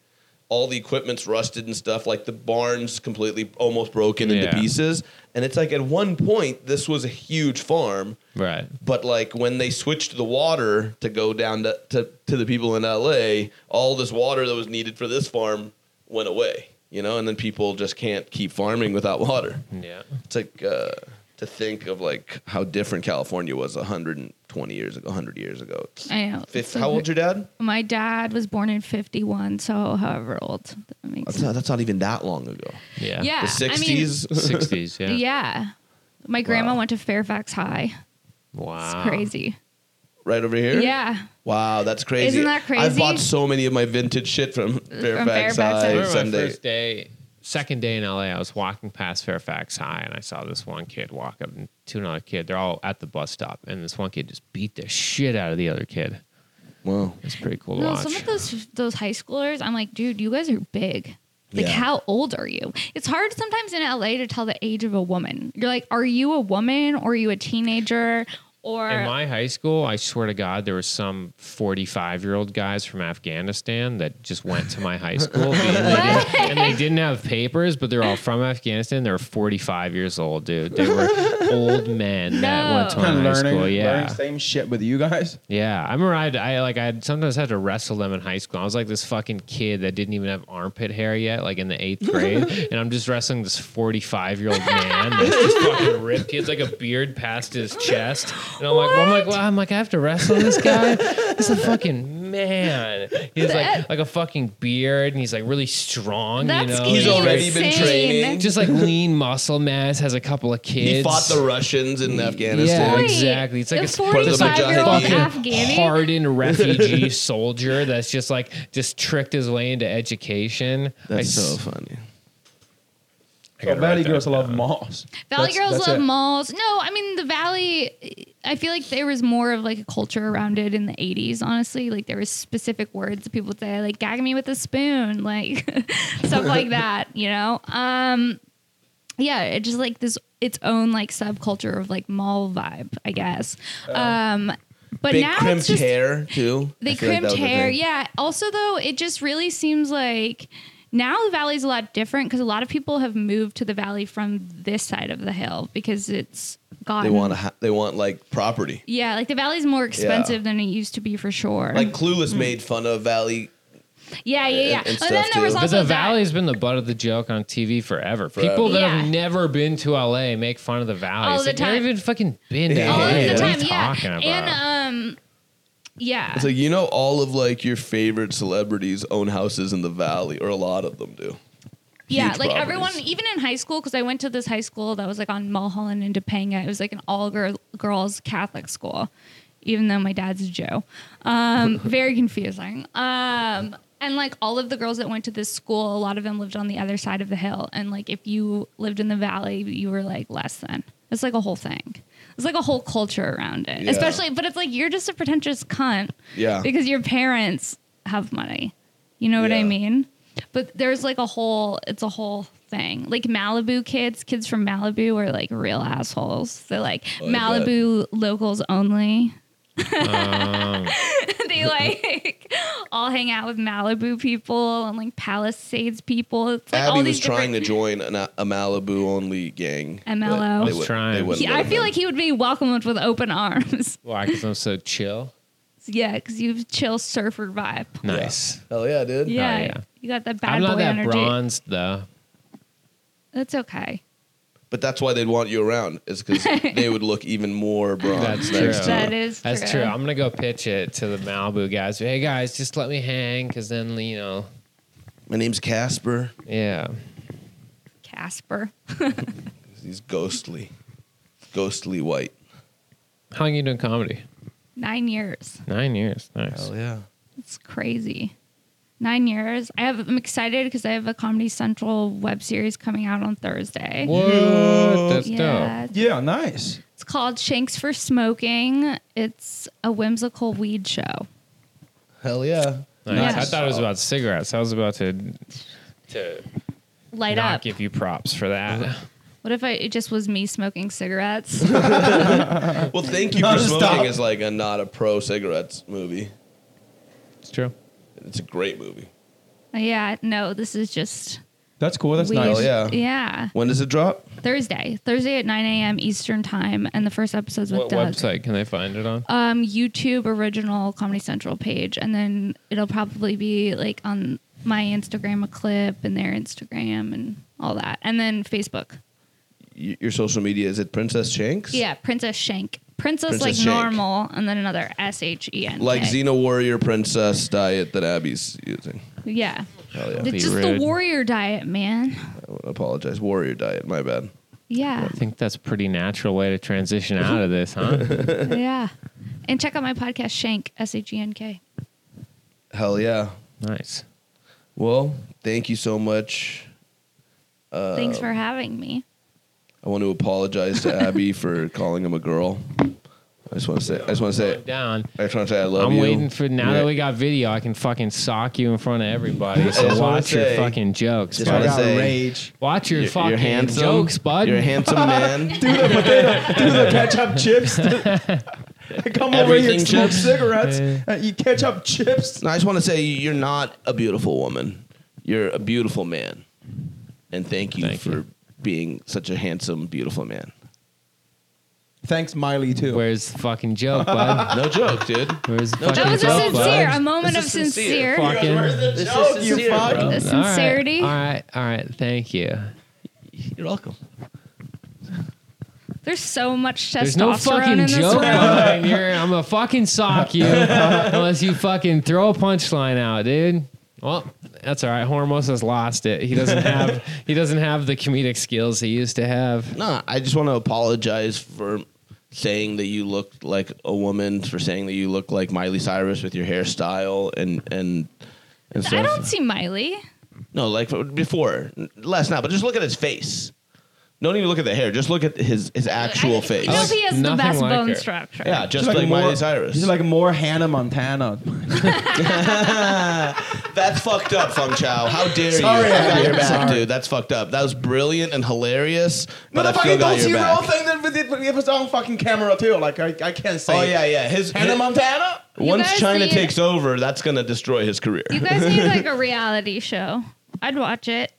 [SPEAKER 3] All the equipment's rusted and stuff. Like the barn's completely almost broken into
[SPEAKER 2] Yeah.
[SPEAKER 3] pieces. And it's like at one point, this was a huge farm.
[SPEAKER 2] Right.
[SPEAKER 3] But like when they switched the water to go down to, to, to the people in LA, all this water that was needed for this farm went away, you know? And then people just can't keep farming without water.
[SPEAKER 2] Yeah.
[SPEAKER 3] It's like, uh, to think of like how different California was 120 years ago, 100 years ago.
[SPEAKER 1] I know.
[SPEAKER 3] Fif-
[SPEAKER 1] So
[SPEAKER 3] how old's your dad?
[SPEAKER 1] My dad was born in 51, so however old. That makes
[SPEAKER 3] That's not, that's not even that long ago.
[SPEAKER 2] Yeah.
[SPEAKER 1] Yeah.
[SPEAKER 3] The
[SPEAKER 1] I mean-
[SPEAKER 3] 60s.
[SPEAKER 2] 60s. Yeah.
[SPEAKER 1] sense. Yeah. My grandma went to Fairfax High.
[SPEAKER 2] Wow.
[SPEAKER 1] It's crazy.
[SPEAKER 3] right over here.
[SPEAKER 1] Yeah.
[SPEAKER 3] Wow, that's crazy.
[SPEAKER 1] Isn't that
[SPEAKER 3] I
[SPEAKER 1] crazy?
[SPEAKER 3] bought so many of my vintage shit from Fairfax
[SPEAKER 1] Fairfax
[SPEAKER 2] I
[SPEAKER 3] High
[SPEAKER 1] High.
[SPEAKER 2] remember my
[SPEAKER 3] Sunday.
[SPEAKER 2] first day, second day in LA, I was walking past Fairfax High and I saw this one kid walk up and to another kid. They're all at the bus stop, and this one kid just beat the shit out of the other kid.
[SPEAKER 3] Wow.
[SPEAKER 2] It's pretty cool to
[SPEAKER 1] No,
[SPEAKER 2] watch.
[SPEAKER 1] some of those those high schoolers, I'm like, dude, you guys are big. Like,
[SPEAKER 3] Yeah.
[SPEAKER 1] how old are you? It's hard sometimes in LA to tell the age of a woman. You're like, are you a woman or are you a teenager? Or
[SPEAKER 2] in my high school, I swear to God, there was some 45 year old guys from Afghanistan that just went to my high school. and, they didn't, and they didn't have papers, but they're all from Afghanistan. They were 45 years old, dude. They were old men that went to my high
[SPEAKER 9] learning,
[SPEAKER 2] school.
[SPEAKER 9] learning
[SPEAKER 2] Yeah.
[SPEAKER 9] same shit with you guys.
[SPEAKER 2] Yeah, I remember I'd, I like I sometimes had to wrestle them in high school. I was like this fucking kid that didn't even have armpit hair yet, like in the eighth grade, and I'm just wrestling this 45 year old man that's just fucking ripped. He has like a beard past his chest, and I'm like, well, I'm like, well, I'm like, I have to wrestle this guy. He's a fucking man. He has like like a fucking beard, and he's like really strong.
[SPEAKER 1] that's
[SPEAKER 2] you know,
[SPEAKER 3] He's already
[SPEAKER 1] insane.
[SPEAKER 3] been training.
[SPEAKER 2] just like lean muscle mass. Has a couple of kids.
[SPEAKER 3] He fought the Russians in Afghanistan.
[SPEAKER 2] Yeah,
[SPEAKER 1] Right.
[SPEAKER 2] exactly. It's like
[SPEAKER 1] a
[SPEAKER 2] it's part of the
[SPEAKER 1] 45 year old
[SPEAKER 2] fucking
[SPEAKER 1] Afghani.
[SPEAKER 2] hardened refugee soldier that's just like just tricked his way into education. I
[SPEAKER 3] That's
[SPEAKER 2] s-
[SPEAKER 3] so funny.
[SPEAKER 9] So Valley girls love malls.
[SPEAKER 1] Valley
[SPEAKER 9] That's-
[SPEAKER 1] Girls
[SPEAKER 9] that's
[SPEAKER 1] love
[SPEAKER 9] it.
[SPEAKER 1] malls. No, I mean the Valley. I feel like there was more of like a culture around it in the '80s. Honestly, like there was specific words that people would say, like "gag me with a spoon," like stuff like that. You know, um, yeah, it just like this its own like subculture of like mall vibe, I guess. Um, but
[SPEAKER 3] Big
[SPEAKER 1] now
[SPEAKER 3] crimped
[SPEAKER 1] it's just
[SPEAKER 3] hair too. I
[SPEAKER 1] they
[SPEAKER 3] feel
[SPEAKER 1] crimped
[SPEAKER 3] like that was a
[SPEAKER 1] hair.
[SPEAKER 3] thing.
[SPEAKER 1] Yeah. Also, though, it just really seems like now the valley's a lot different because a lot of people have moved to the valley from this side of the hill because it's
[SPEAKER 3] They
[SPEAKER 1] gotten.
[SPEAKER 3] want a, ha- they want like property.
[SPEAKER 1] yeah, like the valley's more expensive than it used to be for sure.
[SPEAKER 3] Like Clueless
[SPEAKER 1] Mm.
[SPEAKER 3] made fun of Valley.
[SPEAKER 1] yeah, yeah, yeah. and
[SPEAKER 3] and- and
[SPEAKER 1] then
[SPEAKER 3] stuff,
[SPEAKER 1] there was
[SPEAKER 3] too.
[SPEAKER 2] But
[SPEAKER 1] also
[SPEAKER 2] the
[SPEAKER 1] that-
[SPEAKER 2] Valley's been the butt of the joke on TV forever.
[SPEAKER 3] Forever.
[SPEAKER 2] People that have
[SPEAKER 1] Yeah.
[SPEAKER 2] never been to LA make fun of the Valley.
[SPEAKER 1] All
[SPEAKER 2] It's
[SPEAKER 1] the
[SPEAKER 2] like, you haven't
[SPEAKER 1] time.
[SPEAKER 2] even fucking been to
[SPEAKER 3] Yeah.
[SPEAKER 1] All
[SPEAKER 2] LA.
[SPEAKER 1] of the
[SPEAKER 2] what
[SPEAKER 1] time,
[SPEAKER 2] are you
[SPEAKER 1] yeah.
[SPEAKER 2] talking about?
[SPEAKER 1] And um, yeah.
[SPEAKER 3] It's like you know all of like your favorite celebrities own houses in the Valley, or a lot of them do.
[SPEAKER 1] Yeah,
[SPEAKER 3] huge
[SPEAKER 1] like
[SPEAKER 3] properties.
[SPEAKER 1] everyone, even in high school, because I went to this high school that was like on Mulholland and Topanga. It was like an all girl, girls Catholic school, even though my dad's a Jew. Um, very confusing. Um, and like all of the girls that went to this school, a lot of them lived on the other side of the hill. And like if you lived in the valley, you were like less than. It's like a whole thing. It's like a whole culture around it.
[SPEAKER 3] Yeah.
[SPEAKER 1] Especially, but it's like you're just a pretentious cunt
[SPEAKER 3] Yeah.
[SPEAKER 1] because your parents have money. You know what I
[SPEAKER 3] Yeah.
[SPEAKER 1] mean? But there's like a whole, it's a whole thing. Like Malibu kids, kids from Malibu are like real assholes. They're like
[SPEAKER 3] Oh, I bet.
[SPEAKER 1] Malibu locals only.
[SPEAKER 3] Oh.
[SPEAKER 1] they like all hang out with Malibu people and like Palisades people. It's like
[SPEAKER 3] Abby
[SPEAKER 1] all
[SPEAKER 3] was
[SPEAKER 1] these
[SPEAKER 3] trying to
[SPEAKER 1] different-
[SPEAKER 3] join an, a Malibu only gang. but
[SPEAKER 1] MLO. I
[SPEAKER 3] they
[SPEAKER 1] was
[SPEAKER 3] wouldn't-
[SPEAKER 2] trying.
[SPEAKER 3] they wouldn't
[SPEAKER 1] He-
[SPEAKER 3] let
[SPEAKER 1] I
[SPEAKER 3] him
[SPEAKER 1] feel
[SPEAKER 3] in.
[SPEAKER 1] like he would be welcomed with open arms.
[SPEAKER 2] Why? Because I'm so chill.
[SPEAKER 1] yeah, because you have chill surfer vibe.
[SPEAKER 2] Nice.
[SPEAKER 3] Hell yeah, dude.
[SPEAKER 1] Yeah,
[SPEAKER 2] yeah.
[SPEAKER 1] you got that bad
[SPEAKER 2] I'm not
[SPEAKER 1] boy
[SPEAKER 2] that
[SPEAKER 1] energy.
[SPEAKER 2] bronzed though.
[SPEAKER 1] That's okay.
[SPEAKER 3] But that's why they'd want you around, is because they would look even more
[SPEAKER 2] That's
[SPEAKER 3] bronze.
[SPEAKER 2] true.
[SPEAKER 3] next to
[SPEAKER 1] That
[SPEAKER 3] you.
[SPEAKER 1] is
[SPEAKER 2] That's
[SPEAKER 1] true.
[SPEAKER 2] true. I'm gonna go pitch it to the Malibu guys. Hey guys, just let me hang, cause then you know,
[SPEAKER 3] My name's Casper.
[SPEAKER 2] yeah.
[SPEAKER 1] Casper.
[SPEAKER 3] He's ghostly, ghostly white.
[SPEAKER 2] How long you doing comedy?
[SPEAKER 1] Nine years.
[SPEAKER 2] Nine years. Nice.
[SPEAKER 3] yeah.
[SPEAKER 1] It's crazy. Nine years. I have. I'm excited because I have a Comedy Central web series coming out on Thursday.
[SPEAKER 2] What? That's dope.
[SPEAKER 1] Yeah,
[SPEAKER 9] Yeah, nice.
[SPEAKER 1] it's called Shanks for Smoking. It's a whimsical weed show.
[SPEAKER 3] Hell yeah.
[SPEAKER 2] Nice.
[SPEAKER 1] Yeah.
[SPEAKER 2] I thought it was about cigarettes. I was about to to
[SPEAKER 1] Light
[SPEAKER 2] not
[SPEAKER 1] up.
[SPEAKER 2] give you props for that.
[SPEAKER 1] what if I, it just was me smoking cigarettes?
[SPEAKER 3] Well, thank you for
[SPEAKER 9] Non-stop.
[SPEAKER 3] smoking is like a not a pro cigarettes movie.
[SPEAKER 2] It's true.
[SPEAKER 3] It's a great movie.
[SPEAKER 1] yeah. No, this is just
[SPEAKER 9] That's cool. That's
[SPEAKER 1] weed.
[SPEAKER 2] Oh,
[SPEAKER 9] nice.
[SPEAKER 3] yeah.
[SPEAKER 1] Yeah.
[SPEAKER 3] When does it drop?
[SPEAKER 1] Thursday. Thursday at 9 a.m. Eastern time, and the first episode's with
[SPEAKER 2] What
[SPEAKER 1] Doug.
[SPEAKER 2] website can they find it on?
[SPEAKER 1] um, YouTube original Comedy Central page, and then it'll probably be like on my Instagram a clip and their Instagram and all that, and then Facebook.
[SPEAKER 3] y- your social media is it Princess Shanks?
[SPEAKER 1] Yeah, Princess Shank. Princess,
[SPEAKER 3] Princess
[SPEAKER 1] like
[SPEAKER 3] Shank.
[SPEAKER 1] normal, and then another S H E N. K.
[SPEAKER 3] Like Xena Warrior Princess diet that Abby's using.
[SPEAKER 1] Yeah.
[SPEAKER 3] Hell yeah.
[SPEAKER 1] It's
[SPEAKER 2] be
[SPEAKER 1] just
[SPEAKER 2] rude.
[SPEAKER 1] the warrior diet, man.
[SPEAKER 3] I apologize. Warrior diet. My bad.
[SPEAKER 1] Yeah.
[SPEAKER 2] I think that's a pretty natural way to transition out of this, huh?
[SPEAKER 1] yeah. And check out my podcast, Shank, S H E N K.
[SPEAKER 3] Hell yeah.
[SPEAKER 2] nice.
[SPEAKER 3] Well, thank you so much. Uh,
[SPEAKER 1] Thanks for having me.
[SPEAKER 3] I want to apologize to Abby for calling him a girl. I just want to say. I just want to say.
[SPEAKER 2] Down.
[SPEAKER 3] I just want to say I love
[SPEAKER 2] I'm
[SPEAKER 3] you.
[SPEAKER 2] waiting for now
[SPEAKER 3] Yeah.
[SPEAKER 2] that we got video, I can fucking sock you in front of everybody. So
[SPEAKER 3] just wanna
[SPEAKER 2] watch your
[SPEAKER 3] say-
[SPEAKER 2] fucking jokes.
[SPEAKER 3] just
[SPEAKER 2] bud.
[SPEAKER 3] wanna
[SPEAKER 9] I got
[SPEAKER 3] say-
[SPEAKER 9] rage.
[SPEAKER 2] watch your
[SPEAKER 3] You're,
[SPEAKER 2] fucking
[SPEAKER 3] you're handsome.
[SPEAKER 2] jokes, bud.
[SPEAKER 3] You're a handsome man.
[SPEAKER 9] Do the potato, do the ketchup chips. Do, come over here
[SPEAKER 3] Everything
[SPEAKER 9] and smoke
[SPEAKER 3] chips.
[SPEAKER 9] cigarettes. and you ketchup chips.
[SPEAKER 3] No, I just want to say you're not a beautiful woman. You're a beautiful man. And thank you
[SPEAKER 2] Thank
[SPEAKER 3] for
[SPEAKER 2] you.
[SPEAKER 3] being such a handsome, beautiful man.
[SPEAKER 9] Thanks, Miley too.
[SPEAKER 2] Where's the fucking joke, bud?
[SPEAKER 3] No joke, dude.
[SPEAKER 2] Where's the fucking
[SPEAKER 1] That was a
[SPEAKER 2] joke,
[SPEAKER 1] sincere, a
[SPEAKER 2] bud?
[SPEAKER 1] moment of
[SPEAKER 3] This is sincere.
[SPEAKER 1] sincere.
[SPEAKER 2] Fucking-
[SPEAKER 3] This
[SPEAKER 9] joke, you fuck.
[SPEAKER 1] The
[SPEAKER 2] Oh, All
[SPEAKER 3] bro.
[SPEAKER 2] right,
[SPEAKER 1] sincerity.
[SPEAKER 2] All right, all right. Thank you.
[SPEAKER 3] You're welcome.
[SPEAKER 1] There's so much testosterone
[SPEAKER 2] There's no
[SPEAKER 1] in
[SPEAKER 2] fucking
[SPEAKER 1] this
[SPEAKER 2] joke
[SPEAKER 1] room.
[SPEAKER 2] behind here. I'm gonna fucking sock you unless you fucking throw a punchline out, dude. Well, that's all right. Hormos has lost it. He doesn't have he doesn't have the comedic skills he used to have.
[SPEAKER 3] No, I just want to apologize for saying that you looked like a woman, for saying that you look like Miley Cyrus with your hairstyle and and and
[SPEAKER 1] I
[SPEAKER 3] stuff.
[SPEAKER 1] don't see Miley.
[SPEAKER 3] no, like before, last night, but just look at his face. Don't even look at the hair. Just look at his his actual
[SPEAKER 1] I,
[SPEAKER 3] face.
[SPEAKER 1] I know he has the
[SPEAKER 2] Nothing
[SPEAKER 1] best
[SPEAKER 2] like
[SPEAKER 1] bone
[SPEAKER 2] her.
[SPEAKER 1] structure.
[SPEAKER 3] yeah, just
[SPEAKER 9] He's
[SPEAKER 3] like,
[SPEAKER 9] more-
[SPEAKER 3] Miley Cyrus.
[SPEAKER 9] He's like more Hannah Montana.
[SPEAKER 3] That's fucked up, Feng Chao. How dare
[SPEAKER 9] Sorry,
[SPEAKER 3] you? I got
[SPEAKER 9] I'm
[SPEAKER 3] your back,
[SPEAKER 9] sorry.
[SPEAKER 3] dude. That's fucked up. That was brilliant and hilarious. But I still
[SPEAKER 9] Motherfucking
[SPEAKER 3] got
[SPEAKER 9] don't
[SPEAKER 3] your
[SPEAKER 9] you real
[SPEAKER 3] back.
[SPEAKER 9] thing that we did, it was on fucking camera too. Like I, I can't say.
[SPEAKER 3] Oh
[SPEAKER 9] it.
[SPEAKER 3] yeah, yeah. His,
[SPEAKER 9] Hannah
[SPEAKER 3] his-
[SPEAKER 9] Montana.
[SPEAKER 3] once
[SPEAKER 1] guys
[SPEAKER 3] China
[SPEAKER 1] need-
[SPEAKER 3] takes over, that's gonna destroy his career.
[SPEAKER 1] You guys need like a reality show. I'd watch it.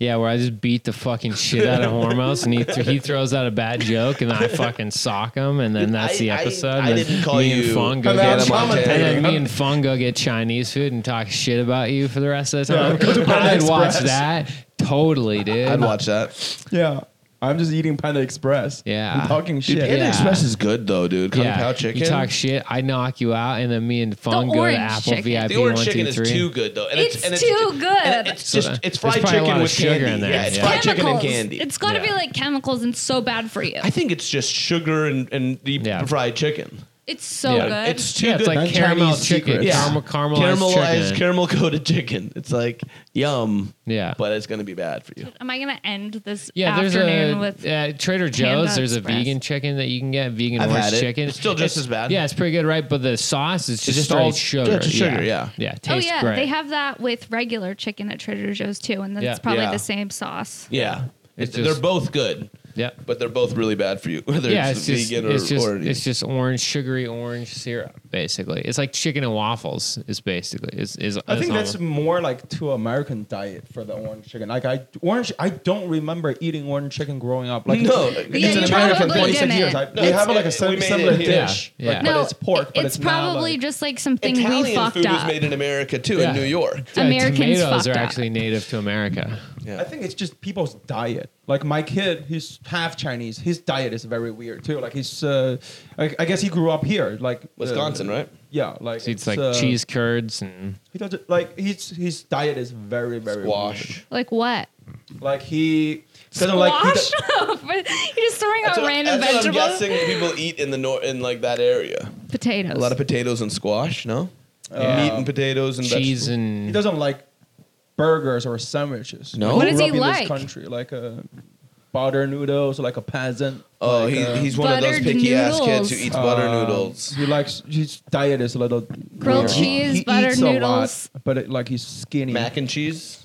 [SPEAKER 2] Yeah, where I just beat the fucking shit out of Hormos, and he th- he throws out a bad joke, and I fucking sock him, and then that's the
[SPEAKER 3] I- I-
[SPEAKER 2] episode.
[SPEAKER 3] I
[SPEAKER 2] and
[SPEAKER 3] didn't call
[SPEAKER 2] me and
[SPEAKER 3] you
[SPEAKER 2] Fung go
[SPEAKER 9] Hannah
[SPEAKER 2] get
[SPEAKER 9] Montana.
[SPEAKER 2] and then me and Fung go get Chinese food and talk shit about you for the rest of the time.
[SPEAKER 9] go to Panda
[SPEAKER 2] I'd watch
[SPEAKER 9] Express.
[SPEAKER 2] that totally, dude.
[SPEAKER 3] I'd watch that.
[SPEAKER 9] Yeah. I'm just eating Panda Express.
[SPEAKER 2] Yeah.
[SPEAKER 9] I'm talking
[SPEAKER 3] Dude,
[SPEAKER 9] shit.
[SPEAKER 3] Panda
[SPEAKER 2] yeah.
[SPEAKER 3] Express is good though, dude. Kung Pao chicken.
[SPEAKER 2] You talk shit, I knock you out, and then me and Fung go to
[SPEAKER 1] orange
[SPEAKER 2] Apple
[SPEAKER 1] chicken.
[SPEAKER 2] VIP
[SPEAKER 3] the orange
[SPEAKER 2] one, two,
[SPEAKER 3] chicken is
[SPEAKER 2] three.
[SPEAKER 3] too good though, and
[SPEAKER 1] It's, too
[SPEAKER 3] and
[SPEAKER 1] good.
[SPEAKER 3] It's just it's
[SPEAKER 2] There's
[SPEAKER 3] fried
[SPEAKER 2] probably a lot
[SPEAKER 3] chicken
[SPEAKER 2] of
[SPEAKER 3] with
[SPEAKER 2] sugar
[SPEAKER 3] candy.
[SPEAKER 2] in there,
[SPEAKER 3] Yeah, it's
[SPEAKER 2] yeah.
[SPEAKER 3] fried chicken and
[SPEAKER 1] chemicals.
[SPEAKER 3] candy.
[SPEAKER 1] It's got to
[SPEAKER 2] Yeah.
[SPEAKER 1] be like chemicals and so bad for you.
[SPEAKER 3] I think it's just sugar and and the
[SPEAKER 2] Yeah.
[SPEAKER 3] fried chicken.
[SPEAKER 1] It's so
[SPEAKER 2] Yeah.
[SPEAKER 1] good.
[SPEAKER 3] It's too
[SPEAKER 2] Yeah, it's
[SPEAKER 3] good.
[SPEAKER 2] like
[SPEAKER 9] Chinese
[SPEAKER 2] caramel chicken,
[SPEAKER 9] secrets. Yeah.
[SPEAKER 2] caramel, caramelized,
[SPEAKER 3] caramelized,
[SPEAKER 2] chicken.
[SPEAKER 3] caramel coated chicken. It's like yum.
[SPEAKER 2] Yeah.
[SPEAKER 3] but it's gonna be bad for you.
[SPEAKER 1] Am I gonna end this
[SPEAKER 2] yeah, there's
[SPEAKER 1] afternoon
[SPEAKER 2] a
[SPEAKER 1] with? Oh,
[SPEAKER 2] uh, Trader Joe's. There's a
[SPEAKER 1] Express.
[SPEAKER 2] vegan chicken that you can get, vegan
[SPEAKER 3] I've
[SPEAKER 2] orange
[SPEAKER 3] had it.
[SPEAKER 2] chicken.
[SPEAKER 3] It's still just as bad.
[SPEAKER 2] Yeah, it's pretty good, right? But the sauce is just,
[SPEAKER 3] just
[SPEAKER 2] straight
[SPEAKER 3] all-
[SPEAKER 2] sugar.
[SPEAKER 3] yeah, it's just sugar, yeah.
[SPEAKER 2] yeah, it
[SPEAKER 1] oh
[SPEAKER 2] tastes
[SPEAKER 1] yeah,
[SPEAKER 2] great.
[SPEAKER 1] they have that with regular chicken at Trader Joe's too, and then
[SPEAKER 2] Yeah.
[SPEAKER 1] it's probably
[SPEAKER 3] Yeah.
[SPEAKER 1] the same sauce.
[SPEAKER 3] Yeah,
[SPEAKER 2] It's
[SPEAKER 3] It's-
[SPEAKER 2] just-
[SPEAKER 3] they're both good,
[SPEAKER 2] yeah.
[SPEAKER 3] but they're both really bad for you. Whether
[SPEAKER 2] yeah, it's
[SPEAKER 3] it's,
[SPEAKER 2] just
[SPEAKER 3] vegan
[SPEAKER 2] it's
[SPEAKER 3] or,
[SPEAKER 2] just
[SPEAKER 3] or
[SPEAKER 2] it's just orange sugary orange syrup basically. It's like chicken and waffles. Is basically is is.
[SPEAKER 9] I think
[SPEAKER 2] is
[SPEAKER 9] that's
[SPEAKER 2] almost-
[SPEAKER 9] more like to American diet for the orange chicken. Like I orange, I don't remember eating orange chicken growing up. Like
[SPEAKER 3] No, Yeah,
[SPEAKER 9] it's an
[SPEAKER 1] you
[SPEAKER 9] American
[SPEAKER 1] probably
[SPEAKER 9] twenty six
[SPEAKER 1] didn't.
[SPEAKER 9] years. I,
[SPEAKER 3] No,
[SPEAKER 9] we
[SPEAKER 3] it's-
[SPEAKER 9] have like a
[SPEAKER 3] we
[SPEAKER 9] sim-
[SPEAKER 3] made it
[SPEAKER 9] similar
[SPEAKER 3] here.
[SPEAKER 9] dish,
[SPEAKER 2] Yeah.
[SPEAKER 9] like,
[SPEAKER 1] No,
[SPEAKER 9] but it's pork. But it's,
[SPEAKER 1] probably
[SPEAKER 9] not, like,
[SPEAKER 1] just like something
[SPEAKER 3] Italian
[SPEAKER 1] we fucked
[SPEAKER 3] food
[SPEAKER 1] up.
[SPEAKER 3] is made in America too
[SPEAKER 2] Yeah.
[SPEAKER 3] in New York.
[SPEAKER 2] Yeah,
[SPEAKER 1] Americans
[SPEAKER 2] tomatoes
[SPEAKER 1] fucked
[SPEAKER 2] are
[SPEAKER 1] up.
[SPEAKER 2] actually native to America.
[SPEAKER 3] Yeah.
[SPEAKER 9] I think it's just people's diet. Like my kid, he's half Chinese. His diet is very weird too. Like he's, uh, I, I guess he grew up here, like uh,
[SPEAKER 3] Wisconsin, right?
[SPEAKER 9] Yeah, like
[SPEAKER 2] So it's
[SPEAKER 9] it's,
[SPEAKER 2] like
[SPEAKER 9] uh,
[SPEAKER 2] cheese curds and
[SPEAKER 9] He doesn't like his his diet is very very weird.
[SPEAKER 3] Squash.
[SPEAKER 1] like what?
[SPEAKER 9] Like he doesn't like. he
[SPEAKER 1] Squash?
[SPEAKER 9] do-
[SPEAKER 1] You're just throwing out
[SPEAKER 3] That's what-
[SPEAKER 1] random
[SPEAKER 3] that's what I'm
[SPEAKER 1] vegetables.
[SPEAKER 3] guessing people eat in the nor- in like that area.
[SPEAKER 1] Potatoes.
[SPEAKER 3] A lot of potatoes and squash. No,
[SPEAKER 2] Yeah.
[SPEAKER 3] meat and potatoes and
[SPEAKER 2] cheese
[SPEAKER 3] vegetables.
[SPEAKER 9] He
[SPEAKER 2] and
[SPEAKER 9] doesn't like burgers or sandwiches.
[SPEAKER 3] No?
[SPEAKER 9] He
[SPEAKER 3] What
[SPEAKER 9] grew
[SPEAKER 1] does he
[SPEAKER 9] up in
[SPEAKER 1] like?
[SPEAKER 9] This country, like a butter noodles, like a peasant.
[SPEAKER 3] Oh,
[SPEAKER 9] like,
[SPEAKER 3] he,
[SPEAKER 9] uh,
[SPEAKER 3] he's one of those
[SPEAKER 1] Buttered
[SPEAKER 3] picky ass kids
[SPEAKER 1] noodles.
[SPEAKER 3] who eats butter noodles.
[SPEAKER 9] He likes his diet is a little
[SPEAKER 1] Grilled
[SPEAKER 9] weird.
[SPEAKER 1] cheese, butter
[SPEAKER 9] eats a lot,
[SPEAKER 1] noodles.
[SPEAKER 9] but it, like he's skinny.
[SPEAKER 3] Mac and cheese.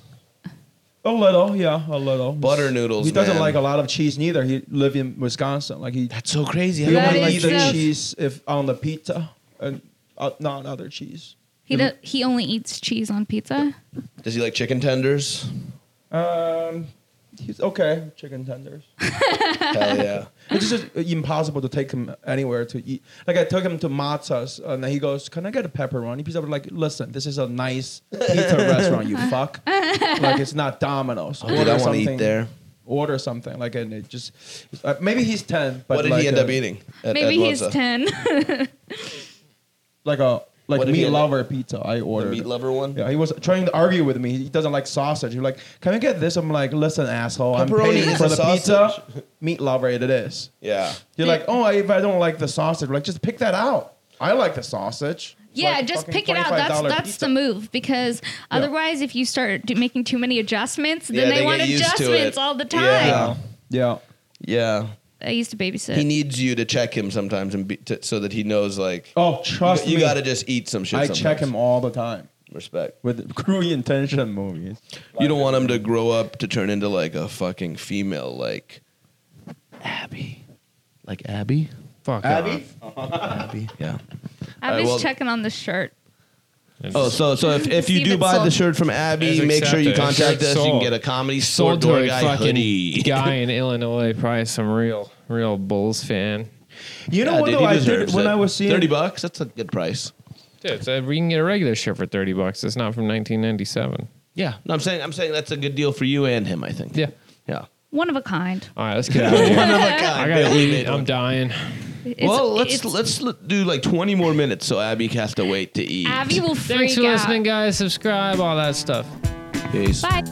[SPEAKER 9] a little, yeah, a little.
[SPEAKER 3] Butter noodles,
[SPEAKER 9] He doesn't
[SPEAKER 3] man.
[SPEAKER 9] like a lot of cheese neither. He live in Wisconsin, like he
[SPEAKER 3] That's so crazy.
[SPEAKER 9] he
[SPEAKER 1] That
[SPEAKER 9] only
[SPEAKER 1] is
[SPEAKER 9] likes
[SPEAKER 1] just-
[SPEAKER 9] cheese if on the pizza and uh, not other cheese.
[SPEAKER 1] he do, he only eats cheese on pizza.
[SPEAKER 3] Does he like chicken tenders?
[SPEAKER 9] Um, he's okay. Chicken tenders.
[SPEAKER 3] Hell yeah.
[SPEAKER 9] It's just uh, impossible to take him anywhere to eat. Like I took him to Matzah's, uh, and he goes, "Can I get a pepperoni pizza?" I'm like, "Listen, this is a nice pizza restaurant. You fuck. Like it's not Domino's.
[SPEAKER 3] Dude, I
[SPEAKER 9] Order
[SPEAKER 3] want to
[SPEAKER 9] something-
[SPEAKER 3] eat there.
[SPEAKER 9] order something like, and it just uh, maybe he's ten. But
[SPEAKER 3] what did
[SPEAKER 9] like uh,
[SPEAKER 3] he end
[SPEAKER 9] a-
[SPEAKER 3] up eating? at-
[SPEAKER 1] Maybe
[SPEAKER 3] at
[SPEAKER 1] he's
[SPEAKER 3] Loza?
[SPEAKER 1] ten.
[SPEAKER 9] Like a like
[SPEAKER 3] What did he
[SPEAKER 9] meat
[SPEAKER 3] end up-
[SPEAKER 9] lover pizza. I ordered
[SPEAKER 3] meat lover one?
[SPEAKER 9] Yeah, he was trying to argue with me. He doesn't like sausage. You're like, can we get this? I'm like, listen, asshole. I'm
[SPEAKER 3] Pepperoni
[SPEAKER 9] paying
[SPEAKER 3] is
[SPEAKER 9] for
[SPEAKER 3] a
[SPEAKER 9] the
[SPEAKER 3] sausage.
[SPEAKER 9] pizza. Meat lover, it is.
[SPEAKER 3] Yeah.
[SPEAKER 9] You're like, oh, I, if I don't like the sausage, like just pick that out. I like the sausage. It's
[SPEAKER 1] yeah,
[SPEAKER 9] like
[SPEAKER 1] just
[SPEAKER 9] fucking
[SPEAKER 1] pick it out. That's
[SPEAKER 9] $25
[SPEAKER 1] that's
[SPEAKER 9] pizza.
[SPEAKER 1] the move because otherwise, if you start do, making too many adjustments, then
[SPEAKER 3] Yeah,
[SPEAKER 1] they,
[SPEAKER 3] they
[SPEAKER 1] want
[SPEAKER 3] get used to
[SPEAKER 1] adjustments
[SPEAKER 3] it.
[SPEAKER 1] all the time.
[SPEAKER 3] Yeah.
[SPEAKER 9] Yeah. yeah.
[SPEAKER 3] Yeah.
[SPEAKER 1] I used to babysit.
[SPEAKER 3] He needs you to check him sometimes and be, to, so that he knows like
[SPEAKER 9] Oh, trust
[SPEAKER 3] you
[SPEAKER 9] me.
[SPEAKER 3] got to just eat some shit.
[SPEAKER 9] I
[SPEAKER 3] sometimes.
[SPEAKER 9] check him all the time
[SPEAKER 3] Respect.
[SPEAKER 9] with crew intention movies.
[SPEAKER 3] You don't want him to grow up to turn into like a fucking female like Abby. Like Abby?
[SPEAKER 2] Fuck
[SPEAKER 9] Abby?
[SPEAKER 3] Abby. Yeah.
[SPEAKER 1] I
[SPEAKER 3] Alright,
[SPEAKER 1] was
[SPEAKER 3] well-
[SPEAKER 1] checking on the shirt.
[SPEAKER 2] off.
[SPEAKER 3] Oh, so so if, if you
[SPEAKER 1] Steve,
[SPEAKER 3] do
[SPEAKER 1] it's
[SPEAKER 3] buy
[SPEAKER 1] sold.
[SPEAKER 3] the shirt from Abby,
[SPEAKER 2] It's
[SPEAKER 3] make sure you
[SPEAKER 2] accepted. It's
[SPEAKER 3] contact us. You can
[SPEAKER 2] sold.
[SPEAKER 3] get a comedy store
[SPEAKER 2] sold to
[SPEAKER 3] door
[SPEAKER 2] a
[SPEAKER 3] guy
[SPEAKER 2] fucking
[SPEAKER 3] hoodie.
[SPEAKER 2] guy in Illinois, probably some real, real Bulls fan.
[SPEAKER 9] You know
[SPEAKER 3] Yeah,
[SPEAKER 9] what
[SPEAKER 3] dude,
[SPEAKER 9] though?
[SPEAKER 3] he
[SPEAKER 9] I did
[SPEAKER 3] deserves
[SPEAKER 9] when
[SPEAKER 3] it.
[SPEAKER 9] I was seeing
[SPEAKER 3] thirty bucks. That's a good price.
[SPEAKER 2] Dude, it's a- we can get a regular shirt for thirty bucks. It's not from 1997.
[SPEAKER 3] Yeah, no, I'm saying I'm saying that's a good deal for you and him. I think.
[SPEAKER 2] Yeah.
[SPEAKER 3] yeah.
[SPEAKER 1] One of a kind.
[SPEAKER 2] All right, let's get out of here.
[SPEAKER 3] One of a
[SPEAKER 2] I
[SPEAKER 3] kind.
[SPEAKER 2] gotta
[SPEAKER 3] Billy
[SPEAKER 2] leave.
[SPEAKER 3] made
[SPEAKER 2] I'm
[SPEAKER 3] one.
[SPEAKER 2] dying.
[SPEAKER 1] It's-
[SPEAKER 3] Well, let's
[SPEAKER 1] it's-
[SPEAKER 3] let's l- do like 20 more minutes so Abby has to wait to eat.
[SPEAKER 1] Abby will freak
[SPEAKER 2] Thanks for
[SPEAKER 1] out.
[SPEAKER 2] listening, guys. Subscribe, all that stuff.
[SPEAKER 3] Peace.
[SPEAKER 1] Bye.